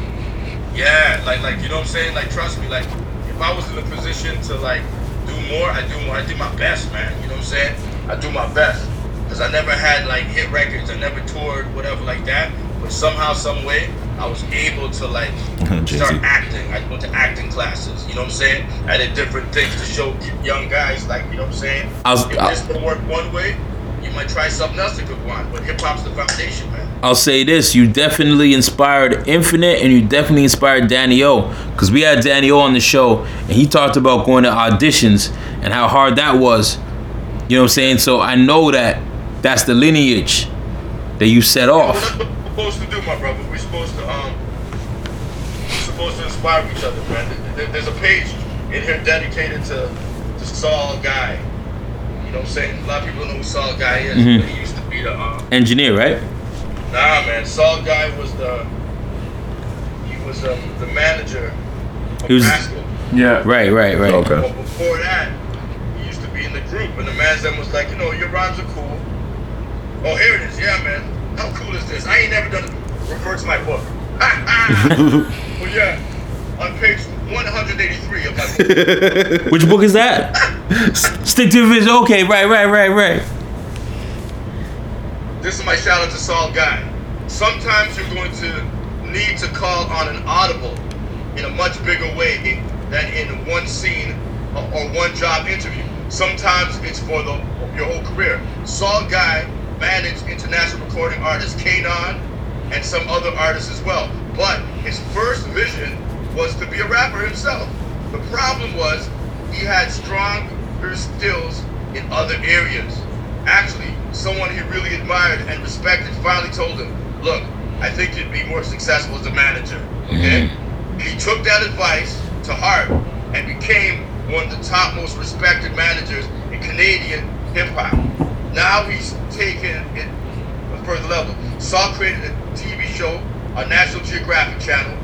Speaker 5: Yeah, like like you know what I'm saying? Like trust me, like if I was in a position to like do more, I do more. I do my best, man. You know what I'm saying? I do my best. Cause I never had like hit records, I never toured, whatever like that. But somehow, some way, I was able to like
Speaker 2: Jay-Z.
Speaker 5: start acting. I went to acting classes. You know what I'm saying? I did different things to show young guys, like you know what I'm saying.
Speaker 3: I was-
Speaker 5: if
Speaker 3: I-
Speaker 5: this don't work one way, you might try something else that could work. But hip hop's the foundation, man.
Speaker 3: I'll say this: you definitely inspired Infinite, and you definitely inspired Danny O. Because we had Danny O on the show, and he talked about going to auditions and how hard that was. You know what I'm saying? So I know that that's the lineage that you set off.
Speaker 5: What we're supposed to do, my brother. We're supposed to um, we're supposed to inspire each other, man. There- there- There's a page in here dedicated to to Saul Guy. You know what I'm saying? A lot of people don't know who Saul Guy is.
Speaker 3: Mm-hmm.
Speaker 5: but He used to be the um,
Speaker 3: Engineer, right?
Speaker 5: Nah, man. Saul guy was the he was um, the manager. Of
Speaker 3: He was-
Speaker 5: Rascal.
Speaker 4: Yeah.
Speaker 3: Right, right, right.
Speaker 2: Okay.
Speaker 5: But before that, he used to be in the group, and the man then was like, you know, your rhymes are cool. Oh, here it is. Yeah, man. How cool is this? I ain't never done reverse my book. Ha, ha. well, yeah. On page 183 of my book.
Speaker 3: Which book is that? S- Stick to the vision. Okay, right, right, right, right.
Speaker 5: This is my shout out to Saul Guy. Sometimes you're going to need to call on an audible in a much bigger way than in one scene or or one job interview. Sometimes it's for the, your whole career. Saul Guy managed international recording artist Kanon and some other artists as well. But his first vision was to be a rapper himself. The problem was he had stronger skills in other areas. Actually, someone he really admired and respected finally told him, "Look, I think you'd be more successful as a manager." Okay. He took that advice to heart and became one of the top most respected managers in Canadian hip hop. Now he's taken it a further level. Saw created a TV show on National Geographic Channel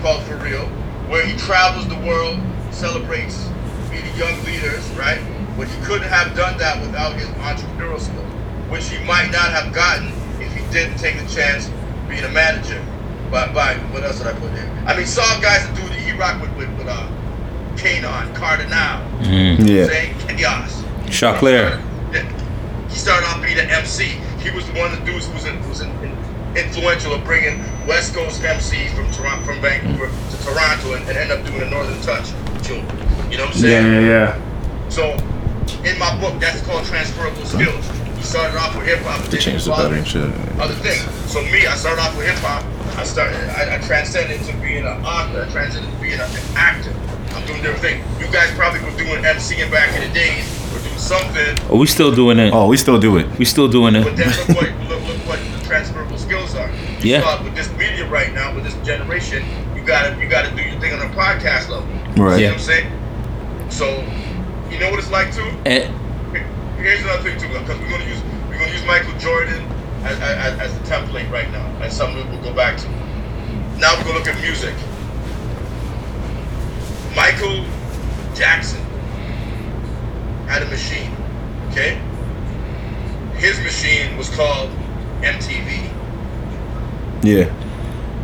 Speaker 5: called For Real, where he travels the world, celebrates meeting young leaders, right? But he couldn't have done that without his entrepreneurial skills, which he might not have gotten if he didn't take the chance being a manager. By, by what else did I put there? I mean, saw guys that do the E Rock with with, with uh, Kanon, Carter now,
Speaker 2: Yeah.
Speaker 5: saying chaos.
Speaker 3: Chaclair.
Speaker 5: He started off being an MC. He was one of the dudes who was, in, who was in, in- influential of bringing West Coast MCs from Toronto, from Vancouver to Toronto, and, and end up doing a Northern Touch tune. You know what I'm saying?
Speaker 4: Yeah, yeah, yeah.
Speaker 5: So, in my book, that's called transferable skills. He started off with hip hop.
Speaker 2: They changed the battery and shit.
Speaker 5: Other things. So me, I started off with hip hop. I started. I, I transcended to being an author. I transcended to being an actor. I'm doing different things. You guys probably were doing MCing back in the days, or doing something.
Speaker 3: Are we still doing it?
Speaker 2: Oh, we still do it.
Speaker 3: We still doing
Speaker 5: But
Speaker 3: it.
Speaker 5: then look what look, look what the transferable skills are. You
Speaker 3: Yeah.
Speaker 5: saw it with this media right now, with this generation, you gotta you gotta do your thing on a podcast level.
Speaker 2: Right.
Speaker 5: You
Speaker 3: Yeah.
Speaker 5: know what I'm saying? So you know what it's like too?
Speaker 3: And
Speaker 5: Here's another thing too, because we're gonna use we're gonna use Michael Jordan as, as, as the template right now, and something we'll go back to. Now we're gonna look at music. Michael Jackson had a machine, okay? His machine was called MTV.
Speaker 2: Yeah.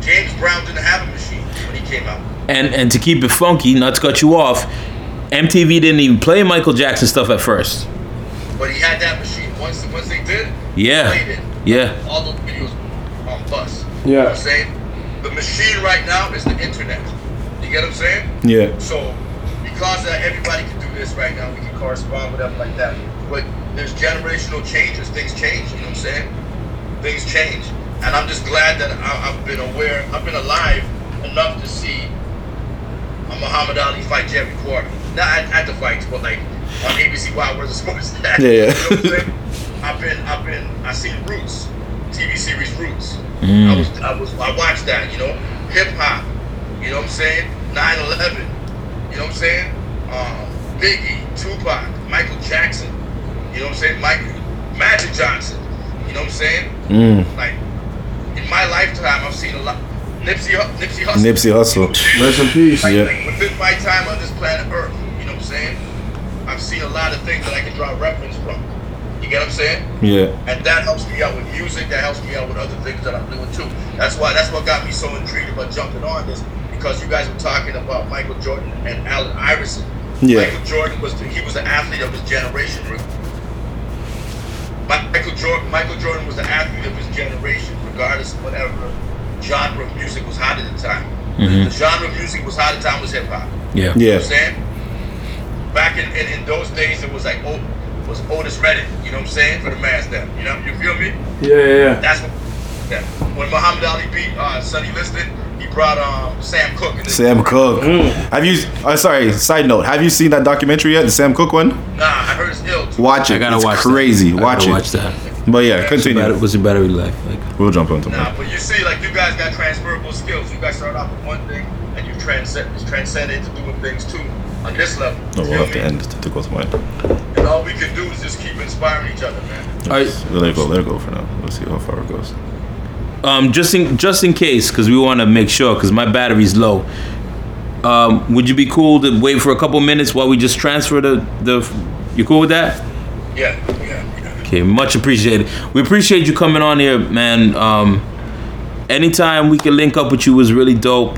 Speaker 5: James Brown didn't have a machine when he came out.
Speaker 3: and and to keep it funky, not to cut you off, MTV didn't even play Michael Jackson stuff at first.
Speaker 5: But he had that machine. Once once they did,
Speaker 3: Yeah.
Speaker 5: he played it.
Speaker 3: Yeah.
Speaker 5: All those videos on bus. You know what
Speaker 4: Yeah.
Speaker 5: I'm saying? The machine right now is the internet. You get what I'm saying?
Speaker 2: Yeah.
Speaker 5: So because of that, everybody can do this right now, we can correspond with them like that. But there's generational changes, things change, you know what I'm saying? Things change. And I'm just glad that I, I've been aware, I've been alive enough to see a Muhammad Ali fight Jerry Quarter. Not at, at the fights, but like on ABC Wild World of Sports. yeah,
Speaker 2: yeah.
Speaker 5: I've been, I've been, I seen Roots, TV series Roots. I was, I was, I watched that. You know, hip hop. You know what I'm saying? 9/11. You know what I'm saying? Um, Biggie, Tupac, Michael Jackson. You know what I'm saying? Mike, Magic Johnson. You know what I'm saying? Like in my lifetime, I've seen a lot. Nipsey, Hu- Nipsey Hussle.
Speaker 2: Nipsey Hustle.
Speaker 1: Rest in peace.
Speaker 5: Like,
Speaker 2: Yeah.
Speaker 5: like, within my time on this planet Earth, you know what I'm saying? I've seen a lot of things that I can draw reference from. You get what I'm saying?
Speaker 2: Yeah.
Speaker 5: and that helps me out with music. That helps me out with other things that I'm doing too. That's why that's what got me so intrigued about jumping on this because you guys were talking about Michael Jordan and Allen Iverson.
Speaker 2: Yeah.
Speaker 5: Michael Jordan was the, he was an athlete of his generation. Rick. Michael Jordan Michael Jordan was the athlete of his generation. Rick. regardless of whatever genre of music was hot at the time. The genre of music was hot at the time was hip hop.
Speaker 3: Yeah.
Speaker 5: You
Speaker 2: Yeah.
Speaker 5: know what I'm saying? Back in, in, in those days, it was like, oh, was Otis Redding, you know what I'm saying, for the mass down. You know, you feel me?
Speaker 1: Yeah, yeah, yeah.
Speaker 5: That's what, yeah. When Muhammad Ali beat uh, Sonny Liston, he brought um, Sam Cooke. And
Speaker 2: Sam Cook.
Speaker 3: Mm.
Speaker 2: Have you? Oh, sorry. Side note. Have you seen that documentary yet? The Sam Cook one.
Speaker 5: Nah, I heard it's ill. Too.
Speaker 2: Watch it.
Speaker 3: I gotta
Speaker 2: it's
Speaker 3: watch.
Speaker 2: Crazy.
Speaker 3: That. I
Speaker 2: Watch
Speaker 3: gotta
Speaker 2: it.
Speaker 3: Watch that.
Speaker 2: But yeah, continue.
Speaker 3: Bat- What's your battery life like?
Speaker 2: We'll jump on tomorrow.
Speaker 5: Nah, but you see, like you guys got transferable skills. You guys start off with one thing, and you transcend, transcend into doing things too on this level.
Speaker 2: No,
Speaker 5: You
Speaker 2: we'll
Speaker 5: feel
Speaker 2: have to
Speaker 5: me?
Speaker 2: end to, to go to mine.
Speaker 5: And all we can do is just keep inspiring each other, man.
Speaker 3: All right.
Speaker 2: We'll let it go. Let it go for now. We'll see how far it goes.
Speaker 3: Um, just in just in case, because we want to make sure, because my battery's low. Um, would you be cool to wait for a couple minutes while we just transfer the the? You cool with that?
Speaker 5: Yeah, yeah, yeah.
Speaker 2: Mm.
Speaker 3: Okay, much appreciated. We appreciate you coming on here, man. Um, anytime we can link up with you was really dope.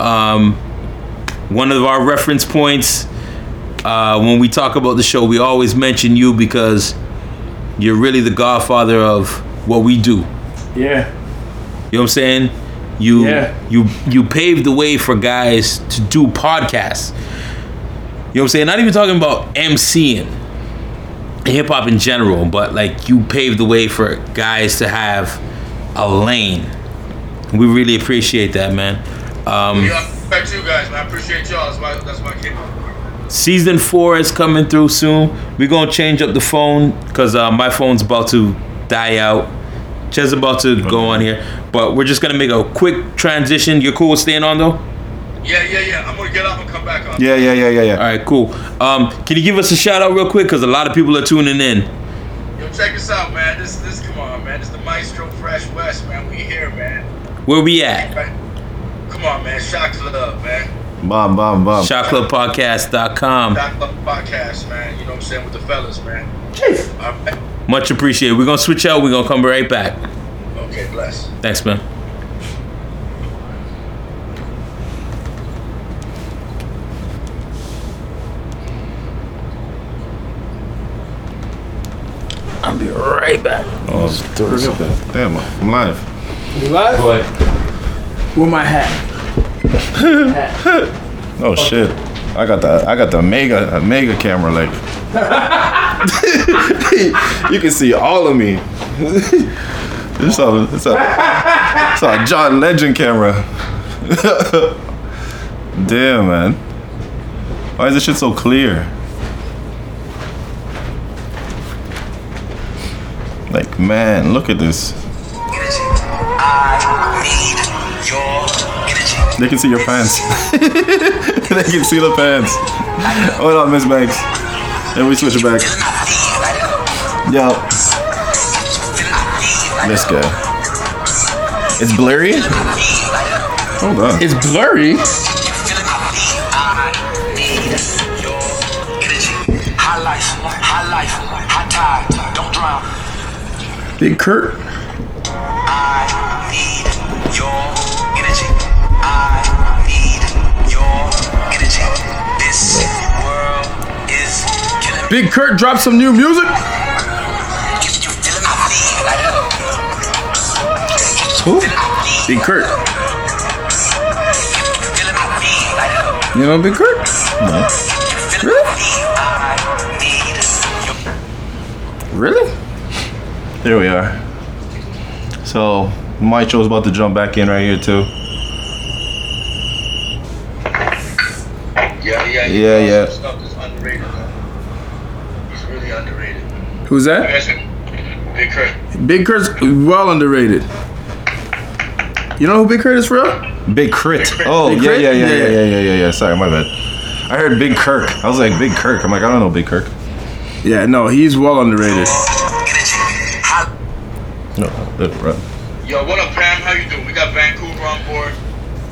Speaker 3: Um, one of our reference points uh, when we talk about the show, we always mention you because you're really the godfather of what we do.
Speaker 1: Yeah.
Speaker 3: You know what I'm saying? You
Speaker 1: Yeah.
Speaker 3: you you paved the way for guys to do podcasts. You know what I'm saying? Not even talking about MCing hip hop in general, but like you paved the way for guys to have a lane. We really appreciate that, man. Um,
Speaker 5: Yeah, I respect you guys, man. I appreciate y'all. That's why, that's why I came on.
Speaker 3: season four is coming through soon. We're gonna change up the phone because uh, my phone's about to die out. Ched's about to go on here, but we're just gonna make a quick transition. You're cool with staying on though?
Speaker 5: Yeah, yeah, yeah. I'm gonna get up and come back on.
Speaker 2: Yeah, yeah, yeah, yeah, yeah.
Speaker 3: All right, cool. Um, can you give us a shout out real quick? Because a lot of people are tuning in.
Speaker 5: Yo, check us out, man. This, this, come on, man. This is the Maestro Fresh West, man. We here, man.
Speaker 3: Where we at?
Speaker 5: Right? Come on, man. Shock love, man.
Speaker 2: Bomb, bomb, bomb.
Speaker 3: ShotClubPodcast.com.
Speaker 5: Shock love podcast, man. You know what I'm saying with the fellas, man. All right.
Speaker 3: Much appreciated. We're going to switch out. We're going to come right back.
Speaker 5: Okay, bless.
Speaker 3: Thanks, man. I'll be right back.
Speaker 2: Oh, it's- Damn, I'm live.
Speaker 1: You live?
Speaker 3: But
Speaker 1: With my hat.
Speaker 2: Oh shit. I got the I got the mega mega camera like you can see all of me. it's a it's a it's a John Legend camera. Damn man. Why is this shit so clear? Like man, look at this. They can see your pants. they can see the pants. Hold on, Miss Banks. And we switch it back. Yo. This guy. It's blurry? Hold on.
Speaker 1: It's blurry.
Speaker 6: High life, high life, high tide, don't drown.
Speaker 1: Big Kurt.
Speaker 6: I need your energy. I need your energy. This world is killing me.
Speaker 1: Big Kurt dropped some new music.
Speaker 6: If you feeling my need,
Speaker 1: Who? Big Kurt.
Speaker 6: feeling my need,
Speaker 1: You know Big Kurt?
Speaker 2: No.
Speaker 1: Really?
Speaker 6: I need your
Speaker 1: Really?
Speaker 2: There we are. So, Macho's about to jump back in right here, too.
Speaker 5: Yeah, yeah,
Speaker 2: Yeah,
Speaker 5: Y'all
Speaker 2: yeah.
Speaker 5: Stuff is underrated. Man. He's really underrated.
Speaker 1: Who's
Speaker 5: You
Speaker 1: that?
Speaker 5: guys, Big Kurt.
Speaker 1: Big Kurt's well underrated. You know who Big Kurt is for real?
Speaker 2: Big Crit. Oh,
Speaker 1: Big
Speaker 2: yeah,
Speaker 1: Crit? Yeah,
Speaker 2: yeah, yeah, yeah,
Speaker 1: yeah.
Speaker 2: yeah, yeah, yeah, yeah. Sorry, my bad. I heard Big Kirk. I was like, Big Kirk. I'm like, I don't know Big Kirk.
Speaker 1: Yeah, no, he's well underrated.
Speaker 6: energy. High
Speaker 2: No, that's right.
Speaker 5: Yo, what up, Pam? How you doing? We got Vancouver on board.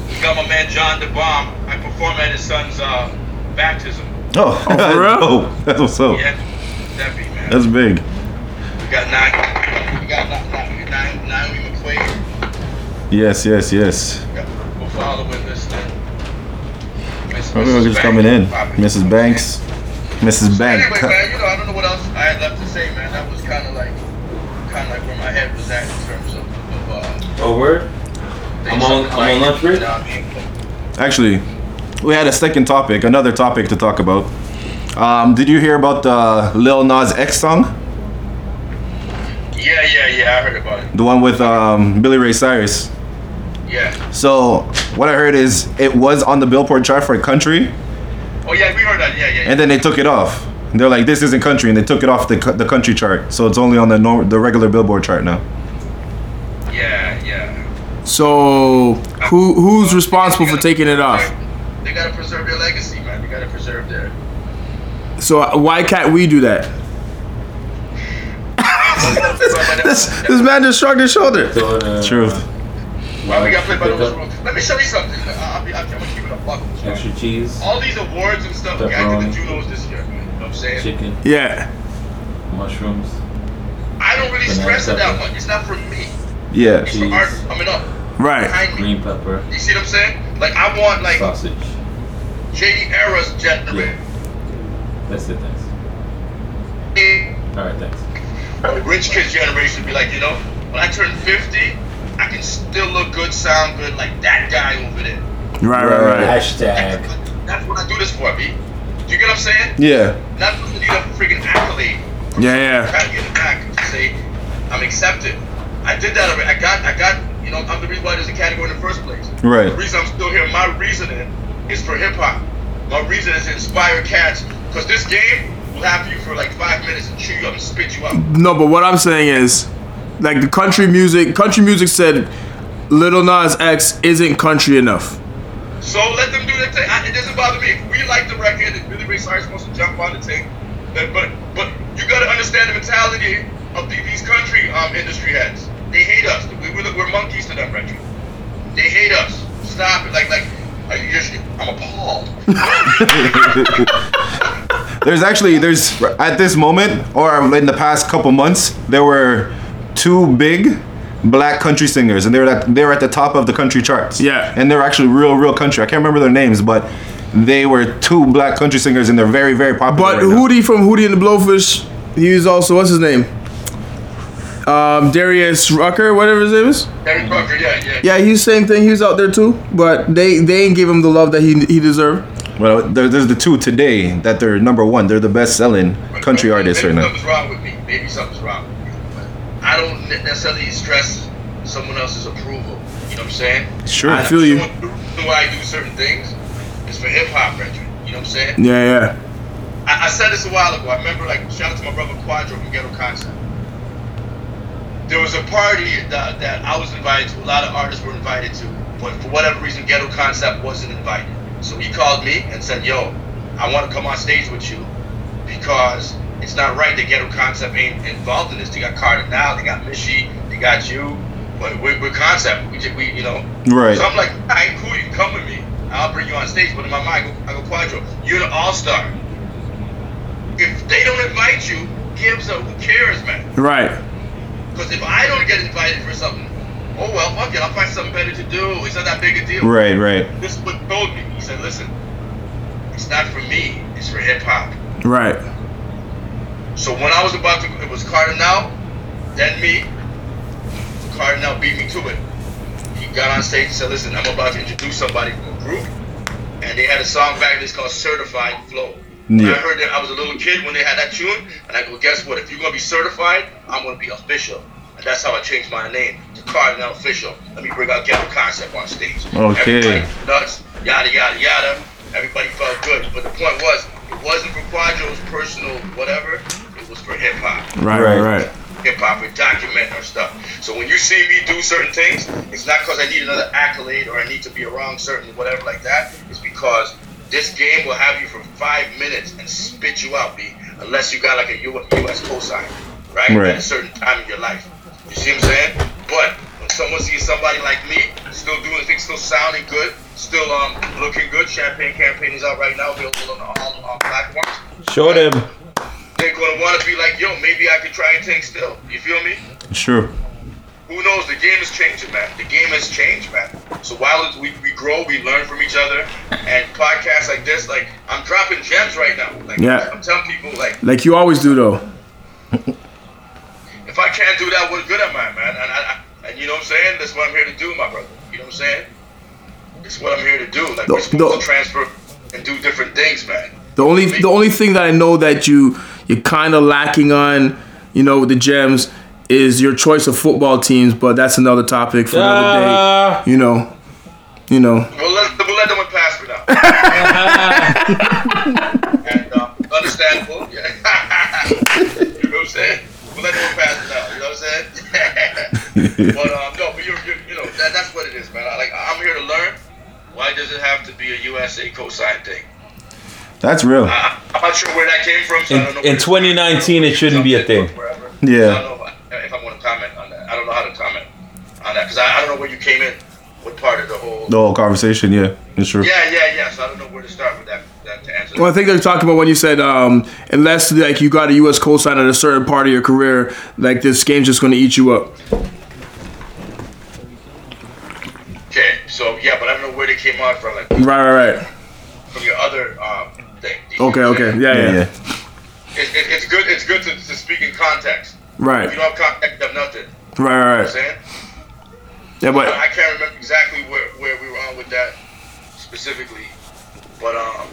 Speaker 5: We got my man John DeBomb. I performed at his son's uh, baptism.
Speaker 2: Oh,
Speaker 1: for real?
Speaker 2: oh, that's what's up.
Speaker 5: Yeah, that be man.
Speaker 2: That's big.
Speaker 5: we got nine. We got nine. nine, nine Naomi McQuaid.
Speaker 2: Yes, yes, yes.
Speaker 5: We got people following this thing. Miss-
Speaker 2: Everyone
Speaker 5: Mrs.
Speaker 2: just
Speaker 5: Banks
Speaker 2: coming in.
Speaker 5: popping.
Speaker 2: Mrs. Banks. Mrs. Banks.
Speaker 5: Anyway, man, you know, I don't know what else I had left to say, man. That was kind of like, kind of like where my head was at in terms of, of uh,
Speaker 3: Oh, word? I'm on, I'm on lunch break?
Speaker 2: Actually, we had a second topic, another topic to talk about. Um, did you hear about the Lil Nas X song,
Speaker 5: Yeah, yeah, yeah. I heard about it.
Speaker 2: the one with um, Billy Ray Cyrus?
Speaker 5: Yeah.
Speaker 2: So what I heard is it was on the Billboard chart for country,
Speaker 5: Oh yeah, we heard that. Yeah, yeah.
Speaker 2: and then they took it off. They're like, this isn't country, and they took it off the, cu- the country chart. So it's only on the nor- the regular Billboard chart now.
Speaker 5: yeah, yeah.
Speaker 1: So who who's responsible for taking it off?
Speaker 5: They gotta preserve their legacy, man. They gotta preserve their.
Speaker 1: So why can't we do that?
Speaker 5: uh,
Speaker 1: This this man just shrugged his shoulder.
Speaker 7: uh,
Speaker 2: Truth.
Speaker 5: Why we got played by those rules? Let me show you something. I- I'll be, I'm gonna keep it a buck.
Speaker 7: Extra cheese,
Speaker 5: All these awards and stuff, yeah, I did the Junos this year, man. You know what I'm saying?
Speaker 7: chicken,
Speaker 1: Yeah.
Speaker 7: mushrooms.
Speaker 5: I don't really stress it that much. It's not for me.
Speaker 2: Yeah.
Speaker 5: It's for
Speaker 7: Jeez.
Speaker 5: art coming up
Speaker 1: Right.
Speaker 5: behind me.
Speaker 7: Green pepper,
Speaker 5: You see what I'm saying? Like I want like
Speaker 7: sausage.
Speaker 5: JD Era's
Speaker 7: Yeah.
Speaker 5: gentleman.
Speaker 7: That's it, thanks. Alright, thanks.
Speaker 5: The rich kids generation be like, you know, when I turn 50, I can still look good, sound good, like that guy over there.
Speaker 1: Right. Right. Right.
Speaker 7: Hashtag.
Speaker 5: That's what I do this for, B. Do you get what I'm saying?
Speaker 2: Yeah.
Speaker 5: Not because you need a freaking accolade.
Speaker 1: Yeah. Yeah.
Speaker 5: Try to get it back to say I'm accepted. I did that already. I got, I got, you know, I'm the reason why there's a category in the first place.
Speaker 2: Right.
Speaker 5: The reason I'm still here, my reasoning is for hip hop. My reason is to inspire cats. Because this game will have you for like five minutes and chew you up and spit you out.
Speaker 1: No, but what I'm saying is, like the country music, country music said, Little Nas X isn't country enough.
Speaker 5: So let them do their thing. I, it doesn't bother me. If we like the record and Billy Ray Cyrus wants to jump on the thing, then, but but you gotta understand the mentality of the, these country um, industry heads. They hate us. We, we're, we're monkeys to them, Reggie. They hate us. Stop it. Like like. I just, I'm appalled.
Speaker 2: There's actually there's at this moment or in the past couple months there were two big black country singers and they're at they're at the top of the country charts.
Speaker 1: Yeah.
Speaker 2: And they're actually real real country. I can't remember their names, but they were two black country singers and they're very very popular.
Speaker 1: But
Speaker 2: right now.
Speaker 1: Hootie from Hootie and the Blowfish, he's also what's his name? Um, Darius Rucker, whatever his name is.
Speaker 5: Eric Rucker, yeah, yeah.
Speaker 1: Yeah, he's same thing. He was out there too, but they they ain't give him the love that he he deserved.
Speaker 2: Well, there, there's the two today that they're number one. They're the best selling country artists right
Speaker 5: Maybe
Speaker 2: now.
Speaker 5: Something's wrong with me. Maybe something's wrong. With me. But I don't necessarily stress someone else's approval. You know what I'm saying?
Speaker 2: Sure.
Speaker 1: I feel you.
Speaker 5: The reason why I do certain things is for hip hop, Reggie. You know what I'm saying?
Speaker 1: Yeah,
Speaker 5: I, I said this a while ago. I remember, like, shout out to my brother Quadro from Ghetto Concept. There was a party that, that I was invited to. A lot of artists were invited to, but for whatever reason, Ghetto Concept wasn't invited. So he called me and said, "Yo, I want to come on stage with you because it's not right that Ghetto Concept ain't involved in this. They got Carter now, they got Mishy, they got you, but we're, we're Concept. We just, we you know."
Speaker 2: Right.
Speaker 5: So I'm like, "All right, cool. You can come with me. I'll bring you on stage." But in my mind, I go, I go Quadro, you're the all star if they don't invite you, gives a who cares, man.
Speaker 1: yeah. Right.
Speaker 5: Because if I don't get invited for something, oh well, fuck it, I'll find something better to do. It's not that big a deal.
Speaker 2: Right, right,
Speaker 5: This is what he told me. He said, listen, it's not for me, it's for hip hop.
Speaker 1: Right.
Speaker 5: So when I was about to, it was Cardinal, then me. Cardinal beat me to it. He got on stage and said, listen, I'm about to introduce somebody from a group. And they had a song back that's called Certified Flow. And
Speaker 2: Yeah.
Speaker 5: I heard that I was a little kid when they had that tune. And I go, guess what? If you're going to be certified, I'm going to be official. And that's how I changed my name to Cardinal Official. Let me bring out Ghetto Concept on stage.
Speaker 2: Okay.
Speaker 5: Everybody nuts, yada yada yada. Everybody felt good, but the point was, it wasn't for Quadro's personal whatever. It was for hip hop.
Speaker 1: Right. Right. Right.
Speaker 5: Hip hop, we're documenting our stuff. So when you see me do certain things, it's not because I need another accolade or I need to be around certain whatever like that. It's because this game will have you for five minutes and spit you out, B, unless you got like a U- U.S. cosign, right?
Speaker 2: Right.
Speaker 5: At a certain time in your life. You see what I'm saying? But when someone sees somebody like me still doing things, still sounding good, still um looking good, champagne campaign is out right now, available on all all platforms.
Speaker 3: Show them.
Speaker 5: They're gonna want to be like, yo, maybe I could try and think still. You feel me?
Speaker 2: sure.
Speaker 5: who knows? The game is changing, man. The game has changed, man. So while we, we grow, we learn from each other, and podcasts like this, like I'm dropping gems right now. Like
Speaker 1: Yeah.
Speaker 5: I'm telling people, like
Speaker 1: Like you always do though.
Speaker 5: if I can't do that, what good am I, man? And I, I, And you know what I'm saying? That's what I'm here to do, my brother. You know what I'm saying? It's what I'm here to do. Like
Speaker 1: No,
Speaker 5: we're supposed
Speaker 1: no.
Speaker 5: to transfer and do different things, man.
Speaker 1: The only the only thing that I know that you you're kind of lacking on, you know, with the gems is your choice of football teams, but that's another topic for another day. You know, you know.
Speaker 5: We'll let, we'll let that one pass for now. and, uh, understandable. Yeah. you know what I'm saying? We'll let that one pass for now. You know what I'm saying? but um, no, but you're, you're, you know that, that's what it is, man. I, like I'm here to learn. Why does it have to be a USA cosign thing?
Speaker 2: That's real.
Speaker 5: I, I'm not sure where that came from. So I don't know
Speaker 7: In- in
Speaker 5: where-
Speaker 7: 2019, it shouldn't be a thing.
Speaker 5: Wherever.
Speaker 2: Yeah.
Speaker 5: I don't know if I want to comment on that. I don't know how to comment on that because I, I don't know where you came in. What part of the whole?
Speaker 2: The whole conversation, yeah, it's true.
Speaker 5: Yeah, yeah, yeah. So I don't know where to start with that. that to answer.
Speaker 1: Well, I think they're talking about when you said um, unless like you got a U.S. cosign at a certain part of your career, like this game's just going to eat you up.
Speaker 5: Okay, so yeah, but I don't know where they came on from, like
Speaker 1: Right, right, right.
Speaker 5: from your other um, thing.
Speaker 1: Okay, okay. Yeah, yeah.
Speaker 2: yeah.
Speaker 1: yeah.
Speaker 2: yeah.
Speaker 5: It, it, it's good. It's good to, to speak in context. If
Speaker 1: Right,
Speaker 5: you
Speaker 1: right,
Speaker 5: don't have context, you have nothing. You know
Speaker 1: right,
Speaker 5: what I'm
Speaker 1: right.
Speaker 5: saying?
Speaker 1: Yeah,
Speaker 5: But I
Speaker 1: but
Speaker 5: can't remember exactly where, where we were on with that specifically. But um,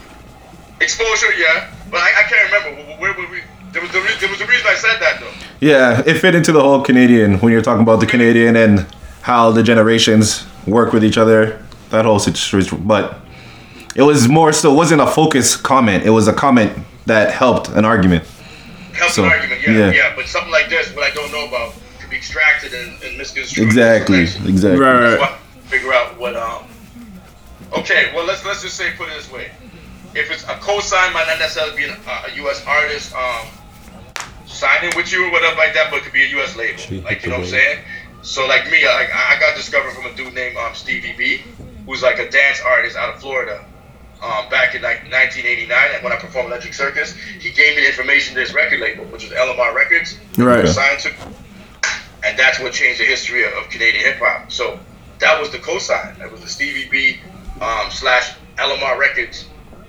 Speaker 5: exposure, yeah. But I, I can't remember Wh- wh- where were we. There was the re- there was a reason I said that though.
Speaker 2: Yeah, it fit into the whole Canadian when you're talking about the Canadian and how the generations work with each other. That whole situation, but it was more so it wasn't a focused comment. It was a comment that helped an argument.
Speaker 5: Helps
Speaker 2: So,
Speaker 5: an argument, yeah,
Speaker 2: yeah.
Speaker 5: yeah, But something like this, what I don't know about, could be extracted and, and misconstrued.
Speaker 2: Exactly,
Speaker 5: Information.
Speaker 2: exactly.
Speaker 1: Right, right.
Speaker 5: That's why I figure out what um. Okay, well let's let's just say put it this way, if it's a co-sign, might not necessarily be an, uh, a U.S. artist um signing with you or whatever like that, but it could be a U.S. label, like you know what I'm saying. So like me, like I I got discovered from a dude named um Stevie B, who's like a dance artist out of Florida. Um, back in like 1989, and when I performed Electric Circus, he gave me the information to his record label, which was LMR Records.
Speaker 1: Right.
Speaker 5: Signed to and that's what changed the history of, of Canadian hip hop. So that was the cosign. That was the Stevie B um, slash LMR Records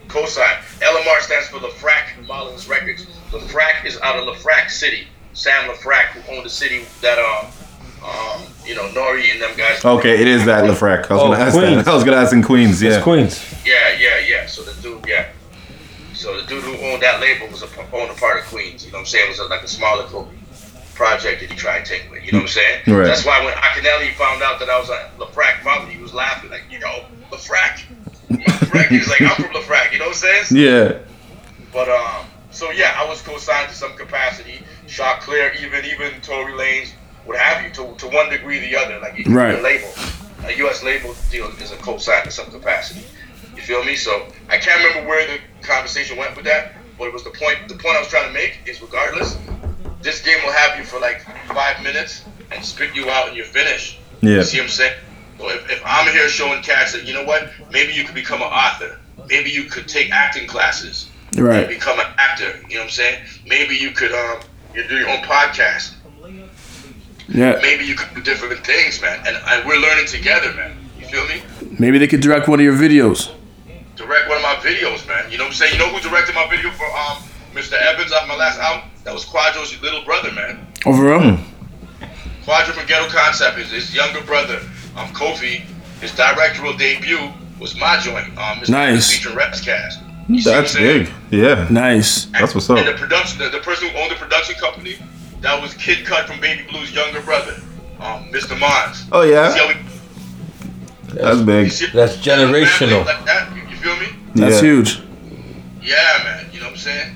Speaker 5: cosign. LMR stands for Lafrac Mullins Records. Lafrac is out of Lafrac City. Sam Lafrac, who owned the city that um, um, you know Nori and them guys.
Speaker 2: Okay, it is that Lefrak. I was
Speaker 7: Oh,
Speaker 2: gonna ask
Speaker 7: Queens.
Speaker 2: that. I was gonna ask in Queens. Yeah.
Speaker 7: It's Queens.
Speaker 5: Yeah, yeah, yeah. So the dude, yeah. So the dude who owned that label was a, p- owned a part of Queens. You know what I'm saying? It was a, like a small little project that he tried to take with. You know what I'm saying?
Speaker 2: Right.
Speaker 5: That's why when Akinelli found out that I was on Lafrac Mountain, he was laughing like, you know, Lafrac. Lafrac. He was like, I'm from Lafrac. You know what I'm saying?
Speaker 2: Yeah.
Speaker 5: But um, so yeah, I was co-signed to some capacity. Shot clear, even even Tory Lanez, what have you, to, to one degree or the other. Like a
Speaker 1: Right.
Speaker 5: label, a U.S. label deal is a co-sign to some capacity. You feel me? So I can't remember where the conversation went with that, but it was the point. The point I was trying to make is, regardless, this game will have you for like five minutes and spit you out, and you're finished.
Speaker 2: Yeah.
Speaker 5: You see what I'm saying? So if, if I'm here showing cats that you know what, maybe you could become an author. Maybe you could take acting classes and
Speaker 1: right,
Speaker 5: become an actor. You know what I'm saying? Maybe you could um, you do your own podcast.
Speaker 1: yeah.
Speaker 5: Maybe you could do different things, man. And, and we're learning together, man. You feel me?
Speaker 1: Maybe they could direct one of your videos.
Speaker 5: Direct one of my videos, man. You know what I'm saying? You know who directed my video for um, Mr. Evans off my last album? That was Quadro's little brother, man.
Speaker 1: Overall,
Speaker 2: Hmm.
Speaker 5: Quadro from Ghetto Concept is his younger brother, um, Kofi. His directorial debut was my joint, um, Mr.
Speaker 1: Nice.
Speaker 5: Featuring Rapscast. You see what I'm
Speaker 2: That's
Speaker 5: saying?
Speaker 2: big. Yeah.
Speaker 1: nice.
Speaker 2: That's what's up.
Speaker 5: And the production, the, the person who owned the production company, that was Kid Cut from Baby Blue's younger brother, um, Mr. Mons.
Speaker 2: Oh
Speaker 5: See how
Speaker 2: yeah.
Speaker 5: we-
Speaker 2: That's big.
Speaker 5: see-
Speaker 7: That's
Speaker 5: family
Speaker 7: generational.
Speaker 5: Like that, you, you feel me?
Speaker 1: That's
Speaker 2: Yeah.
Speaker 1: huge.
Speaker 5: Yeah, man. You know what I'm saying?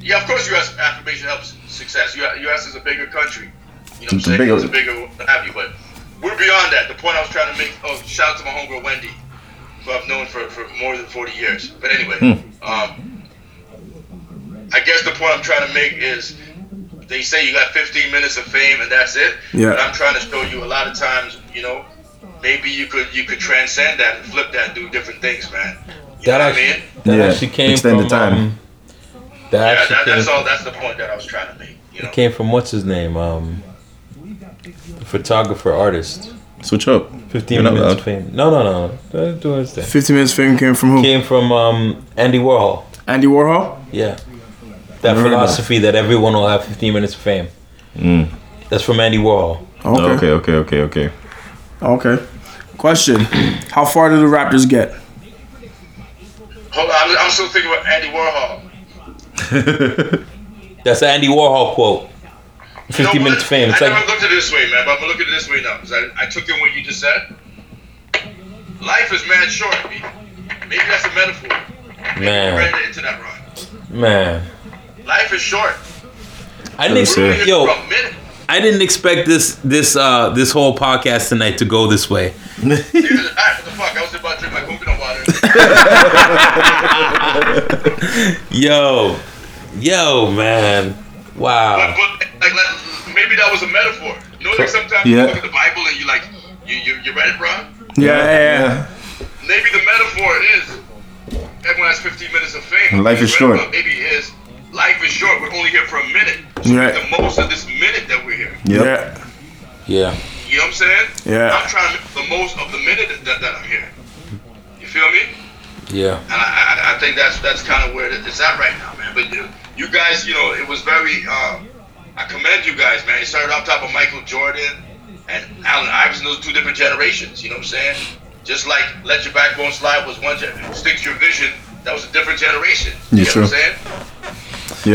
Speaker 5: Yeah, of course, U.S. affirmation helps success. U- U.S. is a bigger country. You know what I'm
Speaker 2: It's a
Speaker 5: saying?
Speaker 2: bigger-
Speaker 5: It's a bigger what have you, but we're beyond that. The point I was trying to make. Oh, shout out to my homegirl Wendy, who I've known for, for more than 40 years. But anyway, um, I guess the point I'm trying to make is they say you got 15 minutes of fame and that's it.
Speaker 1: Yeah.
Speaker 5: But I'm trying to show you a lot of times, you know, maybe you could you could transcend that and flip that, and do different things, man. You
Speaker 7: That
Speaker 5: know
Speaker 7: actually,
Speaker 5: what I mean?
Speaker 7: that
Speaker 2: Yeah,
Speaker 7: actually came
Speaker 2: extend the
Speaker 7: from.
Speaker 2: time.
Speaker 7: um, that
Speaker 5: Yeah,
Speaker 7: actually
Speaker 5: that,
Speaker 7: came,
Speaker 5: that's all. That's the point that I was trying to make. You know,
Speaker 7: it came from what's his name? Um, the photographer artist.
Speaker 2: Switch up.
Speaker 7: 15
Speaker 2: You're not
Speaker 7: minutes
Speaker 2: loud.
Speaker 7: of fame. No, no, no. Don't do his thing.
Speaker 1: 15 minutes fame came from who?
Speaker 7: Came from um, Andy Warhol.
Speaker 1: Andy Warhol.
Speaker 7: Yeah. That
Speaker 2: Never heard of
Speaker 3: Mm.
Speaker 7: philosophy that everyone will have 15 minutes of fame. That's from Andy Warhol.
Speaker 1: Okay.
Speaker 2: Oh, Okay, okay, okay, okay.
Speaker 1: Okay. Question: How far did the Raptors get?
Speaker 5: Hold on, I'm, I'm still thinking about Andy Warhol.
Speaker 7: That's an Andy Warhol quote. 50
Speaker 5: what?
Speaker 7: minutes fame. It's
Speaker 5: I
Speaker 7: like
Speaker 5: never looked at it this way, man. But I'm gonna look at it this way now because I, I took in what you just said. Life is mad short. B. Maybe that's a metaphor. Read
Speaker 7: man,
Speaker 5: the internet wrong.
Speaker 7: man.
Speaker 5: Life is short.
Speaker 7: I didn't
Speaker 2: That's it.
Speaker 7: expect, yo,
Speaker 5: From minute.
Speaker 3: I didn't expect this this uh this whole podcast tonight to go this way.
Speaker 5: Dude, all right, what the fuck? I was about to drink my coconut water.
Speaker 7: yo, yo, man. Wow.
Speaker 5: But, like, like, maybe that was a metaphor. You know, like sometimes
Speaker 2: Yeah.
Speaker 5: you look at the Bible and you like, you, you, you read it wrong.
Speaker 1: Yeah, yeah.
Speaker 5: Maybe the metaphor is everyone has 15 minutes of fame.
Speaker 2: And life is
Speaker 5: Read it wrong.
Speaker 2: short.
Speaker 5: Maybe it is life is short. We're only here for a minute. So
Speaker 1: Right.
Speaker 5: make the most of this minute that we're here.
Speaker 1: Yeah.
Speaker 2: Yep.
Speaker 1: yeah.
Speaker 7: Yeah.
Speaker 5: You know what I'm saying?
Speaker 1: Yeah.
Speaker 5: I'm trying to make the most of the minute that, that I'm here. You feel me?
Speaker 7: Yeah.
Speaker 5: and I, I, I think that's that's kind of where it's at right now, man. But you, you guys, you know, it was very. Uh, I commend you guys, man. You started off top of Michael Jordan and Allen Iverson. Those two different generations. You know what I'm saying? Just like let your backbone slide was one generation. Stick to your vision. That was a different generation. You
Speaker 2: Yeah,
Speaker 5: know
Speaker 2: true.
Speaker 5: what I'm saying?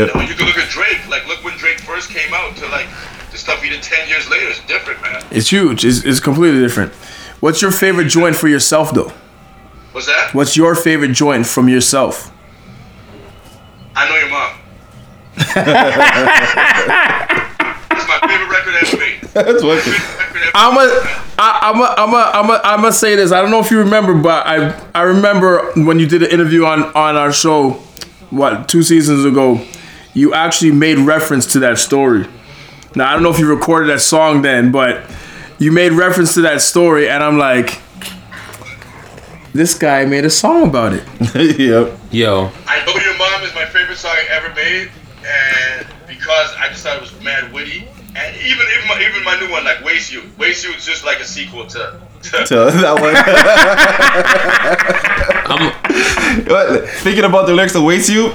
Speaker 2: Yep.
Speaker 5: You can look at Drake. Like look when Drake first came out to like the stuff he did ten years later. It's different, man.
Speaker 1: It's huge. It's, it's completely different. What's your favorite joint for yourself though?
Speaker 5: What's that?
Speaker 1: What's your favorite joint from yourself?
Speaker 5: I know your mom. That's my favorite record ever made.
Speaker 2: That's what.
Speaker 1: I'm a, I, I'm a, I'm a, I'm a, I'm a say this. I don't know if you remember, but I, I remember when you did an interview on on our show, what two seasons ago, you actually made reference to that story. Now I don't know if you recorded that song then, but you made reference to that story, and I'm like, this guy made a song about it.
Speaker 2: yep.
Speaker 7: Yo.
Speaker 5: I know your mom is my favorite song I ever made, and because I just thought it was mad witty, and even even my, even my new one like Waste You, Waste You is just like a sequel to. to
Speaker 2: So that one.
Speaker 3: I'm
Speaker 2: But Thinking about the lyrics of Waste You,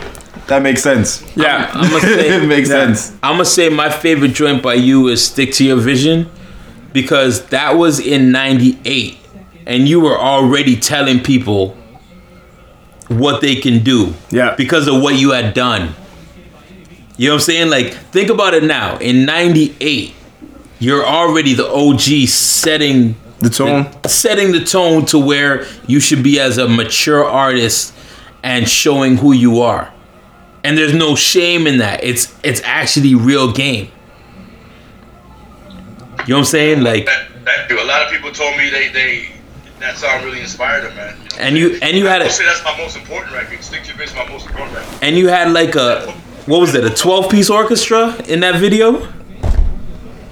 Speaker 2: that makes sense.
Speaker 1: Yeah,
Speaker 3: I'm gonna
Speaker 2: it
Speaker 3: say
Speaker 2: makes sense.
Speaker 3: I'm gonna say my favorite joint by you is "Stick to Your Vision," because that was in '98, and you were already telling people what they can do.
Speaker 1: Yeah.
Speaker 3: Because of what you had done. You know what I'm saying? Like, think about it now. In '98, you're already the OG setting
Speaker 1: the tone.
Speaker 3: setting the tone to where you should be as a mature artist and showing who you are. And there's no shame in that. It's it's actually real game. You know what I'm saying? Like
Speaker 5: that, that, dude, a lot of people told me they they that song really inspired them, man. know what
Speaker 3: And you-
Speaker 5: I'm saying?
Speaker 3: and you had
Speaker 5: I would
Speaker 3: it-
Speaker 5: say that's my most important record. Stick to your vision, my most important record.
Speaker 3: and you had like a what was it, a 12 piece orchestra in that video?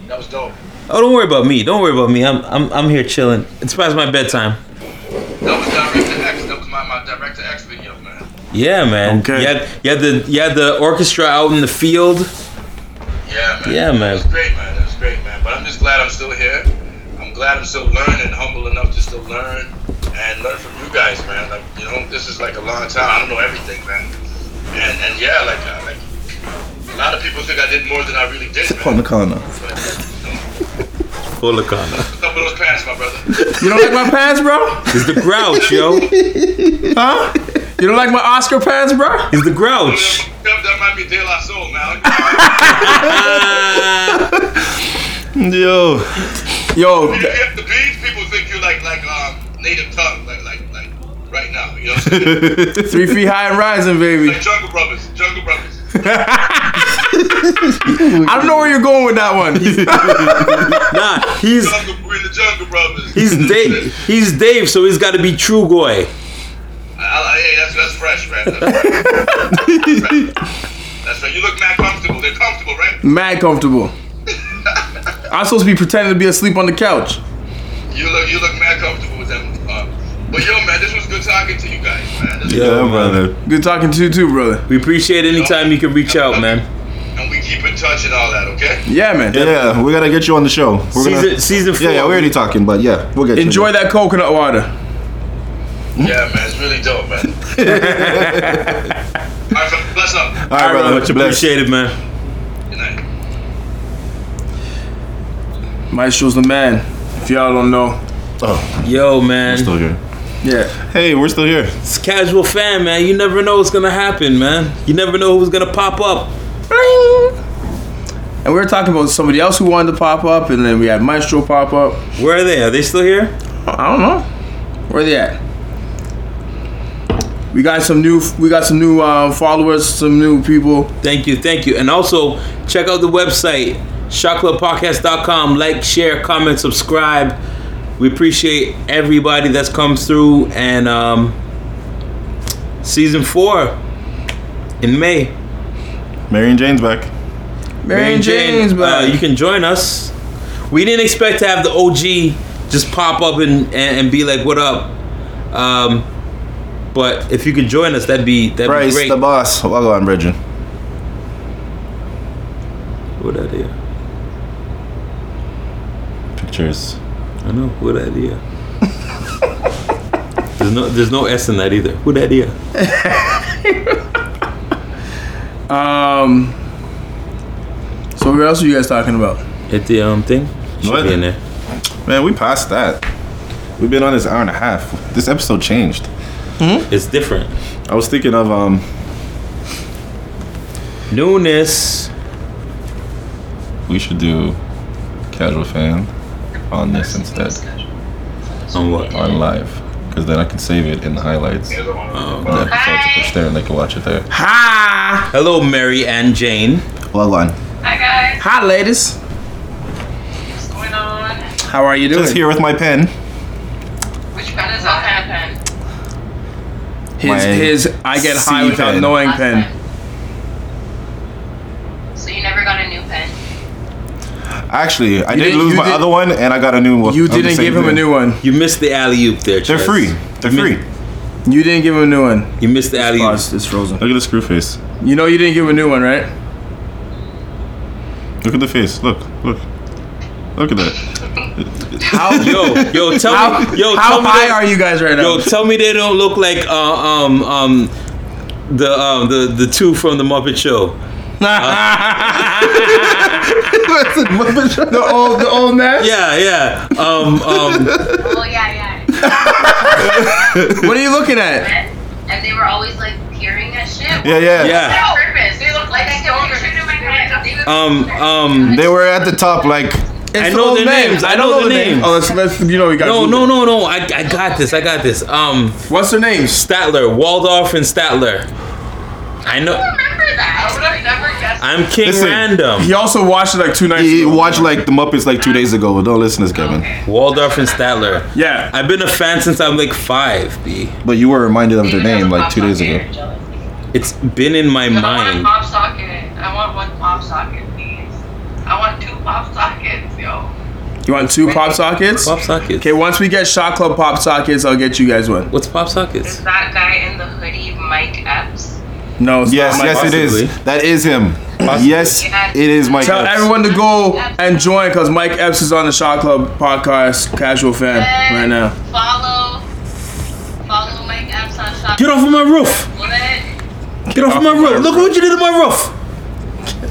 Speaker 5: That was dope.
Speaker 3: Oh don't worry about me. Don't worry about me. I'm I'm I'm here chilling. It's past my bedtime.
Speaker 5: That was Director X. That was my, my Director X video, man.
Speaker 3: Yeah, man.
Speaker 1: Okay.
Speaker 3: You had, you had the you had the orchestra out in the field.
Speaker 5: Yeah, man.
Speaker 3: Yeah, man.
Speaker 5: It was great, man. It was great, man. But I'm just glad I'm still here. I'm glad I'm still learning, humble enough to still learn and learn from you guys, man. Like, you know, this is like a long time. I don't know everything, man. And and yeah, like, uh, like a lot of people think I did more than I really did,
Speaker 2: On
Speaker 5: man.
Speaker 2: the corner.
Speaker 5: But,
Speaker 3: Full of karma.
Speaker 5: What's up with those pants, my brother?
Speaker 1: You don't like my pants, bro?
Speaker 3: It's the grouch, yo.
Speaker 1: Huh? You don't like my Oscar pants, bro?
Speaker 3: It's the grouch.
Speaker 5: that might be De La Soul, man.
Speaker 2: Yo.
Speaker 1: Yo,
Speaker 5: If you have the beads, people think you're like like um native tongue, like like like right now. You know what I'm saying?
Speaker 1: three feet high and rising, baby.
Speaker 5: Like Jungle Brothers, Jungle Brothers.
Speaker 1: I don't know where you're going with that one.
Speaker 3: Nah, he's
Speaker 5: Jungle, we're in the Jungle Brothers.
Speaker 3: He's Dave. He's Dave, so he's got to be true boy.
Speaker 5: I, I, hey, that's that's fresh, man. That's fresh. That's fresh. That's right. You look mad comfortable. They're comfortable, right?
Speaker 1: Mad comfortable. I'm supposed to be pretending to be asleep on the couch.
Speaker 5: You look you look mad comfortable with them. Uh, but yo, man, this was good talking to you guys, man. This was,
Speaker 2: Yeah, brother.
Speaker 1: Good talking to you too, brother.
Speaker 3: We appreciate any time you can reach out, man.
Speaker 5: and we keep in touch and all that, okay?
Speaker 1: Yeah, man.
Speaker 2: Yeah, we gotta get you on the show. We're gonna-
Speaker 3: Season season four.
Speaker 2: yeah, yeah, we're already talking, but yeah, we'll get you.
Speaker 1: Enjoy that coconut water.
Speaker 5: Yeah, man, it's really dope, man. all right, fam, bless up.
Speaker 2: All right, brother.
Speaker 3: Much
Speaker 2: Bless.
Speaker 3: appreciated, man.
Speaker 5: Good night.
Speaker 1: Maestro's the man. If y'all don't know,
Speaker 2: Oh,
Speaker 3: Yo, man.
Speaker 2: still here.
Speaker 1: yeah,
Speaker 2: Hey, we're still here.
Speaker 3: It's casual fan, man. You never know what's gonna happen, man. You never know who's gonna pop up.
Speaker 1: and we were talking about somebody else who wanted to pop up, and then we had Maestro pop up.
Speaker 3: Where are they? Are they still here?
Speaker 1: I don't know. Where they at? We got some new. We got some new um, followers. Some new people.
Speaker 3: Thank you, thank you. And also check out the website, shotclubpodcast.com. Like, share, comment, subscribe. We appreciate everybody that's comes through and um season four in May.
Speaker 2: Marion Jane's back.
Speaker 1: Marion
Speaker 3: Jane,
Speaker 1: James, but
Speaker 3: uh, you can join us. We didn't expect to have the OG just pop up and, and, and be like, "What up?" Um, but if you could join us, that'd be that'd
Speaker 2: Bryce,
Speaker 3: be
Speaker 2: the
Speaker 3: great.
Speaker 2: boss. Wagwan Bridging.
Speaker 3: What idea?
Speaker 2: Pictures.
Speaker 3: I know. What idea? there's no there's no S in that either. What idea?
Speaker 1: um. So what else are you guys talking about?
Speaker 3: At the um thing. Should
Speaker 2: What?
Speaker 3: be in there.
Speaker 2: Man, we passed that. We've been on this hour and a half. This episode changed.
Speaker 3: It's different.
Speaker 2: I was thinking of um
Speaker 3: Newness.
Speaker 2: we should do casual fan on this instead.
Speaker 3: On what?
Speaker 2: On live. Cause then I can save it in the highlights.
Speaker 1: Oh.
Speaker 2: of the episode to push there and they can watch it there.
Speaker 3: Hello, Mary and Jane.
Speaker 2: Bloodline.
Speaker 8: Hi guys,
Speaker 1: Hi, ladies.
Speaker 8: what's going on?
Speaker 1: How are you doing?
Speaker 2: Just here with my pen.
Speaker 8: Which pen is that?
Speaker 2: my
Speaker 1: His, his I get high
Speaker 2: C
Speaker 1: without
Speaker 2: pen.
Speaker 1: knowing
Speaker 8: Last
Speaker 1: pen.
Speaker 8: pen. So you never got a new pen?
Speaker 2: Actually, I
Speaker 1: You
Speaker 2: did
Speaker 1: didn't-
Speaker 2: lose
Speaker 1: you
Speaker 2: my
Speaker 1: did-
Speaker 2: other one and I got a new one.
Speaker 1: You
Speaker 2: of the
Speaker 1: didn't
Speaker 2: same
Speaker 1: give him a
Speaker 2: thing.
Speaker 1: new one.
Speaker 3: You missed the alley oop there.
Speaker 2: They're
Speaker 3: Chaz.
Speaker 2: free. They're free.
Speaker 1: You didn't give him a new one.
Speaker 3: You missed the alley oop.
Speaker 1: Pause. It's frozen.
Speaker 2: Look at the screw face.
Speaker 1: You know you didn't give him a new one, right?
Speaker 2: Look at the face. Look. Look. Look at that.
Speaker 1: How
Speaker 3: Yo, yo, tell
Speaker 1: how,
Speaker 3: me, yo,
Speaker 1: how
Speaker 3: tell me
Speaker 1: high
Speaker 3: that-
Speaker 1: are you guys right
Speaker 3: Yo,
Speaker 1: now?
Speaker 3: tell me they don't look like uh, um um the um the the two from the Muppet Show.
Speaker 1: the old the old man.
Speaker 3: Yeah, yeah. Um um
Speaker 8: Oh yeah, yeah.
Speaker 1: What are you looking at?
Speaker 8: and they were always like peering at shit.
Speaker 2: Yeah, yeah.
Speaker 3: yeah.
Speaker 8: No. Purpose. They look like they were shooting my head.
Speaker 3: Um um
Speaker 2: They were at the top like
Speaker 1: It's
Speaker 3: I
Speaker 1: the
Speaker 3: know
Speaker 1: old
Speaker 3: their
Speaker 1: man.
Speaker 3: names. I
Speaker 1: don't
Speaker 3: know their names.
Speaker 1: Oh, let's, let's you know we got.
Speaker 3: no,
Speaker 1: Google.
Speaker 3: no, no, no. I, I got this. I got this. Um
Speaker 1: What's their names?
Speaker 3: Statler, Waldorf and Statler. I know
Speaker 8: Remember that? I would have never guessed.
Speaker 3: I'm King
Speaker 2: Listen,
Speaker 3: Random.
Speaker 1: He also watched it like two nights
Speaker 2: He
Speaker 1: ago.
Speaker 2: watched like the Muppets like two days ago. Don't listen to this, Kevin.
Speaker 3: Waldorf and Statler.
Speaker 1: Yeah.
Speaker 3: I've been a fan since I'm like 5, B.
Speaker 2: But you were reminded of their name like two days ago.
Speaker 3: It's been in my
Speaker 8: I want a
Speaker 3: mind.
Speaker 8: pop socket. I want one pop socket, please. I want two pop sockets, yo.
Speaker 1: you want two pop sockets?
Speaker 3: Pop sockets.
Speaker 1: Okay, once we get Shot Club pop sockets, I'll get you guys one.
Speaker 3: What's pop sockets?
Speaker 8: Is that guy in the hoodie Mike Epps?
Speaker 1: No, it's
Speaker 2: Yes,
Speaker 1: not my
Speaker 2: yes, it is.
Speaker 3: possibly.
Speaker 2: That is him. Yes, it is Mike.
Speaker 1: Tell
Speaker 2: Epps.
Speaker 1: everyone to go and join because Mike Epps is on the Shot Club podcast, casual fan right now.
Speaker 8: Follow, follow Mike Epps on Shop.
Speaker 3: Get off of my roof.
Speaker 8: What?
Speaker 3: Get off of my roof. Look what you did to my roof.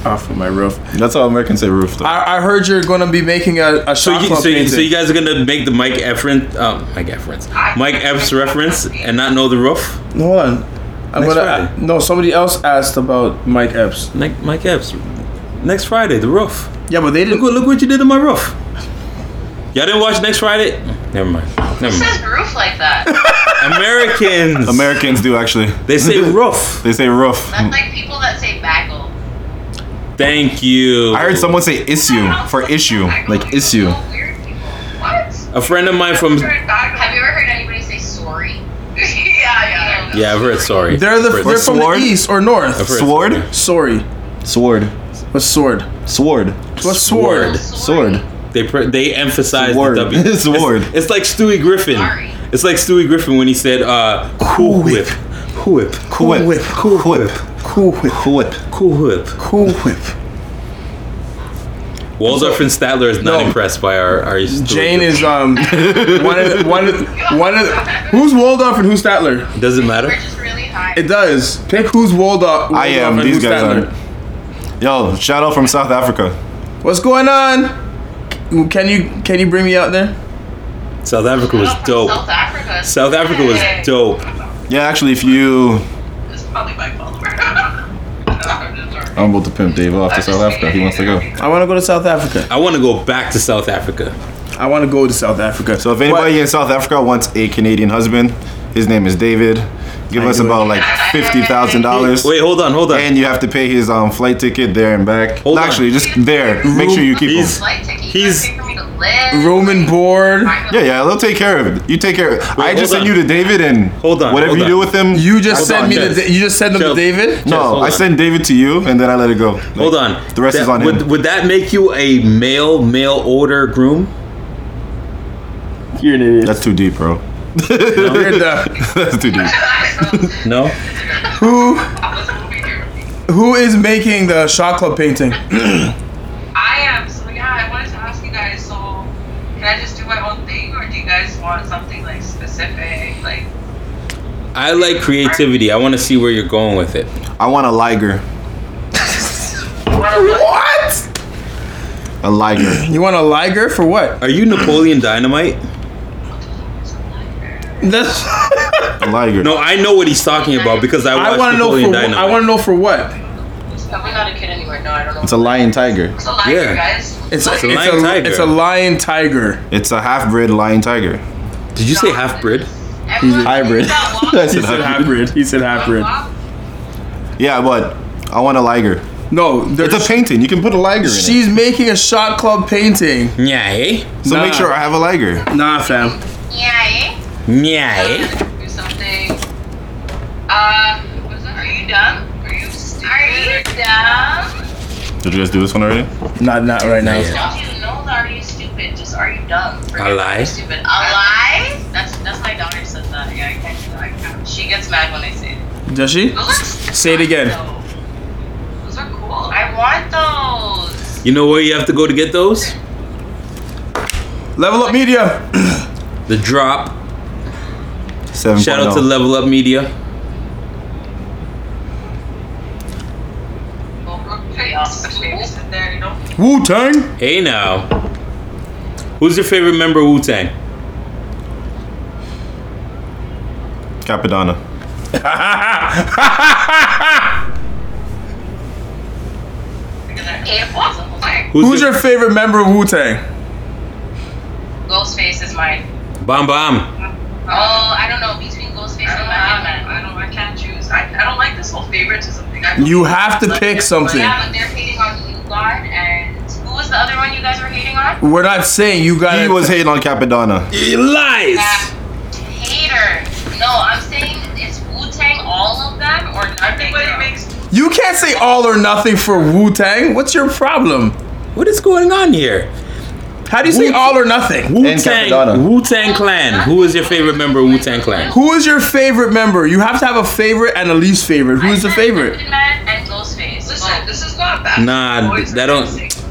Speaker 1: Off of my roof.
Speaker 2: That's how Americans say roof. Though.
Speaker 1: I, I heard you're gonna be making a, a
Speaker 3: So
Speaker 1: Shot
Speaker 3: you,
Speaker 1: Club
Speaker 3: so, you,
Speaker 1: painting.
Speaker 3: so you guys are gonna make the Mike Efren, um, Mike Efren's, Mike Epps reference and not know the roof?
Speaker 1: No, Hold on. I'm
Speaker 3: Next
Speaker 1: gonna,
Speaker 3: Friday.
Speaker 1: no, somebody else asked about Mike Epps.
Speaker 3: Mike, Mike Epps. Next Friday, the roof.
Speaker 1: Yeah, but they
Speaker 3: Look,
Speaker 1: didn't.
Speaker 3: what- look what you did to my roof. Y'all didn't watch Next Friday? Never mind. Never mind.
Speaker 8: says roof like that?
Speaker 3: Americans.
Speaker 2: Americans do actually.
Speaker 3: They say roof.
Speaker 2: They say roof.
Speaker 8: That's like people that say bagel.
Speaker 3: Thank you.
Speaker 2: I heard someone say issue for issue, like issue.
Speaker 8: So weird people. What?
Speaker 3: A friend of mine from.
Speaker 8: Have you ever heard anybody say sorry? yeah, yeah.
Speaker 3: Yeah, I've heard. Sorry.
Speaker 1: They're the
Speaker 3: I've
Speaker 1: they're
Speaker 3: heard-
Speaker 1: from
Speaker 2: Sword?
Speaker 1: the east or
Speaker 3: I've
Speaker 1: north.
Speaker 3: heard-
Speaker 2: Sword,
Speaker 1: Sorry,
Speaker 2: sword,
Speaker 1: what's sword?
Speaker 2: sword,
Speaker 1: What's sword?
Speaker 2: sword.
Speaker 3: They pr- they emphasize
Speaker 2: Sword.
Speaker 3: the W.
Speaker 2: It's sword.
Speaker 3: It's, it's like Stewie Griffin.
Speaker 8: Sorry.
Speaker 3: It's like Stewie Griffin when he said, uh, "Cool whip, cool whip,
Speaker 2: Cool whip,
Speaker 3: cool whip,
Speaker 1: Cool whip,
Speaker 2: cool whip.
Speaker 3: cool whip."
Speaker 1: cool whip.
Speaker 3: Waldorf and Statler is not
Speaker 1: No.
Speaker 3: impressed by our our. Stewie
Speaker 1: Jane
Speaker 3: Griffin.
Speaker 1: is um one of, one of, one of, who's Waldorf and who's Statler?
Speaker 3: Doesn't matter.
Speaker 8: We're just really high.
Speaker 1: It does pick who's Waldorf. Waldorf
Speaker 2: I am.
Speaker 1: and
Speaker 2: These
Speaker 1: who's
Speaker 2: guys
Speaker 1: Statler.
Speaker 2: are. Yo, shout out from South Africa.
Speaker 1: What's going on? Can you can you bring me out there?
Speaker 3: South Africa was
Speaker 9: South
Speaker 3: dope.
Speaker 9: Africa.
Speaker 3: South Africa was
Speaker 9: Hey.
Speaker 3: dope.
Speaker 2: Yeah, actually, if you
Speaker 9: It's probably my fault. I'm just sorry.
Speaker 2: I'm about to pimp Dave off to Oh, South Africa, he wants to go.
Speaker 1: I want to go to South Africa.
Speaker 3: I want to go back to South Africa.
Speaker 1: I want to go to South Africa.
Speaker 2: So if anybody in South Africa wants a Canadian husband, his name is David. Give us
Speaker 1: do it.
Speaker 2: about like fifty thousand dollars.
Speaker 3: Wait, hold on, hold on.
Speaker 2: And you have to pay his um flight ticket there and back.
Speaker 3: Hold
Speaker 2: No,
Speaker 3: on.
Speaker 2: actually, just there. Make sure you keep
Speaker 3: He's-
Speaker 2: him.
Speaker 9: Flight ticket.
Speaker 3: He's-
Speaker 9: He's for me to live.
Speaker 1: room and board.
Speaker 2: Yeah, yeah, they'll take care of it. You take care. of it. I
Speaker 3: hold
Speaker 2: just sent
Speaker 3: on.
Speaker 2: you to David and
Speaker 3: Hold on,
Speaker 2: Whatever
Speaker 3: hold
Speaker 2: you
Speaker 3: on.
Speaker 2: do with him,
Speaker 1: You just
Speaker 2: hold
Speaker 1: sent
Speaker 2: on.
Speaker 1: me
Speaker 3: Jess.
Speaker 1: the. You just sent them
Speaker 3: Jess.
Speaker 1: to David.
Speaker 3: Jess,
Speaker 2: No,
Speaker 3: hold
Speaker 2: I
Speaker 3: on.
Speaker 2: sent David to you and then I let it go. Like,
Speaker 3: Hold on.
Speaker 2: The rest
Speaker 3: is
Speaker 2: is on
Speaker 3: would,
Speaker 2: him.
Speaker 3: Would that make you a male male order groom?
Speaker 1: You're an idiot.
Speaker 2: That's too deep, bro.
Speaker 1: You're the-
Speaker 2: That's too deep.
Speaker 3: No.
Speaker 1: who
Speaker 9: I was over here.
Speaker 1: who is making the shot club painting?
Speaker 9: I am. So yeah, I wanted to ask you guys. So can I just do my own thing, or do you guys want something like specific? Like
Speaker 3: I like creativity. I want to see where you're going with it.
Speaker 2: I want a liger.
Speaker 1: What?
Speaker 2: A liger.
Speaker 1: You want a liger for what?
Speaker 3: Are you Napoleon Dynamite?
Speaker 1: That's.
Speaker 2: A liger.
Speaker 3: No, I know what he's talking about because I watched
Speaker 1: I want to know for.
Speaker 3: Napoleon
Speaker 1: wh-
Speaker 3: Dynamite.
Speaker 1: I want to know for what.
Speaker 9: Have we got a kid anywhere? No, I don't know.
Speaker 2: It's a lion tiger.
Speaker 9: It's a lion,
Speaker 3: Yeah.
Speaker 9: guys.
Speaker 1: It's a,
Speaker 9: Like,
Speaker 1: it's,
Speaker 3: a
Speaker 1: a,
Speaker 3: lion tiger.
Speaker 1: it's a lion tiger.
Speaker 2: It's a half bred lion tiger.
Speaker 3: Did you say half breed?
Speaker 9: everyone thinks
Speaker 2: hybrid.
Speaker 9: that walk-
Speaker 2: That's
Speaker 1: He
Speaker 2: it.
Speaker 1: said hybrid. He said hybrid.
Speaker 9: walk-
Speaker 2: Yeah, but I want a liger.
Speaker 1: No,
Speaker 2: It's a
Speaker 1: there's,
Speaker 2: painting. You can put a liger in it.
Speaker 1: she's making a shot club painting.
Speaker 3: Nyay.
Speaker 2: So
Speaker 1: Nah.
Speaker 2: make sure I have a liger.
Speaker 1: Nah, fam.
Speaker 9: Yeah, eh?
Speaker 3: Nyay.
Speaker 9: Do something. Uh, what's that? Are you dumb? Are you stupid? Are you dumb?
Speaker 2: Did you guys do this one already?
Speaker 1: Not not right now.
Speaker 9: Don't you know that? Are you stupid? Just are you dumb? Forget
Speaker 3: A lie?
Speaker 9: you're Stupid. A lie? That's that's my daughter says that. Yeah, I can't do that. I can't. She gets mad when I say it.
Speaker 1: Does she?
Speaker 9: Those are
Speaker 1: Say it again.
Speaker 9: though. Those are cool. I want those.
Speaker 3: You know where you have to go to get those?
Speaker 1: Level up media.
Speaker 3: The drop.
Speaker 2: Seven. oh.
Speaker 3: Shout out to Level Up Media.
Speaker 9: Well, Brooke, hey, this baby sit there, you know.
Speaker 1: Wu Tang.
Speaker 3: Hey now. Who's your favorite member of Wu Tang?
Speaker 2: Capadonna.
Speaker 9: It was a like,
Speaker 1: Who's your favorite member of Wu Tang?
Speaker 9: Ghostface is mine.
Speaker 3: Bomb Bomb?
Speaker 9: Oh, I don't know between Ghostface and Method Man. I don't. I can't choose. I, I don't like this whole favoritism thing. I
Speaker 1: You have to pick something.
Speaker 9: Yeah, but they're hating on you, God, and who was the other one you guys were hating on?
Speaker 1: We're not saying you got.
Speaker 2: He was hating on Capadonna.
Speaker 3: He lies!
Speaker 9: Hater. No, I'm saying it's Wu Tang, all of them, or nothing. But it makes
Speaker 1: You can't say all or nothing for Wu Tang. What's your problem?
Speaker 3: What is going on here?
Speaker 1: How do you say all or nothing?
Speaker 3: Wu
Speaker 2: Capadonna.
Speaker 3: Tang Wu Tang Clan. Who is your favorite member of Wu Tang Clan?
Speaker 1: Who is your favorite member? You have to have a favorite and a least favorite. Who is the favorite?
Speaker 9: Method Man and Ghostface. Listen, this is not bad.
Speaker 3: Nah, that don't.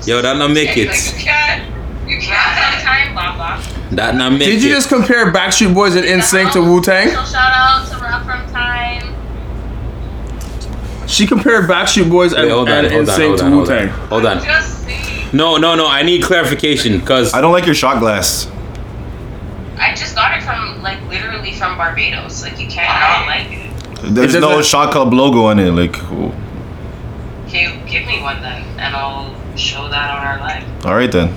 Speaker 3: Yo, that not make it.
Speaker 9: can't. You can't. Time, Baba.
Speaker 3: That not make it.
Speaker 1: Did you just compare Backstreet Boys and NSYNC to Wu Tang?
Speaker 9: So shout out to Rob from Time.
Speaker 1: She compared Backstreet Boys and,
Speaker 3: Wait, hold on,
Speaker 1: and
Speaker 3: hold on,
Speaker 1: NSYNC
Speaker 3: hold on,
Speaker 1: to Wu
Speaker 3: hold on.
Speaker 1: Tang.
Speaker 3: Hold on.
Speaker 9: Just see.
Speaker 3: No, no, no. I need clarification because
Speaker 2: I don't like your shot glass.
Speaker 9: I just got it from like literally from Barbados. Like you can't not like it.
Speaker 2: There's
Speaker 1: It
Speaker 2: no
Speaker 1: doesn't-
Speaker 2: shot club logo on it. Like, oh.
Speaker 9: Okay, give me one then, and I'll show that on our live.
Speaker 2: all right then.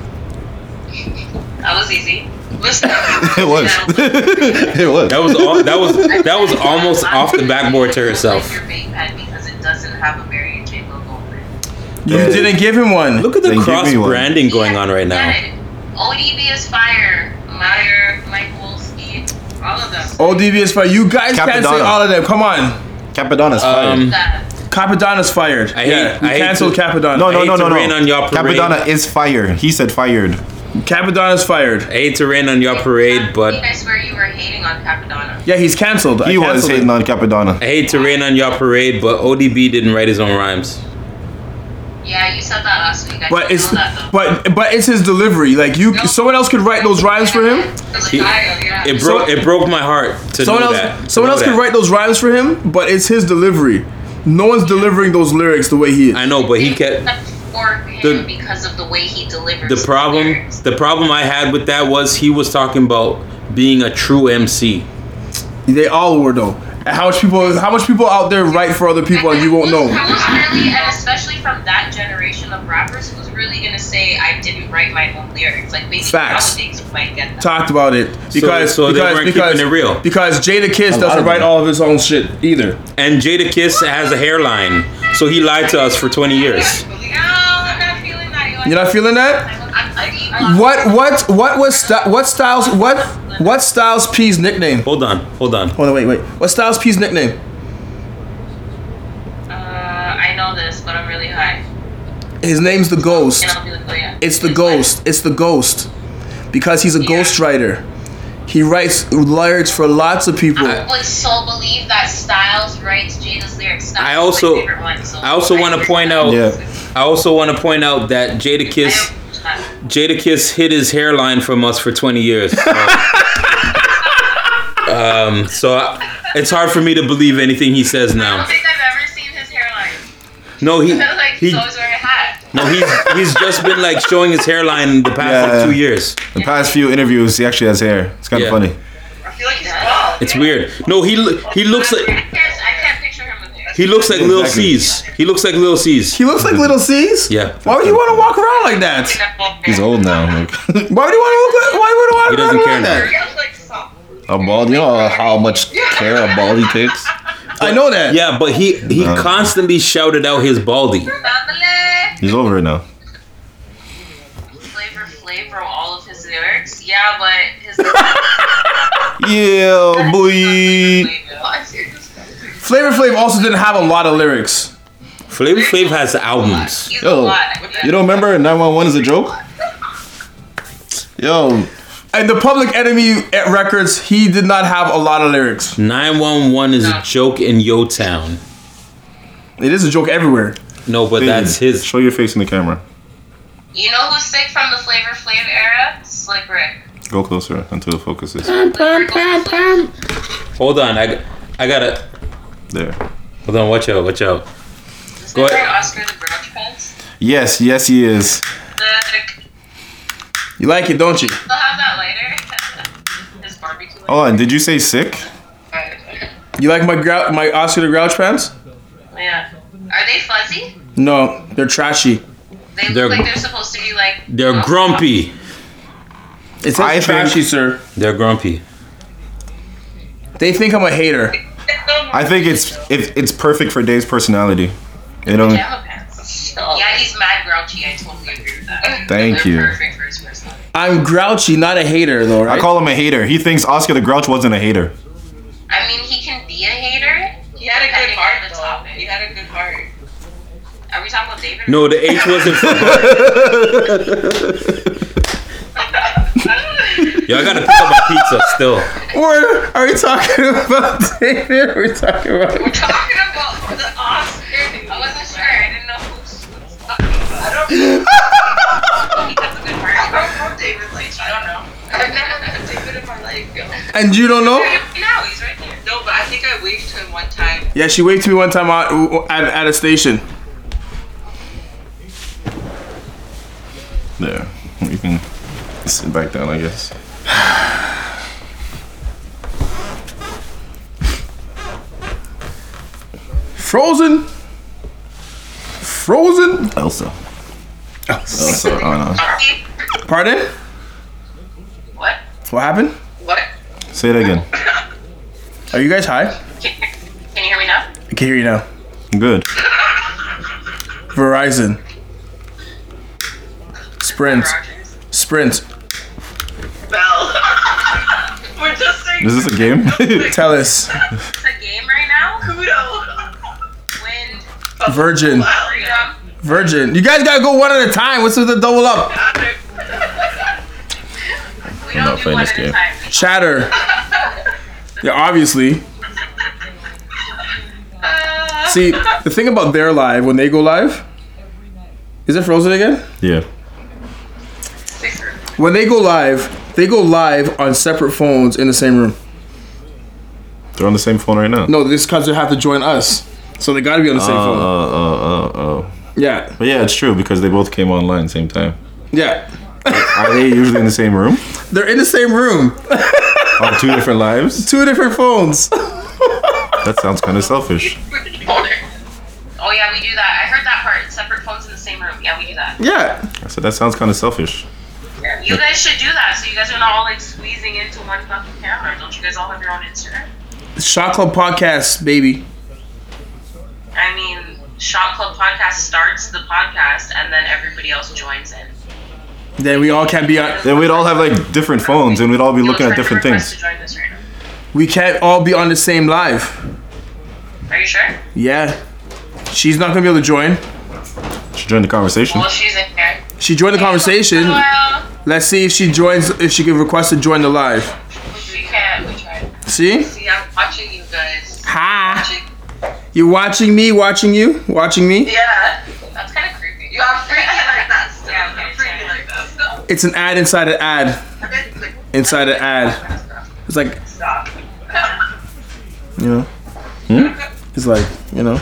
Speaker 9: That was easy. Listen,
Speaker 2: It was. it was.
Speaker 3: that was all, that was that was almost off the backboard to herself.
Speaker 9: Your vape pen because it doesn't have a Marion J logo on it.
Speaker 1: You
Speaker 2: Yeah.
Speaker 1: didn't give him one.
Speaker 3: Look at
Speaker 2: Then
Speaker 3: the
Speaker 2: give me one.
Speaker 3: cross branding going on right
Speaker 9: Get
Speaker 3: now.
Speaker 9: it. ODB is fire. Meyer, Mike Wolski, all of them.
Speaker 3: Oh,
Speaker 1: ODB is fired. You guys can't say
Speaker 2: Capadonna.
Speaker 1: all of them. Come on.
Speaker 2: Capadonna's fire.
Speaker 3: Um,
Speaker 9: That.
Speaker 1: Capadonna's fired.
Speaker 3: I hate-
Speaker 1: yeah, we
Speaker 3: I hate
Speaker 1: canceled
Speaker 3: to-
Speaker 1: Capadonna.
Speaker 2: no,
Speaker 3: I
Speaker 2: no,
Speaker 3: hate
Speaker 2: no,
Speaker 3: to
Speaker 2: no, no.
Speaker 3: rain on your parade.
Speaker 2: Capadonna is fire. He said fired.
Speaker 1: Capadonna's fired.
Speaker 3: I hate to rain on your parade, but
Speaker 9: I swear you were hating on Capadonna.
Speaker 1: Yeah, he's canceled. I
Speaker 2: He was
Speaker 1: canceled
Speaker 2: hating
Speaker 1: it.
Speaker 2: on Capadonna.
Speaker 3: I hate to rain on your parade, but ODB didn't write his own rhymes.
Speaker 9: Yeah, you said that last week. I
Speaker 1: But
Speaker 9: didn't
Speaker 1: it's
Speaker 9: know that, though.
Speaker 1: but but it's his delivery. Like you, someone else could write those rhymes for him.
Speaker 3: He- it broke it broke my heart to
Speaker 1: Someone
Speaker 3: know
Speaker 1: else,
Speaker 3: that. to
Speaker 1: someone
Speaker 3: know
Speaker 1: else could
Speaker 3: that.
Speaker 1: write those rhymes for him. But it's his delivery. No one's delivering those lyrics the way he is.
Speaker 3: I know, but he kept
Speaker 9: or him
Speaker 3: The-
Speaker 9: because of the way he delivers
Speaker 3: The problem,
Speaker 9: lyrics.
Speaker 3: the problem I had with that was he was talking about being a true MC.
Speaker 1: They all were though. And How much people? How much people out there write for other people and you won't know?
Speaker 9: Who's really, and especially from that generation of rappers, who's really gonna say I didn't write my own lyrics? Like basically
Speaker 1: Facts.
Speaker 9: nowadays you might get that.
Speaker 1: Talked about it because
Speaker 3: so they
Speaker 1: because
Speaker 3: weren't
Speaker 1: because
Speaker 3: keeping it real.
Speaker 1: because Jada Kiss
Speaker 7: lot
Speaker 1: doesn't
Speaker 7: of
Speaker 1: write
Speaker 7: them.
Speaker 1: all of his own shit either.
Speaker 3: And Jada Kiss has a hairline, so he lied to us for 20 years.
Speaker 9: No, I'm not feeling that.
Speaker 1: You're not feeling that?
Speaker 9: I'm ugly.
Speaker 1: What what what was Sty- what Styles what what Styles P's nickname?
Speaker 3: Hold on, hold on.
Speaker 1: Hold on, wait, wait. What Styles P's nickname?
Speaker 9: Uh, I know this, but I'm really high,
Speaker 1: His name's the Ghost.
Speaker 9: and I'll be like, oh yeah.
Speaker 1: It's the
Speaker 9: like-
Speaker 1: Ghost. It's the Ghost, because he's a
Speaker 9: Yeah.
Speaker 1: ghostwriter. He writes lyrics for lots of people.
Speaker 9: I would so believe that Styles writes Jada's lyrics. Styles
Speaker 3: I
Speaker 9: is
Speaker 3: also-
Speaker 9: my favorite one, so
Speaker 3: I also wanna
Speaker 9: agree
Speaker 3: point
Speaker 9: with that.
Speaker 3: out-
Speaker 2: Yeah.
Speaker 3: I also want to point out that Jada
Speaker 9: I
Speaker 3: Kiss,
Speaker 9: don't-
Speaker 3: Jada Kiss hid his hairline from us for 20 years. So, um, so I, it's hard for me to believe anything he says
Speaker 9: I
Speaker 3: now.
Speaker 9: don't think I've ever seen his hairline.
Speaker 3: No, he
Speaker 9: like
Speaker 3: he
Speaker 9: he's always wearing a hat.
Speaker 3: no he's he's just been like showing his hairline in the past
Speaker 2: Yeah.
Speaker 3: like two years.
Speaker 2: The past few interviews, he actually has hair. It's kind of
Speaker 3: Yeah.
Speaker 2: funny.
Speaker 5: I feel like he's bald.
Speaker 3: It's weird. No, he lo- he looks
Speaker 9: I
Speaker 3: like
Speaker 9: can't, I can't picture him with hair.
Speaker 3: he looks like Lil
Speaker 2: Exactly.
Speaker 3: C's. He looks like Lil C's.
Speaker 1: he looks like Little C's.
Speaker 3: Yeah.
Speaker 1: Why would you want to walk around like that?
Speaker 2: He's old now. Like,
Speaker 1: Why would you want to? Why would you want
Speaker 3: He
Speaker 1: to walk
Speaker 3: doesn't
Speaker 1: around
Speaker 3: care
Speaker 1: like
Speaker 3: now.
Speaker 1: that?
Speaker 9: He looks like something.
Speaker 2: a bald. You know how much care a baldy takes.
Speaker 1: I know that.
Speaker 3: Yeah, but he he
Speaker 2: No.
Speaker 3: constantly shouted out his baldy.
Speaker 9: Family,
Speaker 2: He's over it now.
Speaker 9: Flavor Flavor, all of his lyrics. Yeah, but his.
Speaker 2: Yeah, boy.
Speaker 1: Flavor Flav also didn't have a lot of lyrics.
Speaker 3: Flavor Flav has albums.
Speaker 9: He's a
Speaker 2: Yo,
Speaker 9: lot.
Speaker 2: you don't remember 911 is a joke? Yo,
Speaker 1: And the Public Enemy records, he did not have a lot of lyrics.
Speaker 3: Mm. 911 is a joke in Yo Town.
Speaker 1: It is a joke everywhere.
Speaker 3: No,
Speaker 2: Mm.
Speaker 3: but that's
Speaker 2: Baby,
Speaker 3: his.
Speaker 2: Show your face in the camera.
Speaker 9: You know who's sick from the Flavor Flav era? Slick Rick.
Speaker 2: Go closer until it focuses.
Speaker 3: Hold on, I, I gotta.
Speaker 2: There.
Speaker 3: Hold on, watch out, watch out.
Speaker 9: Is
Speaker 3: Go
Speaker 9: that
Speaker 3: ahead.
Speaker 9: where Oscar the Grouch Pants?
Speaker 2: Yes, yes, he is.
Speaker 9: The,
Speaker 1: You like it, don't you?
Speaker 9: they'll have that later. His barbecue.
Speaker 2: Oh, and did you say sick?
Speaker 1: You like my grou- my Oscar the Grouch pants?
Speaker 9: yeah. Are they fuzzy?
Speaker 1: No, they're trashy.
Speaker 9: They
Speaker 3: They're-
Speaker 9: look like they're supposed to be like. um,
Speaker 3: They're grumpy.
Speaker 1: It's
Speaker 2: I think-
Speaker 1: trashy, sir.
Speaker 3: They're grumpy.
Speaker 1: They think I'm a hater.
Speaker 2: I think it's it, it's perfect for Dave's personality. It don't.
Speaker 9: Pajama pants. Yeah, he's mad grouchy. I totally agree with that.
Speaker 2: Thank
Speaker 9: They're
Speaker 2: you.
Speaker 9: Perfect for his personality.
Speaker 1: I'm grouchy, not a hater, though, right?
Speaker 2: I call him a hater. He thinks Oscar the Grouch wasn't a hater.
Speaker 9: I mean, he can be a hater.
Speaker 8: He had a good
Speaker 9: depending on
Speaker 8: heart,
Speaker 9: the
Speaker 8: though.
Speaker 9: topic.
Speaker 8: He had a good heart.
Speaker 9: Are we talking about David?
Speaker 3: No, the H wasn't for Yo, I gotta pick up my pizza still.
Speaker 1: Or are we talking about David? Are we talking about?
Speaker 9: talking about the Oscar. I wasn't sure. I didn't know who was talking about. I don't he has a good
Speaker 8: I
Speaker 9: heart.
Speaker 8: don't know David Lynch. I don't know. I've never met David in my life. yo.
Speaker 1: And you don't know?
Speaker 9: No, he's right there.
Speaker 8: No, but I think I waved to him one time.
Speaker 1: Yeah, she waved to me one time out at, at a station.
Speaker 2: There. You can sit back down, I guess.
Speaker 1: Frozen. Frozen.
Speaker 2: Elsa. Elsa. Oh,
Speaker 1: Pardon?
Speaker 9: What?
Speaker 1: What happened?
Speaker 9: What?
Speaker 2: no. Say it again.
Speaker 1: Are you guys high?
Speaker 9: Can you hear me now?
Speaker 1: I can hear you now.
Speaker 2: Good.
Speaker 1: Verizon. Sprint.
Speaker 9: Rogers.
Speaker 1: Sprint.
Speaker 8: Bell. We're just saying
Speaker 2: Is this a game?
Speaker 1: Tell us.
Speaker 9: It's a game right now.
Speaker 8: kudo.
Speaker 9: Wind.
Speaker 1: Virgin.
Speaker 9: Freedom.
Speaker 1: Virgin. You guys gotta go one at a time. What's with the double up?
Speaker 9: We
Speaker 2: I'm
Speaker 9: don't
Speaker 2: not
Speaker 9: do
Speaker 2: playing
Speaker 9: one
Speaker 2: this
Speaker 9: at a
Speaker 2: game.
Speaker 9: time.
Speaker 1: Chatter. Yeah, obviously. See, the thing about their live when they go live, is it frozen again?
Speaker 2: yeah.
Speaker 1: When they go live, they go live on separate phones in the same room.
Speaker 2: They're on the same phone right now.
Speaker 1: No, this because they have to join us, so they gotta be on the same
Speaker 2: Oh,
Speaker 1: phone.
Speaker 2: oh, oh, oh,
Speaker 1: Yeah.
Speaker 2: But yeah, it's true because they both came online same time.
Speaker 1: Yeah.
Speaker 2: Are they usually in the same room?
Speaker 1: They're in the same room.
Speaker 2: On two different lives?
Speaker 1: Two different phones.
Speaker 2: That sounds kind of selfish.
Speaker 9: Oh yeah, we do that. I heard that part. Separate phones in the same room. Yeah, we do that.
Speaker 1: Yeah.
Speaker 2: I said that sounds kind of selfish.
Speaker 9: You guys should do that. So you guys are not all like squeezing into one fucking camera. Don't you guys all have your own Instagram?
Speaker 1: Shot Club Podcast, baby.
Speaker 9: I mean, Shot Club Podcast starts the podcast, and then everybody else joins in.
Speaker 1: Then we all can be on
Speaker 2: Then we'd all have like different phones and we'd all be looking at different
Speaker 9: To
Speaker 2: things.
Speaker 9: join this right now.
Speaker 1: we can't all be on the same live.
Speaker 9: Are you sure?
Speaker 1: Yeah. She's not gonna be able to join.
Speaker 2: Should join the conversation.
Speaker 9: Well, she's in here.
Speaker 1: She joined the conversation.
Speaker 9: Well,
Speaker 1: Let's see if she joins if she can request to join the live.
Speaker 9: we can't. We tried.
Speaker 1: See?
Speaker 9: See, I'm watching you guys.
Speaker 1: Ha!
Speaker 9: Watching-
Speaker 1: You watching me, watching you, watching me?
Speaker 9: Yeah, that's kind of creepy. You are freaky like that. Still. Yeah, I'm freaky like that. Still.
Speaker 1: It's an ad inside an ad. Inside an ad. It's like
Speaker 9: Stop.
Speaker 1: you know.
Speaker 2: Hmm?
Speaker 1: It's like, you know.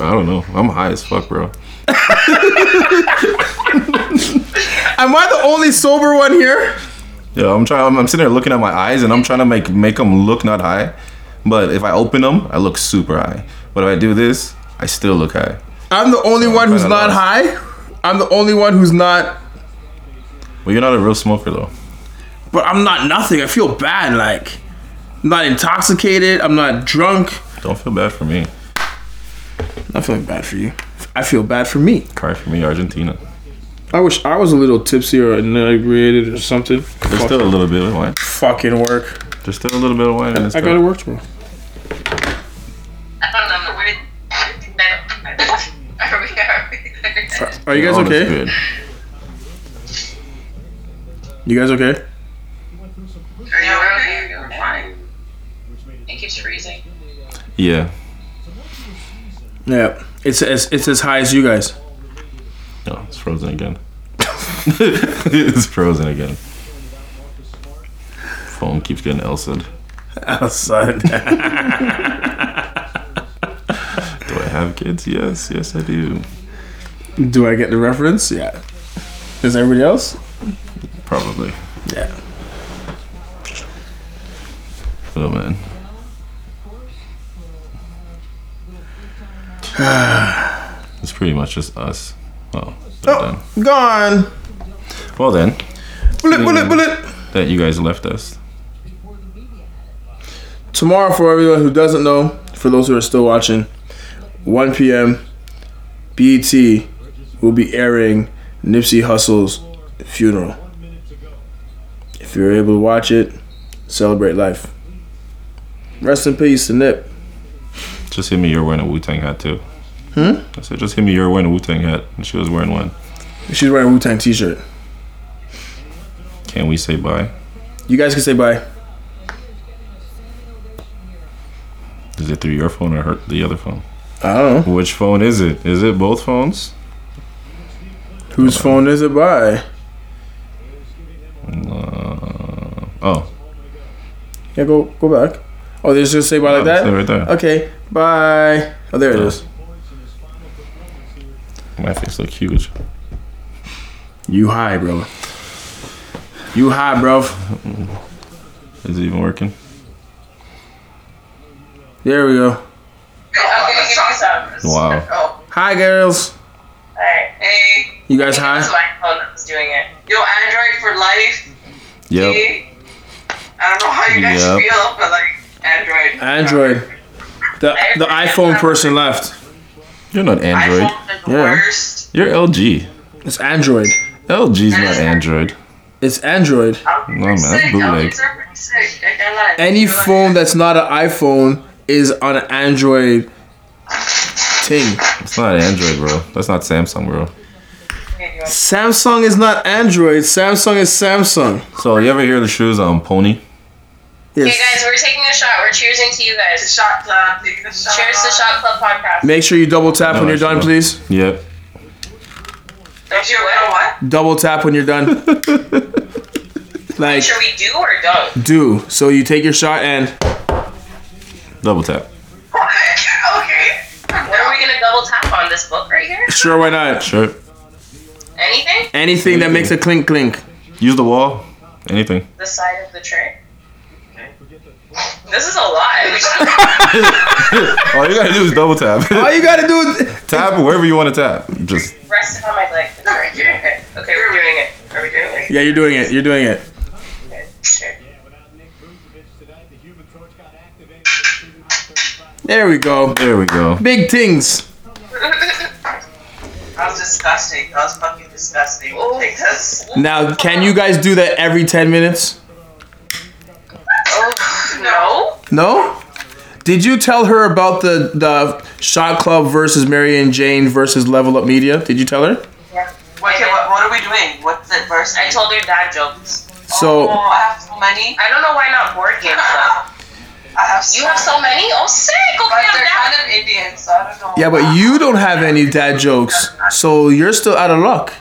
Speaker 2: I don't know. I'm high as fuck, bro.
Speaker 1: Am I the only sober one here?
Speaker 2: Yeah, I'm trying. I'm, I'm sitting there looking at my eyes, and I'm trying to make make them look not high. But if I open them, I look super high. But if I do this, I still look high.
Speaker 1: I'm the only one who's
Speaker 2: kinda
Speaker 1: not
Speaker 2: lost.
Speaker 1: high. I'm the only one who's not
Speaker 2: Well, you're not a real smoker though.
Speaker 1: but I'm not nothing. I feel bad like I'm not intoxicated, I'm not drunk.
Speaker 2: Don't feel bad for me.
Speaker 1: I'm feeling bad for you. I feel bad for me.
Speaker 2: Card for me, Argentina.
Speaker 1: I wish I was a little tipsy or inebriated or something.
Speaker 2: There's
Speaker 1: Fuck-
Speaker 2: still a little bit of wine.
Speaker 1: fucking work.
Speaker 2: There's still a little bit of wine in this.
Speaker 1: I
Speaker 2: cup.
Speaker 1: gotta work tomorrow.
Speaker 9: I don't know. We're. Are we? Are we there?
Speaker 1: Are you guys
Speaker 2: All is
Speaker 1: okay?
Speaker 2: good.
Speaker 1: You guys okay?
Speaker 9: Are you okay? You're fine. It keeps freezing.
Speaker 2: Yeah.
Speaker 1: Yeah. It's as it's as high as you guys.
Speaker 2: No, it's frozen again. it's frozen again. Phone keeps getting elsa
Speaker 1: Outside.
Speaker 2: Do I have kids? Yes, yes, I do.
Speaker 1: Do I get the reference? Yeah. Is everybody else?
Speaker 2: Probably.
Speaker 1: Yeah.
Speaker 2: Oh man. it's pretty much just us. Oh, well
Speaker 1: Oh, gone.
Speaker 2: then. Well then,
Speaker 1: Bullet, bullet, bullet.
Speaker 2: that you guys left us.
Speaker 1: Tomorrow, for everyone who doesn't know, for those who are still watching, 1 p.m. BET E will be airing Nipsey Hussle's funeral. If you're able to watch it, celebrate life. Rest in peace to Nip.
Speaker 2: Just hit me. You're wearing a Wu Tang hat too. Hmm. I said, just hit me. You're wearing a Wu Tang hat, and she was wearing one.
Speaker 1: She's wearing a Wu Tang t shirt.
Speaker 2: Can we say bye?
Speaker 1: You guys can say bye.
Speaker 2: Is it through your phone or her, the other phone?
Speaker 1: I don't know.
Speaker 2: Which phone is it? Is it both phones?
Speaker 1: Whose phone is it by?
Speaker 2: Uh, oh,
Speaker 1: Yeah, go go back. Oh, they just gonna say bye like
Speaker 2: Yeah,
Speaker 1: that?
Speaker 2: say right there.
Speaker 1: Okay, bye. Oh, there it
Speaker 2: Yeah.
Speaker 1: is.
Speaker 2: my face look huge.
Speaker 1: You high, bro. You high, bro.
Speaker 2: Is it even working?
Speaker 1: There we go.
Speaker 9: I'm gonna give you some.
Speaker 2: Wow.
Speaker 9: Oh,
Speaker 1: Hi, girls.
Speaker 9: alright. Hey.
Speaker 1: You guys
Speaker 9: It was
Speaker 1: high?
Speaker 9: my phone that was doing it. Yo, Android for life.
Speaker 2: Yep.
Speaker 9: I don't know how you guys
Speaker 2: Yep.
Speaker 9: feel, but like Android.
Speaker 1: Android. The the iPhone person left.
Speaker 2: You're not Android.
Speaker 9: iPhone is the
Speaker 1: Yeah.
Speaker 9: worst.
Speaker 2: You're LG.
Speaker 1: It's Android.
Speaker 2: LG's not Android.
Speaker 1: It's Android.
Speaker 9: No
Speaker 2: man, that's bootleg.
Speaker 9: Are pretty sick. I can't lie.
Speaker 1: Any phone that's not an iPhone is on an Android thing.
Speaker 2: It's not Android, bro. That's not Samsung, bro.
Speaker 1: Samsung is not Android. Samsung is Samsung.
Speaker 2: So you ever hear the shoes on Pony?
Speaker 9: Okay, guys,
Speaker 1: Yes.
Speaker 9: we're taking a shot. We're cheersing to you guys. Shot club. Cheers to Shot Club podcast.
Speaker 1: Make sure you double tap when
Speaker 2: No,
Speaker 1: you're
Speaker 2: I
Speaker 1: done,
Speaker 2: should-
Speaker 1: please.
Speaker 2: Yep.
Speaker 9: Don't you what?
Speaker 1: Double tap when you're done. Like
Speaker 9: Sure, we do or don't.
Speaker 1: do. So you take your shot and
Speaker 2: Double tap.
Speaker 9: okay. What are we gonna double tap rap on this book right here?
Speaker 1: Sure, why not?
Speaker 2: Sure.
Speaker 9: Anything?
Speaker 1: Anything that makes a clink clink.
Speaker 2: Use the wall. Anything.
Speaker 9: The side of the tray? This is a lot.
Speaker 2: All you gotta do is double tap.
Speaker 1: All Oh, you gotta do is
Speaker 2: tap wherever you want to tap. Just
Speaker 9: Rested on my leg. It's right here. Okay, we're doing it. Are we doing it?
Speaker 1: yeah, you're doing it. You're doing it.
Speaker 9: Okay, sure.
Speaker 1: There we go.
Speaker 2: there we go.
Speaker 1: Big things.
Speaker 9: That was disgusting. That was fucking disgusting. We'll take this.
Speaker 1: Now, can you guys do that every 10 minutes?
Speaker 9: Oh, No?
Speaker 1: No. Did you tell her about the the Shot Club versus Mary and Jane versus Level Up Media? Did you tell her?
Speaker 6: Okay, what, what are we doing? What's it first?
Speaker 9: I told her dad jokes.
Speaker 1: So
Speaker 6: Oh, I have so many.
Speaker 9: I don't know why not board games though.
Speaker 6: I have so
Speaker 9: You have so many? Oh, sick! Go
Speaker 6: But
Speaker 9: get
Speaker 6: they're
Speaker 9: them
Speaker 6: kind of Indian, so I don't know.
Speaker 1: yeah, but you don't have any dad jokes, so you're still out of luck.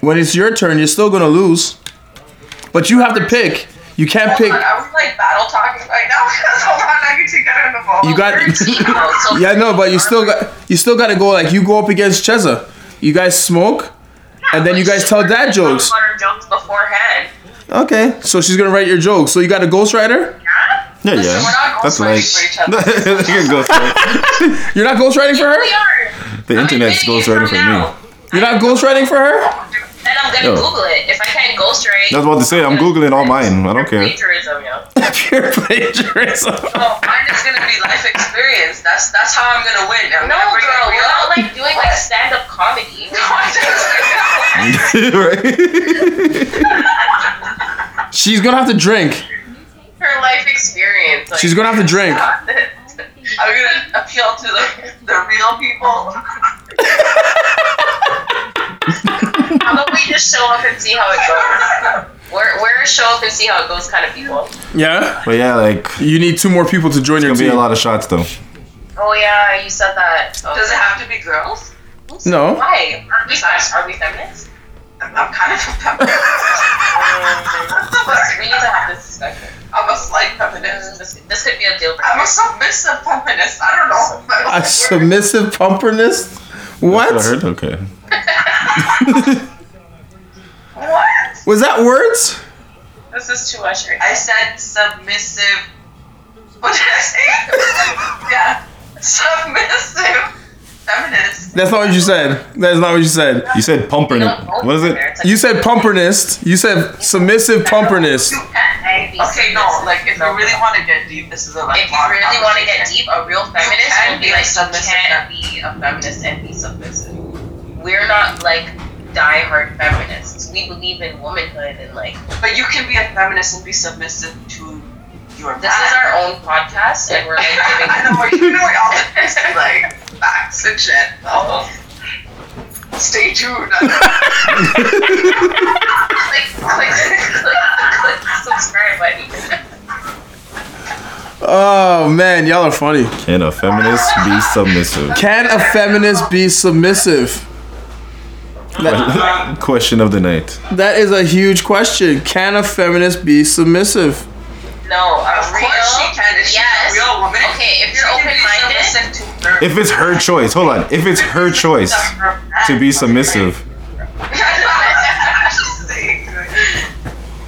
Speaker 1: When it's your turn, you're still gonna lose. But you have to pick. You can't pick.
Speaker 6: Hold on, Are we like battle talking right now? Because hold on, I need to get in the ball.
Speaker 1: You got.
Speaker 9: down.
Speaker 1: Yeah, no, but you still got. You still gotta go. Like you go up against Cheza. You guys smoke, and then you guys tell dad jokes.
Speaker 9: Butter jokes beforehand.
Speaker 1: Okay, so she's gonna write your jokes. So you got a ghostwriter.
Speaker 2: Yeah, yeah. That's like You're ghostwriting.
Speaker 1: You're not ghostwriting for her.
Speaker 9: We are.
Speaker 2: the internet's ghostwriting for me.
Speaker 1: You're not ghostwriting for her?
Speaker 9: And I'm gonna
Speaker 2: Yo.
Speaker 9: Google it. If I can't ghostwrite.
Speaker 2: That's what to say. I'm googling all mine. I don't care.
Speaker 9: Plagiarism, yo.
Speaker 1: Pure plagiarism.
Speaker 6: Oh, mine is gonna be life experience. That's that's how I'm gonna win. I'm
Speaker 9: No,
Speaker 6: gonna bring it
Speaker 9: girl, we're
Speaker 6: real.
Speaker 9: not like doing like stand up comedy.
Speaker 2: right?
Speaker 1: She's gonna have to drink.
Speaker 9: Her life experience. Like,
Speaker 1: She's gonna have to drink.
Speaker 6: I'm gonna appeal to the, the real people.
Speaker 9: How about we just show up and see how it goes? We're, we're a show up and see how it goes kind of people.
Speaker 1: Yeah?
Speaker 2: but yeah, like
Speaker 1: You need two more people to join your
Speaker 2: gonna be
Speaker 1: team.
Speaker 2: a lot of shots though.
Speaker 9: Oh, yeah, you said that. Oh,
Speaker 6: Does it have to be girls?
Speaker 1: No.
Speaker 9: Why? Are we, are we feminists?
Speaker 6: I'm, I'm kind of a feminist.
Speaker 9: We need to have this discussion. Mm,
Speaker 6: I'm a slight feminist.
Speaker 9: This, this could be a deal breaker.
Speaker 6: I'm a submissive feminist. I don't know.
Speaker 1: A submissive pumperness? What?
Speaker 2: I heard. Okay.
Speaker 6: What?
Speaker 1: Was that words?
Speaker 9: This is too much. right?
Speaker 6: I said submissive. What did I say? yeah, submissive feminist.
Speaker 1: That's not what you said. That's not what you said.
Speaker 2: You said pumper. What is it?
Speaker 1: You said pumperness. You said submissive pumperness.
Speaker 6: Okay, no, like if you really want to get deep, this is a like.
Speaker 9: If you really want to get deep, a real feminist
Speaker 6: can
Speaker 9: will be
Speaker 6: be
Speaker 9: like, you
Speaker 6: submissive.
Speaker 9: can't be a feminist and be submissive. We're not like diehard feminists. We believe in womanhood and like
Speaker 6: but you can be a feminist and be submissive to your.
Speaker 9: this is our own podcast and we're like giving.
Speaker 6: I know where you know where all the like facts and shit. Oh. Stay tuned.
Speaker 9: click, click, click, click, click, subscribe button.
Speaker 1: Oh man, y'all are funny.
Speaker 2: Can a feminist be submissive?
Speaker 1: Can a feminist be submissive?
Speaker 2: Question of the night.
Speaker 1: That is a huge question. Can a feminist be submissive?
Speaker 9: No, a
Speaker 6: Of
Speaker 9: real.
Speaker 6: course she can. If she's a
Speaker 9: yes.
Speaker 6: real woman,
Speaker 9: Okay, if
Speaker 6: she
Speaker 9: you're
Speaker 6: can be
Speaker 9: open-minded,
Speaker 6: submissive to her.
Speaker 2: If it's her choice, hold on. If it's her choice to be submissive,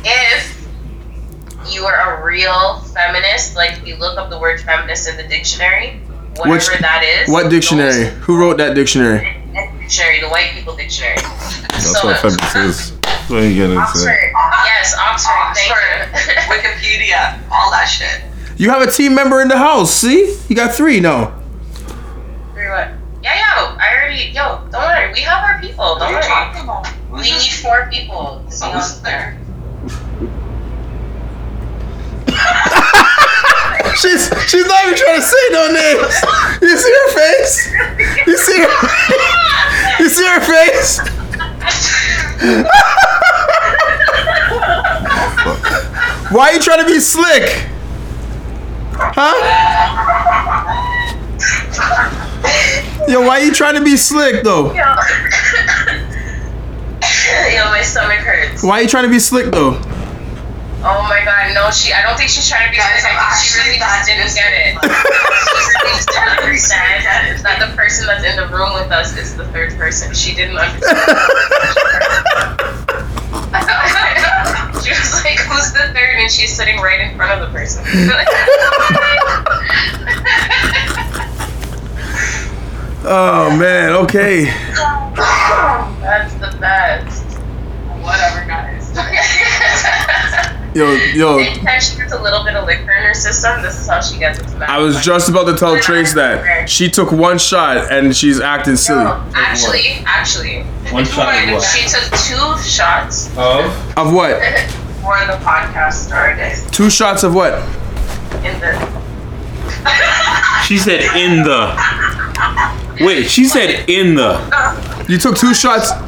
Speaker 9: if you are a real feminist, like you look up the word feminist in the dictionary, whatever
Speaker 1: Which-
Speaker 9: that is.
Speaker 1: What dictionary? Who wrote that dictionary?
Speaker 9: Those- Dictionary, the white people dictionary.
Speaker 2: that's what feminist is. What are you getting into? that?
Speaker 9: Yes, Oxford. Thank you.
Speaker 6: Oh, Wikipedia, all that shit.
Speaker 1: You have a team member in the house. See, you got three now.
Speaker 9: Three what? Yeah, yo, I already, yo, don't worry. We have our people. Don't worry.
Speaker 6: about?
Speaker 9: We need four people. to be on there.
Speaker 1: She's she's not even trying to say no names. You see her face? You see her? You see her face? Why are you trying to be slick? Huh? Yo, why you trying to be slick though?
Speaker 9: Yo, my stomach hurts.
Speaker 1: Why you trying to be slick though?
Speaker 9: Oh my god, no, she. I don't think she's trying to be
Speaker 6: Guys,
Speaker 9: nice. I
Speaker 6: I'm
Speaker 9: think she
Speaker 6: actually
Speaker 9: really just
Speaker 6: that
Speaker 9: didn't get it.
Speaker 6: innocent.
Speaker 9: She really just didn't understand that the person that's in the with us is the third person. She didn't understand. she was like, "Who's the third? And she's sitting right in front of the person.
Speaker 1: Oh man, okay.
Speaker 9: That's the best. Whatever, guys.
Speaker 1: Yo, yo,
Speaker 9: Anytime she gets a little bit of liquor in her system, this is how she gets it back.
Speaker 1: I was just about to tell Trace that she took one shot and she's acting silly
Speaker 9: No, Oh, actually, actually,
Speaker 7: One shot of what?
Speaker 9: she took two shots
Speaker 7: Of?
Speaker 1: of what?
Speaker 9: before the podcast started.
Speaker 1: Two shots of what?
Speaker 9: In the
Speaker 3: She said in the. Wait, she said in the.
Speaker 1: You took two shots.